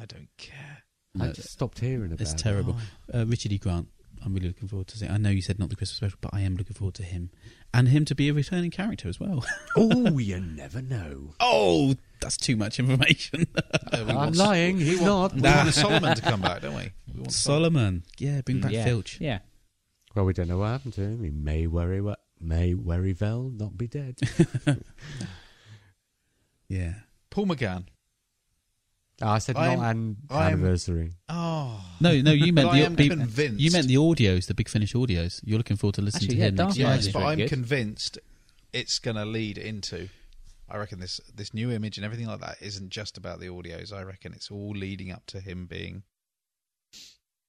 Speaker 4: I don't care.
Speaker 3: I
Speaker 1: no,
Speaker 3: just stopped hearing about
Speaker 1: it's
Speaker 3: it.
Speaker 1: terrible. Uh, Richard E. Grant. I'm really looking forward to seeing. I know you said not the Christmas special, but I am looking forward to him and him to be a returning character as well.
Speaker 3: oh, you never know.
Speaker 1: oh, that's too much information.
Speaker 4: No, we
Speaker 3: I'm
Speaker 4: want-
Speaker 3: lying. He's not.
Speaker 4: We want Solomon to come back, don't we? we want
Speaker 1: Solomon, yeah, bring
Speaker 3: Mm,
Speaker 1: back
Speaker 2: yeah.
Speaker 1: Filch.
Speaker 2: Yeah.
Speaker 3: Well, we don't know what happened to him. He may worry what may very well not be dead.
Speaker 1: Yeah,
Speaker 4: Paul McGann.
Speaker 3: Oh, I said
Speaker 4: I'm-
Speaker 3: not an
Speaker 4: I'm-
Speaker 3: anniversary.
Speaker 4: Oh,
Speaker 1: no, no, you meant
Speaker 4: But
Speaker 1: the,
Speaker 4: I am
Speaker 1: the-
Speaker 4: convinced.
Speaker 1: you meant the audios, the Big Finish audios. You're looking forward to listening
Speaker 2: Actually,
Speaker 1: to
Speaker 2: yeah,
Speaker 1: him. next
Speaker 2: Dark Knight
Speaker 1: year.
Speaker 4: yes,
Speaker 2: is
Speaker 4: but
Speaker 2: very
Speaker 4: I'm
Speaker 2: good.
Speaker 4: convinced it's going to lead into. I reckon this this new image and everything like that isn't just about the audios. I reckon it's all leading up to him being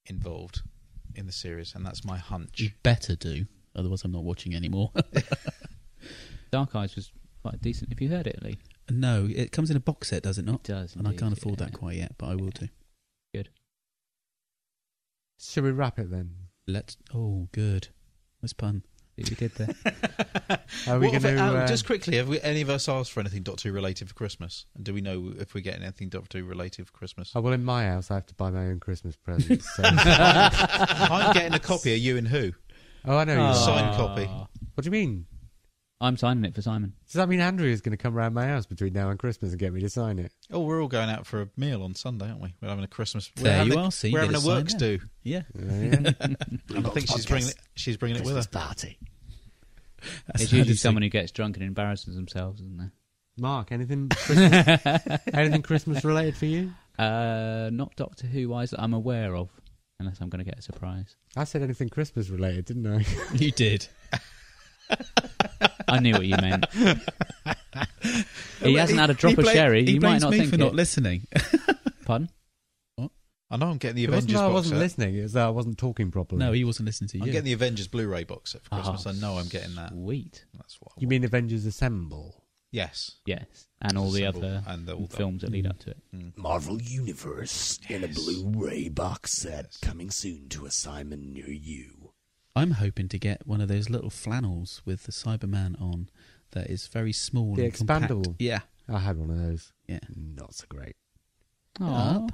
Speaker 4: involved in the series, and that's my hunch.
Speaker 1: You better do, otherwise I'm not watching anymore.
Speaker 2: Dark Eyes was quite decent. If you heard it, Lee,
Speaker 1: No, it comes in a box set, does it
Speaker 2: it
Speaker 1: not?
Speaker 2: does.
Speaker 1: And I
Speaker 2: indeed,
Speaker 1: can't afford
Speaker 2: yeah.
Speaker 1: that quite yet, but I will do.
Speaker 3: Shall we wrap it then?
Speaker 1: Let's. Oh, good. Nice pun.
Speaker 2: See what you did there.
Speaker 3: Are we
Speaker 4: What
Speaker 3: going
Speaker 4: have-
Speaker 3: to
Speaker 4: oh,
Speaker 3: uh,
Speaker 4: just quickly, have we, any of us asked for anything Doctor Who related for Christmas? And do we know if we're getting anything Doctor Who related for Christmas?
Speaker 3: Oh, well, in my house, I have to buy my own Christmas presents. So.
Speaker 4: I'm getting a copy of You and Who.
Speaker 3: oh, I know. you
Speaker 4: Sign-
Speaker 3: are.
Speaker 4: Signed copy.
Speaker 2: Ah.
Speaker 3: What do you mean?
Speaker 2: I'm signing it for Simon.
Speaker 3: Does that mean Andrew is going to come round my house between now and Christmas and get me to sign it?
Speaker 4: Oh, we're all going out for a meal on Sunday, aren't we? We're having a Christmas. We're
Speaker 1: There
Speaker 4: having
Speaker 1: you
Speaker 4: a,
Speaker 1: are, see, you
Speaker 4: We're
Speaker 1: get
Speaker 4: having a
Speaker 1: it signed
Speaker 4: works
Speaker 1: now.
Speaker 4: do.
Speaker 1: Yeah,
Speaker 3: Uh, yeah.
Speaker 4: And I think she's bringing it, she's bringing it with her.
Speaker 1: party.
Speaker 2: It's usually someone who gets drunk and embarrasses themselves, isn't there?
Speaker 3: Mark, anything Christmas, anything Christmas related for you?
Speaker 2: Uh, not Doctor Who wise that I'm aware of, unless I'm going to get a surprise.
Speaker 3: I said anything Christmas related, didn't I?
Speaker 1: you did.
Speaker 2: I knew what you meant. he hasn't had a drop of
Speaker 1: bla-
Speaker 2: sherry.
Speaker 1: He
Speaker 2: You might
Speaker 1: blames
Speaker 2: not
Speaker 1: me
Speaker 2: think
Speaker 1: for
Speaker 2: it.
Speaker 1: not listening.
Speaker 2: Pardon?
Speaker 4: I know I'm getting the
Speaker 3: It wasn't
Speaker 4: Avengers
Speaker 3: that I
Speaker 4: box
Speaker 3: wasn't
Speaker 4: set.
Speaker 3: listening. It was that I wasn't talking properly.
Speaker 1: no, he wasn't listening to you.
Speaker 4: I'm getting the Avengers Blu-ray box set for Christmas.
Speaker 2: Ah,
Speaker 4: I know I'm getting that.
Speaker 2: Sweet.
Speaker 4: That's what I
Speaker 3: you
Speaker 4: want.
Speaker 3: mean Avengers Assemble?
Speaker 4: Yes,
Speaker 2: Yes, and all the
Speaker 4: Assemble
Speaker 2: other
Speaker 4: and all the- Mm.
Speaker 2: films that lead up to it.
Speaker 6: Marvel Universe in a Blu-ray box set coming soon to a Simon near you.
Speaker 1: I'm hoping to get one of those little flannels with the Cyberman on that is very small
Speaker 3: The
Speaker 1: and compact.
Speaker 3: expandable.
Speaker 1: Yeah,
Speaker 3: I had one of those.
Speaker 1: yeah.
Speaker 6: Not so great.
Speaker 2: Oh,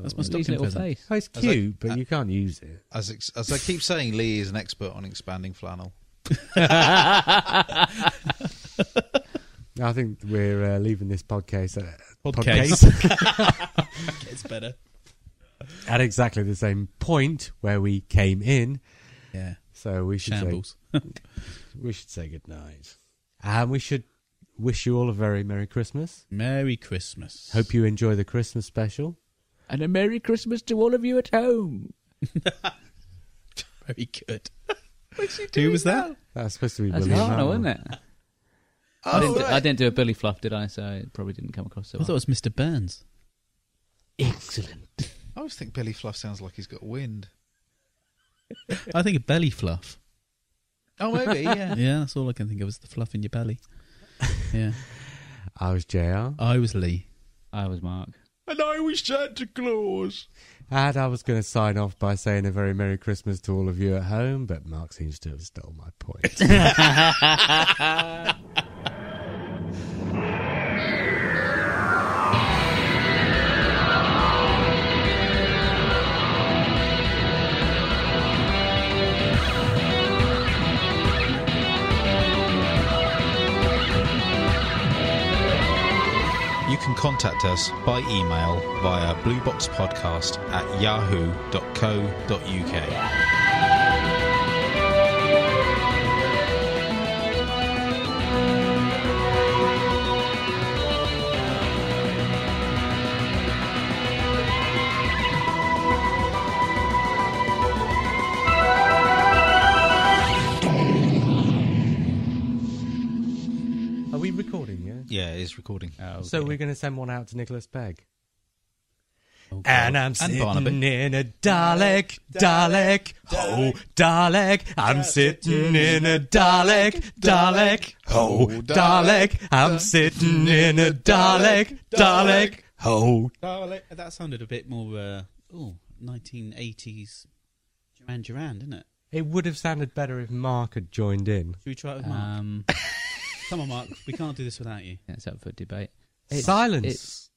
Speaker 1: That's my
Speaker 2: his
Speaker 1: stocking
Speaker 2: little
Speaker 1: feather.
Speaker 2: face.
Speaker 3: Oh, it's
Speaker 4: I was like,
Speaker 3: cute, but you can't use it.
Speaker 4: as ex- as I keep saying, Lee is an expert on expanding flannel.
Speaker 3: I think we're uh, leaving this podcast at,
Speaker 1: Gets better.
Speaker 3: at exactly the same point where we came in.
Speaker 1: Yeah,
Speaker 3: So we should say,
Speaker 1: shambles.
Speaker 3: we should say good night, and we should wish you all a very merry Christmas.
Speaker 1: Merry Christmas.
Speaker 3: Hope you enjoy the Christmas special.
Speaker 2: And a Merry Christmas to all of you at home.
Speaker 1: very good. Who was that?
Speaker 3: That's supposed to be
Speaker 2: That's
Speaker 3: William
Speaker 2: Lionel,
Speaker 3: Mann.
Speaker 2: isn't it? I,
Speaker 4: Oh,
Speaker 2: didn't do, I didn't do a Billy Fluff, did I? So it probably didn't come across
Speaker 1: I
Speaker 2: so
Speaker 1: thought it
Speaker 2: well.
Speaker 1: was Mr. Burns.
Speaker 2: Excellent.
Speaker 4: I always think Billy Fluff sounds like he's got wind.
Speaker 1: I think of belly fluff.
Speaker 4: Oh, maybe yeah.
Speaker 1: Yeah, that's all I can think of is the fluff in your belly. Yeah,
Speaker 3: I was JR.
Speaker 1: I was Lee.
Speaker 2: I was Mark.
Speaker 4: and I was Santa Claus.
Speaker 3: And I was going to sign off by saying a very Merry Christmas to all of you at home, but Mark seems to have stole my point.
Speaker 4: You can contact us by email via blueboxpodcast at yahoo.co.uk.
Speaker 3: Are we recording, yeah?
Speaker 4: Yeah, it is recording.
Speaker 3: So we're going to send one out to Nicholas Pegg.
Speaker 1: Okay.
Speaker 3: And I'm
Speaker 4: And
Speaker 3: sitting
Speaker 4: Barnaby.
Speaker 3: in a Dalek, Dalek, ho, Dalek. I'm sitting in a Dalek, Dalek, ho, Dalek. I'm sitting in a Dalek, Dalek, ho.
Speaker 1: Oh, That sounded a bit more, uh, oh, 1980s Duran Duran, didn't it?
Speaker 3: It would have sounded better if Mark had joined in.
Speaker 1: Should we try it with Mark?
Speaker 2: Um,
Speaker 1: Come on, Mark. We can't do this without you.
Speaker 2: that's up for debate. It's-
Speaker 3: Silence.
Speaker 2: it's-